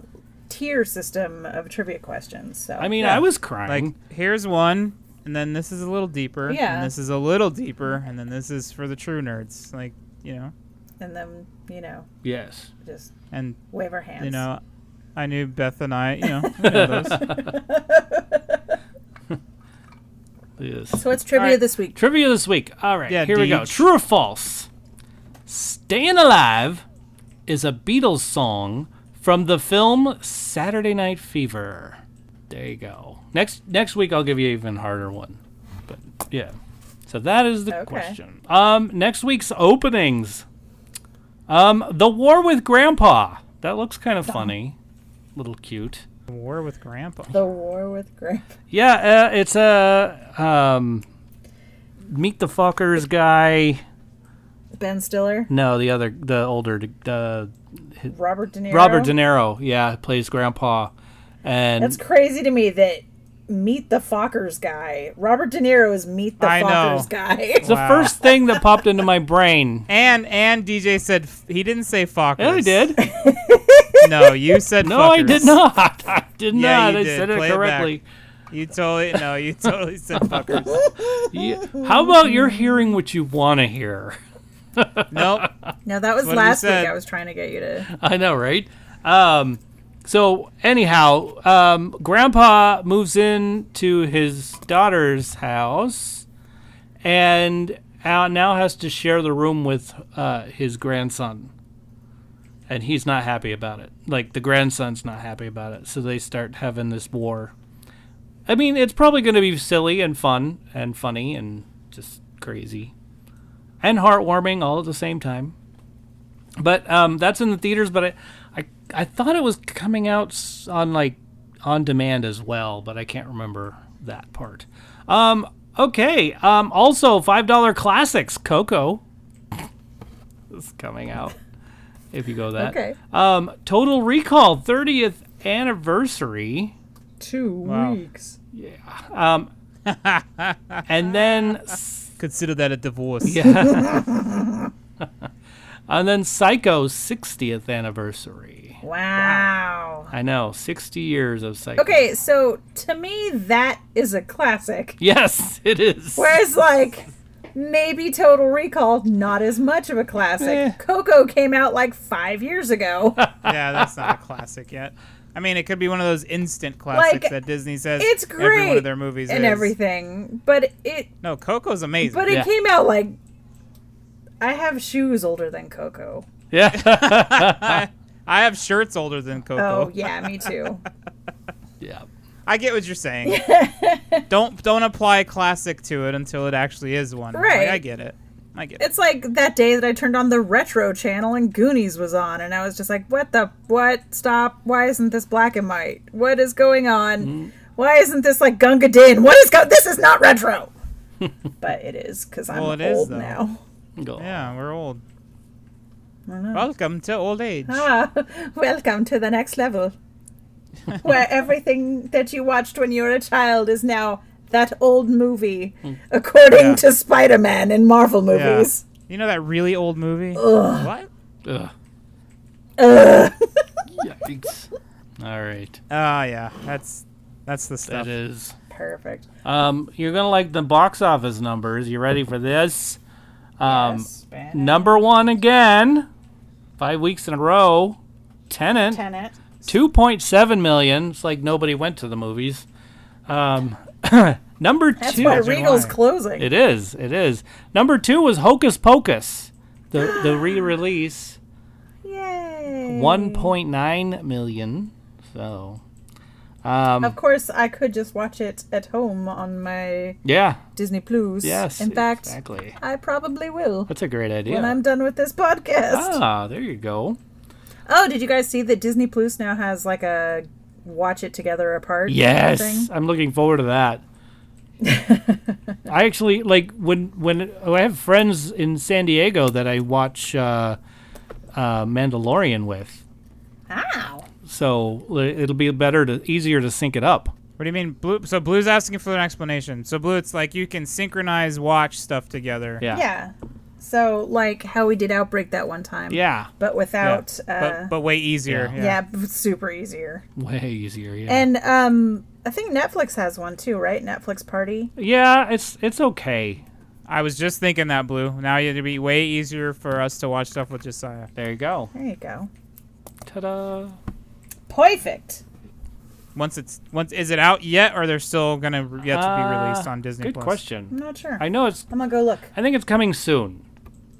Speaker 3: tier system of trivia questions. So
Speaker 2: I mean,
Speaker 4: yeah.
Speaker 2: I was crying.
Speaker 4: Like, here's one, and then this is a little deeper.
Speaker 3: Yeah.
Speaker 4: And this is a little deeper, and then this is for the true nerds. Like, you know,
Speaker 3: and then you know,
Speaker 2: yes.
Speaker 3: just
Speaker 4: and
Speaker 3: wave our hands.
Speaker 4: you know, I knew Beth and I. You know, we know those.
Speaker 2: Yes.
Speaker 3: So what's trivia
Speaker 4: Alright.
Speaker 3: this week?
Speaker 2: Trivia this week. All right,
Speaker 4: Yeah,
Speaker 2: here we go.
Speaker 4: Deej.
Speaker 2: True or false? Staying Alive is a Beatles song from the film Saturday Night Fever. There you go. Next next week I'll give you an even harder one. But yeah. So that is the
Speaker 3: Okay.
Speaker 2: question. Um next week's openings. Um The War with Grandpa. That looks kind of funny. Little cute.
Speaker 4: War with Grandpa.
Speaker 3: The war with Grandpa.
Speaker 2: Yeah, uh, it's a um, Meet the Fuckers guy.
Speaker 3: Ben Stiller,
Speaker 2: No, the other, the older, the
Speaker 3: Robert De Niro.
Speaker 2: Robert De Niro. Yeah, plays Grandpa, and
Speaker 3: That's crazy to me that Meet the Fockers guy. Robert De Niro is Meet the
Speaker 4: I know.
Speaker 3: Fockers guy.
Speaker 2: the
Speaker 4: Wow.
Speaker 2: first thing that popped into my brain.
Speaker 4: And and DJ said f- he didn't say fuckers.
Speaker 2: Yeah, I did.
Speaker 4: No, you said
Speaker 2: No,
Speaker 4: fuckers.
Speaker 2: I did not. I did
Speaker 4: Yeah,
Speaker 2: not.
Speaker 4: you
Speaker 2: I
Speaker 4: did.
Speaker 2: said it
Speaker 4: Play it back.
Speaker 2: correctly.
Speaker 4: You totally no, you totally said fuckers.
Speaker 2: Yeah. How about you're hearing what you want to hear?
Speaker 4: nope.
Speaker 3: No, that was
Speaker 4: What he
Speaker 3: last week.
Speaker 4: said.
Speaker 3: I was trying to get you to.
Speaker 2: I know, right? Um, so anyhow, um, Grandpa moves in to his daughter's house, and uh, now has to share the room with uh, his grandson, and he's not happy about it. Like the grandson's not happy about it, so they start having this war. I mean, it's probably going to be silly and fun and funny and just crazy and heartwarming all at the same time. But um, that's in the theaters. But I, I, I thought it was coming out s- on like on demand as well, but I can't remember that part. Um, okay. Um, also, five dollar classics Coco is coming out. If you go
Speaker 4: Uh,
Speaker 2: that.
Speaker 3: Okay.
Speaker 2: Um, Total Recall 30th anniversary.
Speaker 3: Two
Speaker 4: Wow.
Speaker 3: weeks.
Speaker 2: And then s-
Speaker 4: Consider that a divorce.
Speaker 2: Yeah. and then Psycho's 60th anniversary.
Speaker 3: Wow.
Speaker 2: I know, 60 years of Psycho.
Speaker 3: Okay, so to me, that is a classic.
Speaker 2: Yes, it is.
Speaker 3: Whereas, like, maybe Total Recall, not as much of a classic.
Speaker 2: Eh.
Speaker 3: Coco came out like five years ago.
Speaker 4: Yeah, that's not a classic yet. I mean, it could be one of those instant classics
Speaker 3: Like,
Speaker 4: that Disney says
Speaker 3: It's great.
Speaker 4: every one of their movies
Speaker 3: and
Speaker 4: is.
Speaker 3: everything, but it
Speaker 4: No, Coco's amazing.
Speaker 3: but it
Speaker 2: Yeah.
Speaker 3: came out like I have shoes older than Coco.
Speaker 2: Yeah.
Speaker 4: I have shirts older than Coco.
Speaker 3: Oh yeah, me too.
Speaker 2: yeah.
Speaker 4: I get what you're saying. don't don't apply classic to it until it actually is one. Like,
Speaker 3: Right.
Speaker 4: I get it. I get it.
Speaker 3: It's like that day that I turned on the retro channel and Goonies was on, and I was just like, "What the what? Stop! Why isn't this black and white? What is going on?
Speaker 4: Mm.
Speaker 3: Why isn't this like Gunga Din? What is go? This is not retro." but it is because I'm
Speaker 4: Well, it is,
Speaker 3: old
Speaker 4: though.
Speaker 3: now.
Speaker 2: Go on.
Speaker 4: Yeah, we're old. Welcome to old age.
Speaker 3: Ah, welcome to the next level, where everything that you watched when you were a child is now that old movie, according
Speaker 4: Yeah.
Speaker 3: to Spider-Man in Marvel movies.
Speaker 4: You know that really old movie? What?
Speaker 2: Ugh. Yikes. All right.
Speaker 4: Ah, yeah. That's that's the stuff.
Speaker 2: That is.
Speaker 3: Perfect.
Speaker 2: Um, you're going to like the box office numbers. You ready for this? Um,
Speaker 3: Spanish
Speaker 2: Number one again, five weeks in a row. Tenant,
Speaker 3: tenant.
Speaker 2: 2.7 million. It's like nobody went to the movies. Um, number
Speaker 3: That's
Speaker 2: two.
Speaker 3: why
Speaker 4: July.
Speaker 3: Regal's closing.
Speaker 2: It is. It is. Number two was Hocus Pocus, the the re-release,
Speaker 3: Yay.
Speaker 2: 1.9 million. So,
Speaker 3: Of
Speaker 2: um,
Speaker 3: course, I could just watch it at home on my
Speaker 2: yeah,
Speaker 3: Disney Plus.
Speaker 2: yes,
Speaker 3: In fact,
Speaker 2: exactly.
Speaker 3: I probably will
Speaker 2: That's a great idea.
Speaker 3: when I'm done with this podcast.
Speaker 2: ah, there you go.
Speaker 3: Oh, did you guys see that Disney Plus now has like a watch it together apart?
Speaker 2: Yes,
Speaker 3: thing?
Speaker 2: I'm looking forward to that. I actually like when when oh, I have friends in San Diego that I watch uh, uh, Mandalorian with,
Speaker 3: Ow.
Speaker 2: so li- it'll be better to easier to sync it up.
Speaker 4: What do you mean? Blue, so Blue's asking for an explanation. So Blue, it's like you can synchronize watch stuff together.
Speaker 2: Yeah,
Speaker 3: Yeah. So, like how we did Outbreak that one time.
Speaker 2: Yeah.
Speaker 3: But
Speaker 4: Yeah.
Speaker 3: without. Uh,
Speaker 4: but, but way easier.
Speaker 2: yeah.
Speaker 4: Yeah.
Speaker 3: yeah, b- super easier.
Speaker 2: way easier. Yeah,
Speaker 3: And um, I think Netflix has one too, right? Netflix Party.
Speaker 2: yeah, it's it's okay.
Speaker 4: I was just thinking that Blue. Now it'd be way easier for us to watch stuff with Josiah.
Speaker 2: There you go.
Speaker 3: There you go.
Speaker 2: Ta-da!
Speaker 3: Perfect.
Speaker 4: Once it's once is it out yet, or they're still gonna re- yet to be
Speaker 2: Uh,
Speaker 4: released on Disney
Speaker 2: Good
Speaker 4: Plus?
Speaker 3: I'm
Speaker 2: question.
Speaker 3: not sure.
Speaker 2: I know it's.
Speaker 3: I'm gonna go look.
Speaker 2: I think it's coming soon.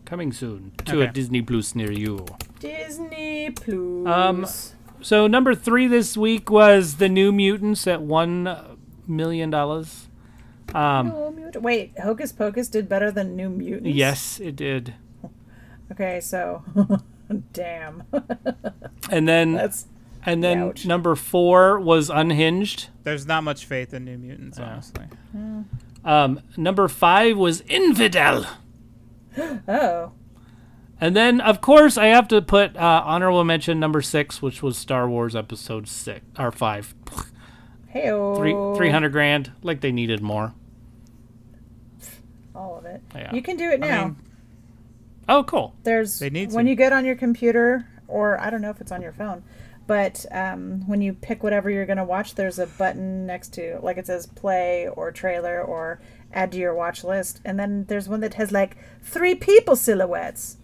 Speaker 2: Coming soon to a
Speaker 4: Okay.
Speaker 2: Disney Plus near you.
Speaker 3: Disney Plus.
Speaker 2: Um, So number three this week was the New Mutants at one million dollars. Um,
Speaker 3: No Mut- Oh, Wait, Hocus Pocus did better than New Mutants.
Speaker 2: yes, it did.
Speaker 3: Okay, so damn.
Speaker 2: And then
Speaker 3: That's
Speaker 2: and then
Speaker 3: ouch.
Speaker 2: number four was Unhinged.
Speaker 4: There's not much faith in New Mutants, honestly.
Speaker 2: Um, number five was Infidel.
Speaker 3: oh
Speaker 2: And then of course I have to put uh, honorable mention number six, which was Star Wars Episode six or five.
Speaker 3: hey
Speaker 2: Three three hundred grand. Like they needed more.
Speaker 3: all of it.
Speaker 2: Yeah.
Speaker 3: You can do it now.
Speaker 4: mean-
Speaker 2: Oh, cool.
Speaker 3: There's
Speaker 4: They need
Speaker 3: when
Speaker 4: to.
Speaker 3: you get on your computer or I don't know if it's on your phone, but um, when you pick whatever you're gonna watch, there's a button next to like it says play or trailer or add to your watch list, and then there's one that has like three people silhouettes.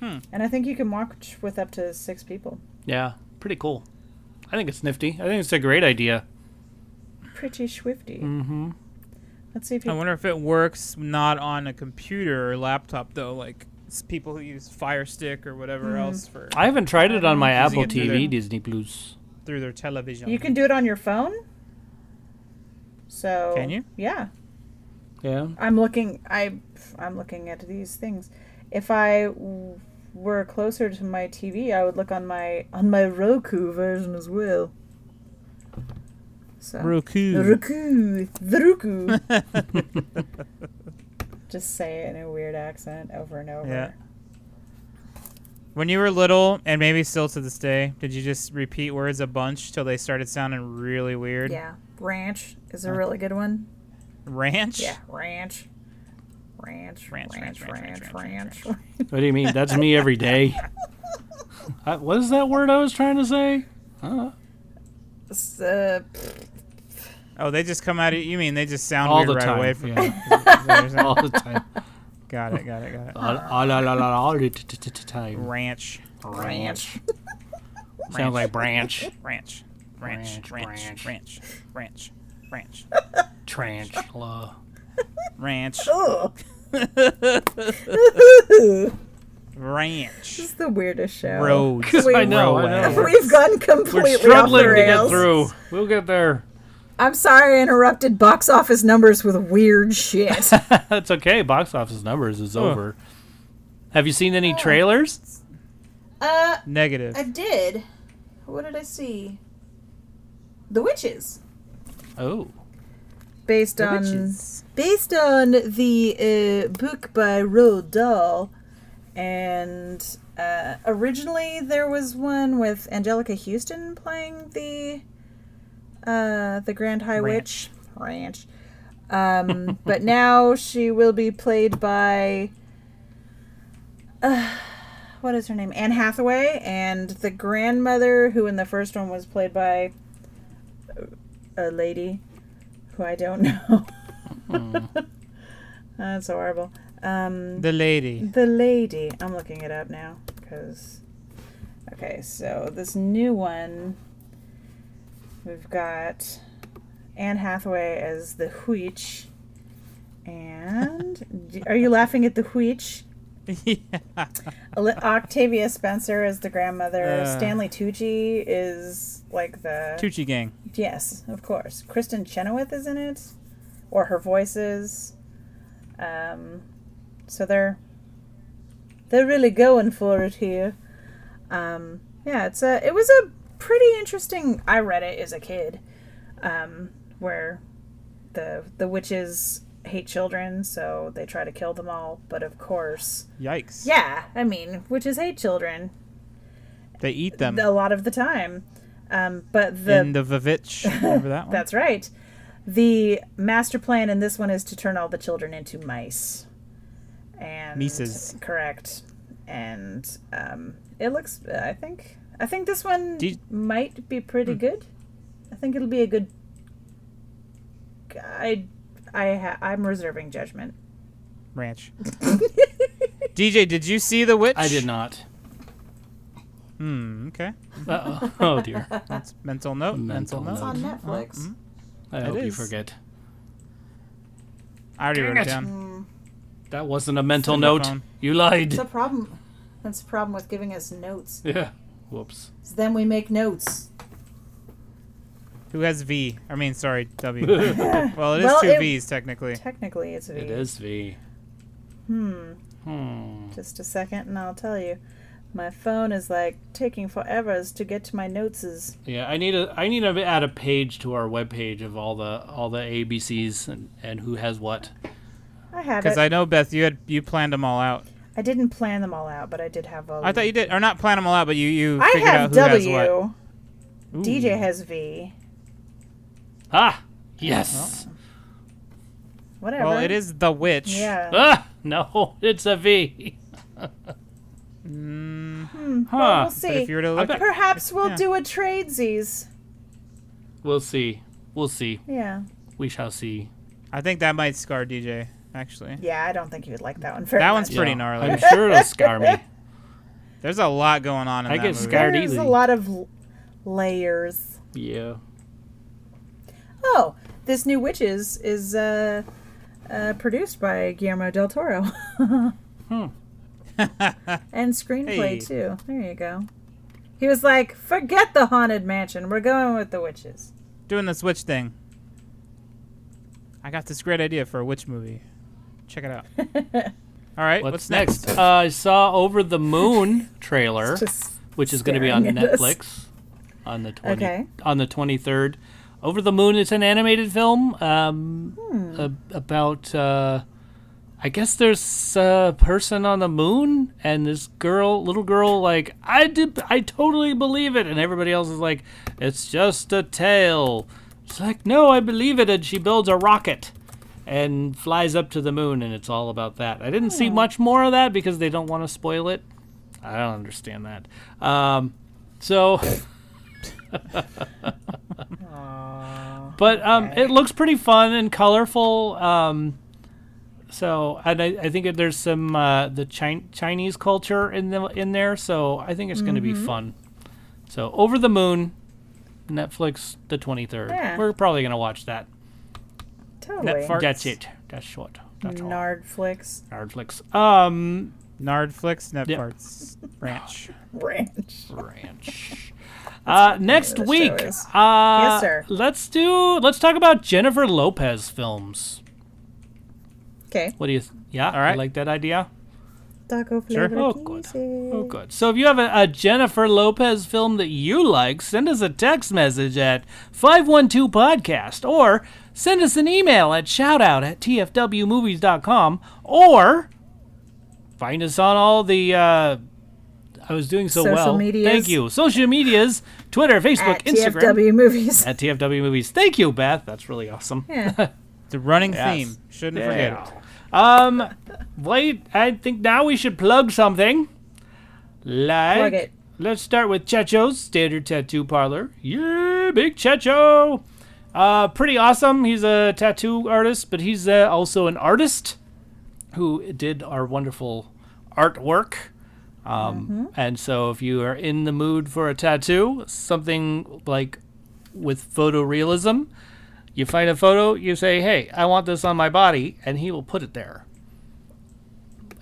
Speaker 4: Hmm.
Speaker 3: And I think you can watch with up to six people.
Speaker 2: Yeah, pretty cool. I think it's nifty. I think it's a great idea.
Speaker 3: Pretty swifty. Mm-hmm. Let's see if you
Speaker 4: I wonder if it works not on a computer or laptop though, like s- people who use Fire Stick or whatever
Speaker 3: Mm-hmm.
Speaker 4: else for
Speaker 2: I haven't tried it on my
Speaker 4: Using
Speaker 2: Apple
Speaker 4: it through
Speaker 2: TV,
Speaker 4: the-
Speaker 2: Disney Plus.
Speaker 4: through their television.
Speaker 3: You can do it on your phone. So
Speaker 4: Can you?
Speaker 3: Yeah,
Speaker 2: Yeah.
Speaker 3: I'm looking. I I'm looking at these things. If I w- were closer to my TV, I would look on my on my Roku version as well. So
Speaker 4: Roku.
Speaker 3: Roku, the Roku. Just say it in a weird accent over and over.
Speaker 4: Yeah. When you were little, and maybe still to this day, did you just repeat words a bunch till they started sounding really weird?
Speaker 3: Yeah. Ranch is a really good one.
Speaker 4: Ranch?
Speaker 3: Yeah, ranch. Ranch, ranch,
Speaker 4: Ranch, ranch,
Speaker 3: ranch,
Speaker 4: ranch,
Speaker 3: ranch,
Speaker 4: ranch, ranch,
Speaker 3: ranch.
Speaker 2: What do you mean? That's me every day. Uh, what is that word I was trying to say?
Speaker 3: S- uh,
Speaker 4: Oh, they just come out of you mean they just sound
Speaker 2: All
Speaker 4: weird
Speaker 2: the
Speaker 4: right
Speaker 2: time.
Speaker 4: away from
Speaker 2: yeah. All the time.
Speaker 4: Got it, got it, got it.
Speaker 2: All, all, all, all, all the t- t- t- time.
Speaker 4: Ranch.
Speaker 2: Branch. Sounds like branch.
Speaker 4: Ranch. Ranch.
Speaker 2: Ranch,
Speaker 4: Ranch.
Speaker 2: ranch.
Speaker 4: Ranch. Ranch. Ranch.
Speaker 2: Tarantula.
Speaker 4: Ranch.
Speaker 3: oh.
Speaker 4: Ranch.
Speaker 3: This is the weirdest show.
Speaker 4: Roads.
Speaker 3: Wait,
Speaker 2: I know, I
Speaker 4: Railway.
Speaker 2: know.
Speaker 3: We've gone completely
Speaker 2: We're struggling
Speaker 3: off the
Speaker 2: to
Speaker 3: rails.
Speaker 2: get through. We'll get there.
Speaker 3: I'm sorry I interrupted box office numbers with weird shit.
Speaker 2: That's okay. Box office numbers is over. Have you seen any trailers?
Speaker 3: uh,
Speaker 4: Negative.
Speaker 3: did. What did I see? The Witches.
Speaker 2: Oh.
Speaker 3: Based on
Speaker 4: Witches.
Speaker 3: based on the uh, book by Roald Dahl, and uh, originally there was one with Angelica Houston playing the uh, the Grand High
Speaker 4: Ranch.
Speaker 3: Witch Ranch, um, but now she will be played by what is her name? Anne Hathaway and the grandmother who in the first one was played by uh, a lady who I don't know. That's so horrible. Um,
Speaker 4: The lady.
Speaker 3: the lady. I'm looking it up now because. Okay, so this new one, we've got Anne Hathaway as the Huich. And are you laughing at the Huich?
Speaker 4: yeah.
Speaker 3: Ali- Octavia Spencer is the grandmother.
Speaker 4: Uh.
Speaker 3: Stanley Tucci is like the
Speaker 4: Tucci gang.
Speaker 3: yes, of course. Kristen Chenoweth is in it, or her voices. Um, so they're they're really going for it here. Um, yeah, it's a it was a pretty interesting. I read it as a kid, um, where the the witches hate children, so they try to kill them all. But of course.
Speaker 4: Yikes.
Speaker 3: Yeah, I mean, witches hate children
Speaker 4: They eat them
Speaker 3: a lot of the time. Um, but the
Speaker 4: in the Vavitch. Remember that one?
Speaker 3: that's right. The master plan in this one is to turn all the children into mice. And
Speaker 4: Mices.
Speaker 3: correct. And um, it looks. I think. I think this one
Speaker 4: Did-
Speaker 3: might be pretty good. I think it'll be a good. I, I ha- I'm reserving judgment.
Speaker 4: ranch. DJ, did you see the witch?
Speaker 2: I did not.
Speaker 4: Hmm. Okay.
Speaker 3: Uh,
Speaker 2: Uh-oh. Oh dear.
Speaker 4: That's mental note.
Speaker 2: Mental
Speaker 4: Mental,
Speaker 2: note.
Speaker 4: note.
Speaker 2: on
Speaker 5: Netflix.
Speaker 2: I hope you
Speaker 4: is.
Speaker 2: forget.
Speaker 4: I already
Speaker 2: Dang
Speaker 4: wrote it
Speaker 2: it.
Speaker 5: Mm.
Speaker 4: down.
Speaker 2: That wasn't a mental
Speaker 4: in my
Speaker 2: note.
Speaker 4: phone.
Speaker 2: You lied.
Speaker 5: It's a problem. That's a problem with giving us notes.
Speaker 2: Yeah. Whoops.
Speaker 5: So then we make notes.
Speaker 4: Who has V? I mean, sorry, W. well, it is
Speaker 3: Well,
Speaker 4: two
Speaker 3: it-
Speaker 4: V's technically.
Speaker 3: Technically, it's a V.
Speaker 2: It is V.
Speaker 4: Hmm.
Speaker 2: Hmm.
Speaker 3: Just a second and I'll tell you. My phone is like taking forever to get to my noteses.
Speaker 2: Yeah, I need a I need to add a page to our webpage of all the all the ABCs and, and who has what.
Speaker 3: I have
Speaker 4: Because
Speaker 3: it.
Speaker 4: I
Speaker 3: I,
Speaker 4: know Beth, you had you planned them all out.
Speaker 3: didn't plan them all out, but I did have a.
Speaker 4: I thought you did, or not plan them all out, but you you
Speaker 3: I
Speaker 4: figured out
Speaker 3: have
Speaker 4: who
Speaker 3: W.
Speaker 4: has what. Ooh.
Speaker 3: DJ has V.
Speaker 2: Ah, yes.
Speaker 4: Oh.
Speaker 3: Whatever.
Speaker 4: Well, it is the witch.
Speaker 3: Yeah.
Speaker 2: Ah, no, it's a V.
Speaker 4: Mm, Uh,
Speaker 2: huh.
Speaker 3: Hmm. Well, we'll
Speaker 4: But
Speaker 3: see.
Speaker 4: if you were to look,
Speaker 2: bet-
Speaker 3: Perhaps we'll
Speaker 4: Yeah.
Speaker 3: do a tradesies.
Speaker 2: We'll see. We'll see.
Speaker 3: Yeah.
Speaker 2: We shall see.
Speaker 4: I think that might scar DJ. Actually,
Speaker 3: Yeah, I don't think you would like that one very
Speaker 4: That one's
Speaker 3: much.
Speaker 4: Pretty gnarly.
Speaker 2: I'm sure it'll scar me.
Speaker 4: there's a lot going on in
Speaker 2: I
Speaker 4: that
Speaker 2: get
Speaker 4: movie.
Speaker 2: scared. pretty
Speaker 3: There's a
Speaker 2: easy.
Speaker 3: lot of l- layers.
Speaker 2: Yeah.
Speaker 3: Oh, this new Witches is uh, uh, produced by Guillermo del Toro. And screenplay
Speaker 4: Hey.
Speaker 3: too. There you go. He was like, "Forget the haunted mansion. We're going with the witches."
Speaker 4: Doing this witch thing. I got this great idea for a witch movie. Check it out. all right,
Speaker 2: What's,
Speaker 4: what's
Speaker 2: next? Uh, I saw Over the Moon trailer,
Speaker 3: Just
Speaker 2: which is going to be on
Speaker 3: staring at us.
Speaker 2: Netflix on the 20,
Speaker 3: Okay.
Speaker 2: on the 23rd. Over the Moon is an animated film um, ab- about uh, I guess there's a person on the moon and this girl, little girl like I did I totally believe it and everybody else is like it's just a tale. She's like no, I believe it and she builds a rocket and flies up to the moon and it's all about that. I didn't see much more of that because they don't want to spoil it. I don't understand that. Um, so But um, it looks pretty fun and colorful. Um, so and I, I think there's some uh, the Chin- Chinese culture in the, in there. So I think it's going to
Speaker 3: Mm-hmm.
Speaker 2: be fun. So over the moon, Netflix the 23rd.
Speaker 3: Yeah.
Speaker 2: We're probably going to watch that.
Speaker 3: totally.
Speaker 4: Netfart-
Speaker 2: That's it. That's short. That's all.
Speaker 3: Nardflix
Speaker 2: Netflix. Um,
Speaker 4: Nardflix
Speaker 2: Yep.
Speaker 4: Netfarts Ranch.
Speaker 3: Ranch.
Speaker 2: Ranch. Uh, next
Speaker 3: the show
Speaker 2: week,
Speaker 3: is.
Speaker 2: uh,
Speaker 3: Yes, sir.
Speaker 2: Let's do. Let's talk about Jennifer Lopez films.
Speaker 3: Okay.
Speaker 2: What do you? Th- yeah, all
Speaker 4: right.
Speaker 2: like that idea.
Speaker 3: Taco flavor.
Speaker 2: Oh, good. Oh, good. So if you have a, a Jennifer Lopez film that you like, send us a text message at 512 Podcast or send us an email at shoutout at tfwmovies.com or find us on all the. Uh, I was doing so
Speaker 3: Social
Speaker 2: well.
Speaker 3: medias.
Speaker 2: Thank you. Social medias Twitter, Facebook,
Speaker 3: At
Speaker 2: Instagram.
Speaker 3: TFW movies.
Speaker 2: At TFW Movies. Thank you, Beth. That's really awesome.
Speaker 3: yeah.
Speaker 4: The running
Speaker 2: Yes.
Speaker 4: theme. Shouldn't forget it.
Speaker 2: Um, Wait, I think now we should plug something. Like,
Speaker 3: Plug it.
Speaker 2: let's start with Checho's Standard Tattoo Parlor. Yeah, big Checho. Uh, pretty awesome. He's a tattoo artist, but he's uh, also an artist who did our wonderful artwork. Um,
Speaker 3: Mm-hmm.
Speaker 2: And so, if you are in the mood for a tattoo, something like with photorealism, you find a photo, you say, "Hey, I want this on my body," and he will put it there,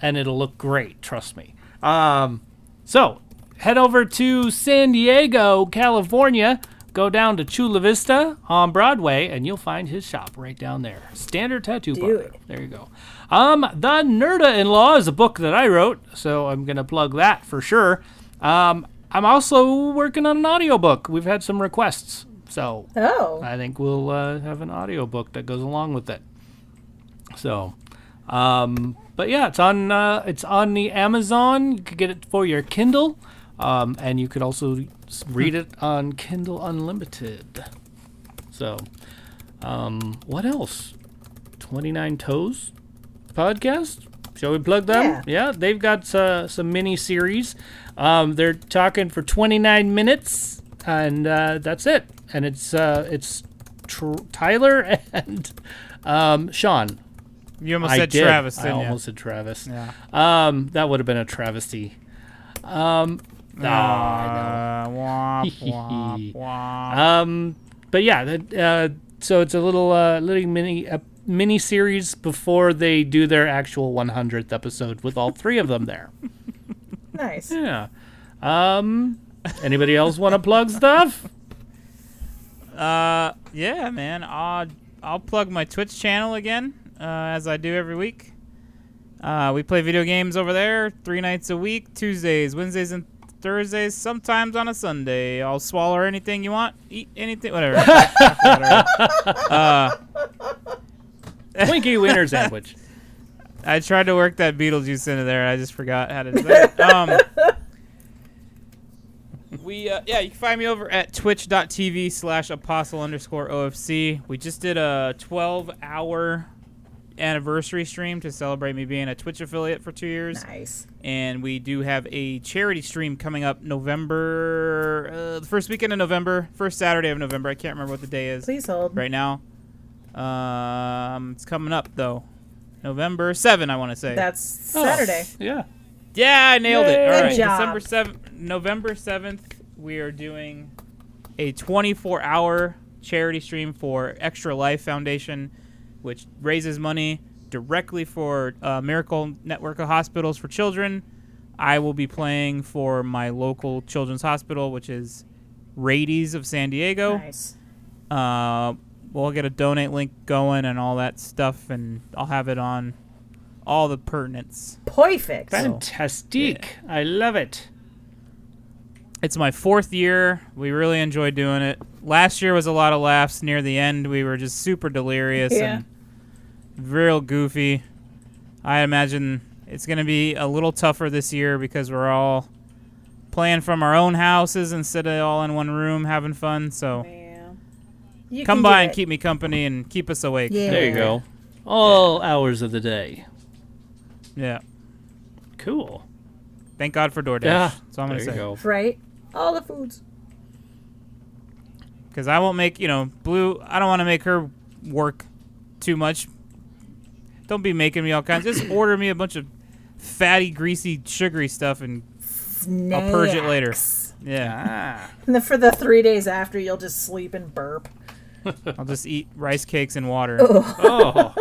Speaker 2: and it'll look great. Trust me. Um, so head over to San Diego, California. Go down to Chula Vista on Broadway, and you'll find his shop right down there. Standard Tattoo Bar.
Speaker 3: it.
Speaker 2: There you go. Um, the Nerda in Law is a book that I wrote, so I'm gonna plug that for sure. Um, I'm also working on an audiobook. We've had some requests, so
Speaker 3: Oh,
Speaker 2: I think we'll uh, have an audiobook that goes along with it. So, um, but yeah, it's on uh, it's on the Amazon. You could get it for your Kindle, um, and you could also s- read it on Kindle Unlimited. So, um, what else? Twenty Nine Toes podcast. Shall we plug them? Yeah, they've got uh, some mini series. Um, they're talking for 29 minutes, and uh, that's it. And it's uh, it's tr- Tyler and um, Sean.
Speaker 4: You almost
Speaker 2: I
Speaker 4: said
Speaker 2: did.
Speaker 4: Travis,
Speaker 2: I
Speaker 4: didn't you?
Speaker 2: almost said Travis.
Speaker 4: Yeah.
Speaker 2: Um, that would have been a travesty. Um, ah,
Speaker 4: Uh, womp, womp, womp.
Speaker 2: Um, but yeah, that, uh, so it's a little uh, little mini uh, mini series before they do their actual 100th episode with all three of them there.
Speaker 3: nice.
Speaker 2: Yeah. Um. Anybody else want to plug stuff?
Speaker 4: Uh, yeah, man. I'll, I'll plug my Twitch channel again, uh, as I do every week. Uh, we play video games over there three nights a week Tuesdays, Wednesdays, and Thursdays, sometimes on a Sunday. I'll swallow anything you want, eat anything, whatever. uh,
Speaker 2: Winky Wiener Sandwich.
Speaker 4: I tried to work that Beetlejuice into there. I just forgot how to do that. Um, we uh, yeah, you can find me over at twitch.tv slash apostle underscore OFC. We just did a 12 hour anniversary stream to celebrate me being a Twitch affiliate for two years
Speaker 3: Nice.
Speaker 4: and we do have a charity stream coming up November, uh, the first weekend of November, first Saturday of November. I can't remember what the day is
Speaker 3: Please hold.
Speaker 4: right now. Um, it's coming up though, November seven, I want to say.
Speaker 3: That's
Speaker 4: Oh,
Speaker 3: Saturday.
Speaker 2: Oh, Yeah.
Speaker 4: yeah, I nailed it.
Speaker 2: Yay.
Speaker 4: All
Speaker 2: Good
Speaker 4: right,
Speaker 3: job.
Speaker 4: December seventh, November seventh, we are doing a twenty-four hour charity stream for Extra Life Foundation, which raises money directly for uh, Miracle Network of Hospitals for Children. I will be playing for my local children's hospital, which is Radies of San Diego.
Speaker 3: Nice.
Speaker 4: Uh, we'll get a donate link going and all that stuff, and I'll have it on all the pertinence.
Speaker 3: Perfect.
Speaker 2: Fantastic. I love it.
Speaker 4: It's my fourth year. We really enjoy doing it. Last year was a lot of laughs near the end. We were just super delirious
Speaker 3: Yeah.
Speaker 4: and real goofy. I imagine it's going to be a little tougher this year because we're all playing from our own houses instead of all in one room having fun. So
Speaker 3: Yeah. You
Speaker 4: come
Speaker 3: can
Speaker 4: by
Speaker 3: do
Speaker 4: and
Speaker 3: it.
Speaker 4: keep me company and keep us awake.
Speaker 3: Yeah.
Speaker 2: There you go. All hours of the day.
Speaker 4: Yeah.
Speaker 2: Cool.
Speaker 4: Thank God for DoorDash.
Speaker 2: Yeah.
Speaker 4: That's all I'm going
Speaker 2: there you
Speaker 4: to say.
Speaker 2: go.
Speaker 3: Right. All the foods.
Speaker 4: because I won't make you know blue. I don't want to make her work too much. Don't be making me all kinds. Just order me a bunch of fatty, greasy, sugary stuff, and
Speaker 3: Snacks.
Speaker 4: I'll purge it later. Yeah,
Speaker 3: And then for the three days after, you'll just sleep and burp.
Speaker 4: I'll just eat rice cakes and water
Speaker 2: Oh.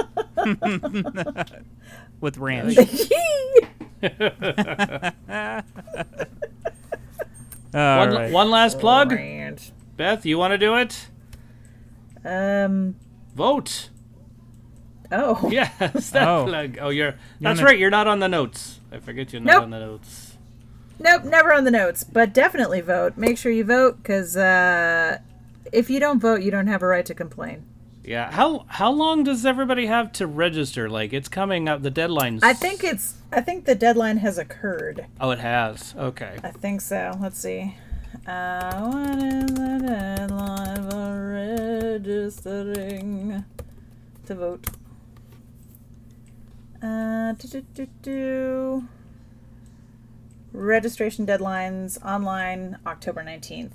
Speaker 4: with ranch. All
Speaker 2: One,
Speaker 4: right.
Speaker 2: one last plug.
Speaker 3: Ranch.
Speaker 2: Beth, you want to do it?
Speaker 3: Um.
Speaker 2: Vote.
Speaker 3: Oh.
Speaker 2: Yes. That
Speaker 4: Oh.
Speaker 2: plug. Oh, you're. That's
Speaker 4: wanna-
Speaker 2: right. You're not on the notes. I forget you're not
Speaker 3: Nope.
Speaker 2: on the notes.
Speaker 3: Nope, never on the notes, but definitely vote. Make sure you vote because uh, if you don't vote, you don't have a right to complain.
Speaker 2: Yeah. How how long does everybody have to register? Like it's coming up. The deadline's.
Speaker 3: I think it's. I think the deadline has occurred.
Speaker 2: Oh, it has. Okay.
Speaker 3: I think so. Let's see. Uh, what is the deadline for registering to vote? Uh, Uh, do-do-do-do. Registration deadlines online October 19th.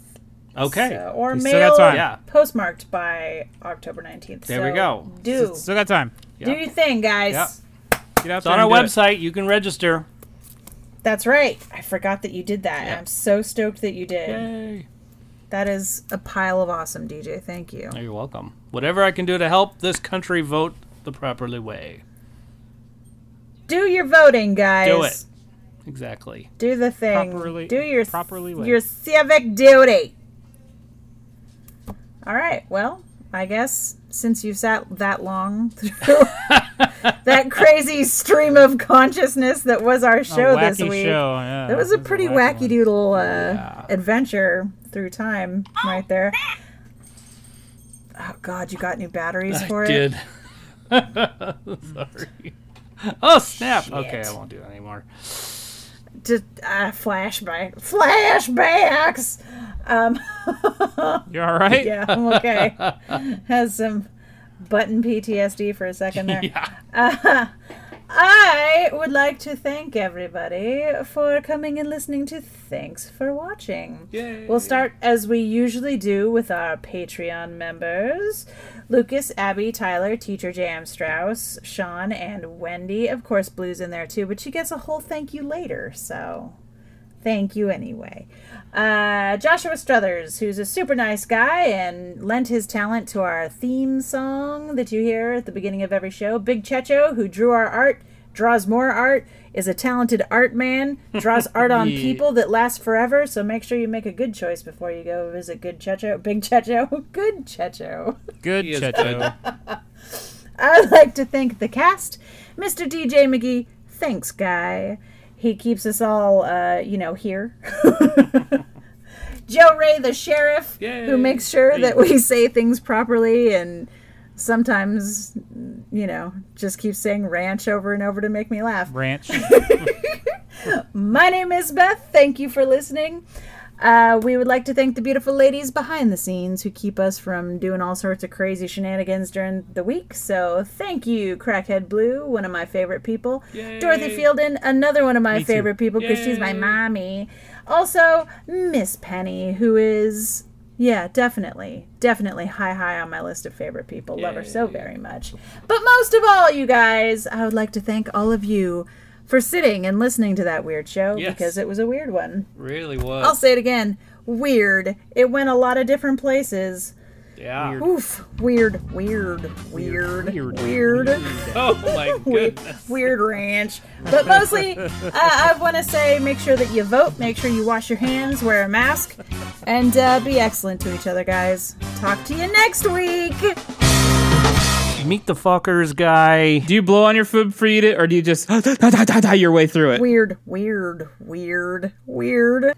Speaker 2: Okay.
Speaker 3: So- or
Speaker 4: You
Speaker 3: mail
Speaker 4: still got time.
Speaker 2: Yeah.
Speaker 3: postmarked by October 19th.
Speaker 2: There we
Speaker 3: So
Speaker 2: go.
Speaker 3: Do.
Speaker 4: Still got time.
Speaker 3: Do your thing, guys.
Speaker 2: Yep.
Speaker 4: Get out
Speaker 2: It's on
Speaker 4: there
Speaker 2: our
Speaker 4: and do it.
Speaker 2: website. You can register.
Speaker 3: That's right. I forgot that you did that. and I'm so stoked that you did.
Speaker 2: Yay.
Speaker 3: That is a pile of awesome, DJ. Thank you.
Speaker 2: You're welcome. Whatever I can do to help this country vote the properly way.
Speaker 3: Do your voting, guys.
Speaker 2: Do it. Exactly.
Speaker 3: Do the thing.
Speaker 4: Properly-
Speaker 3: do your
Speaker 4: properly way.
Speaker 3: your civic duty. All right. Well, I guess since you sat that long through that crazy stream of consciousness that was our
Speaker 4: A
Speaker 3: show
Speaker 4: wacky
Speaker 3: this week,
Speaker 4: show. Yeah,
Speaker 3: that was a pretty wacky,
Speaker 4: one.
Speaker 3: doodle uh, adventure through time right there. Oh God, you got new batteries for
Speaker 2: I
Speaker 3: it.
Speaker 2: did. Sorry. Oh snap! Okay, I won't do that anymore.
Speaker 3: Just uh, flashback, flashbacks. Um,
Speaker 4: You all right?
Speaker 3: yeah, I'm okay. Has some button PTSD for a second there.
Speaker 2: Yeah.
Speaker 3: I would like to thank everybody for coming and listening to Thanks for Watching.
Speaker 2: Yay.
Speaker 3: We'll start as we usually do with our Patreon members Lucas, Abby, Tyler, Teacher Jam Strauss, Sean, and Wendy. Of course, Blue's in there too, but she gets a whole thank you later, so thank you anyway. Uh, Joshua Struthers, who's a super nice guy and lent his talent to our theme song that you hear at the beginning of every show. Big Checho, who drew our art, draws more art, is a talented art man, draws art on
Speaker 4: Yeah.
Speaker 3: people that lasts forever. So make sure you make a good choice before you go visit Good Checho, Big Checho, Good Checho.
Speaker 4: Good,
Speaker 2: He is
Speaker 4: Checho.
Speaker 3: I'd like to thank the cast, Mr. DJ McGee. Thanks, guy. He keeps us all, uh, you know, here. Joe Ray, the sheriff,
Speaker 2: Yay.
Speaker 3: who makes sure that we say things properly and sometimes, you know, just keeps saying ranch over and over to make me laugh.
Speaker 4: Ranch.
Speaker 3: My name is Beth. Thank you for listening. Uh, we would like to thank the beautiful ladies behind the scenes who keep us from doing all sorts of crazy shenanigans during the week. So thank you, Crackhead Blue, one of my favorite people. Dorothy Fielden, another one of my
Speaker 4: Me too.
Speaker 3: favorite people because she's my
Speaker 2: Yay.
Speaker 3: mommy. Also, Miss Penny, who is, yeah, definitely, definitely high, high on my list of favorite people. Love her so very much. But most of all, you guys, I would like to thank all of you for sitting and listening to that weird show
Speaker 2: Yes.
Speaker 3: because it was a weird one.
Speaker 2: Really was.
Speaker 3: I'll say it again weird. It went a lot of different places.
Speaker 2: yeah.
Speaker 3: Oof. Weird, weird, weird, weird, weird,
Speaker 2: Oh my
Speaker 3: weird,
Speaker 2: goodness.
Speaker 3: ranch. But mostly, uh, I want to say make sure that you vote, make sure you wash your hands, wear a mask, and uh, be excellent to each other, guys. Talk to you next week.
Speaker 2: Meet the fuckers guy.
Speaker 4: do you blow on your food before you eat it, or do you just da, da, da, da, your way through it?
Speaker 3: Weird, weird, weird, weird.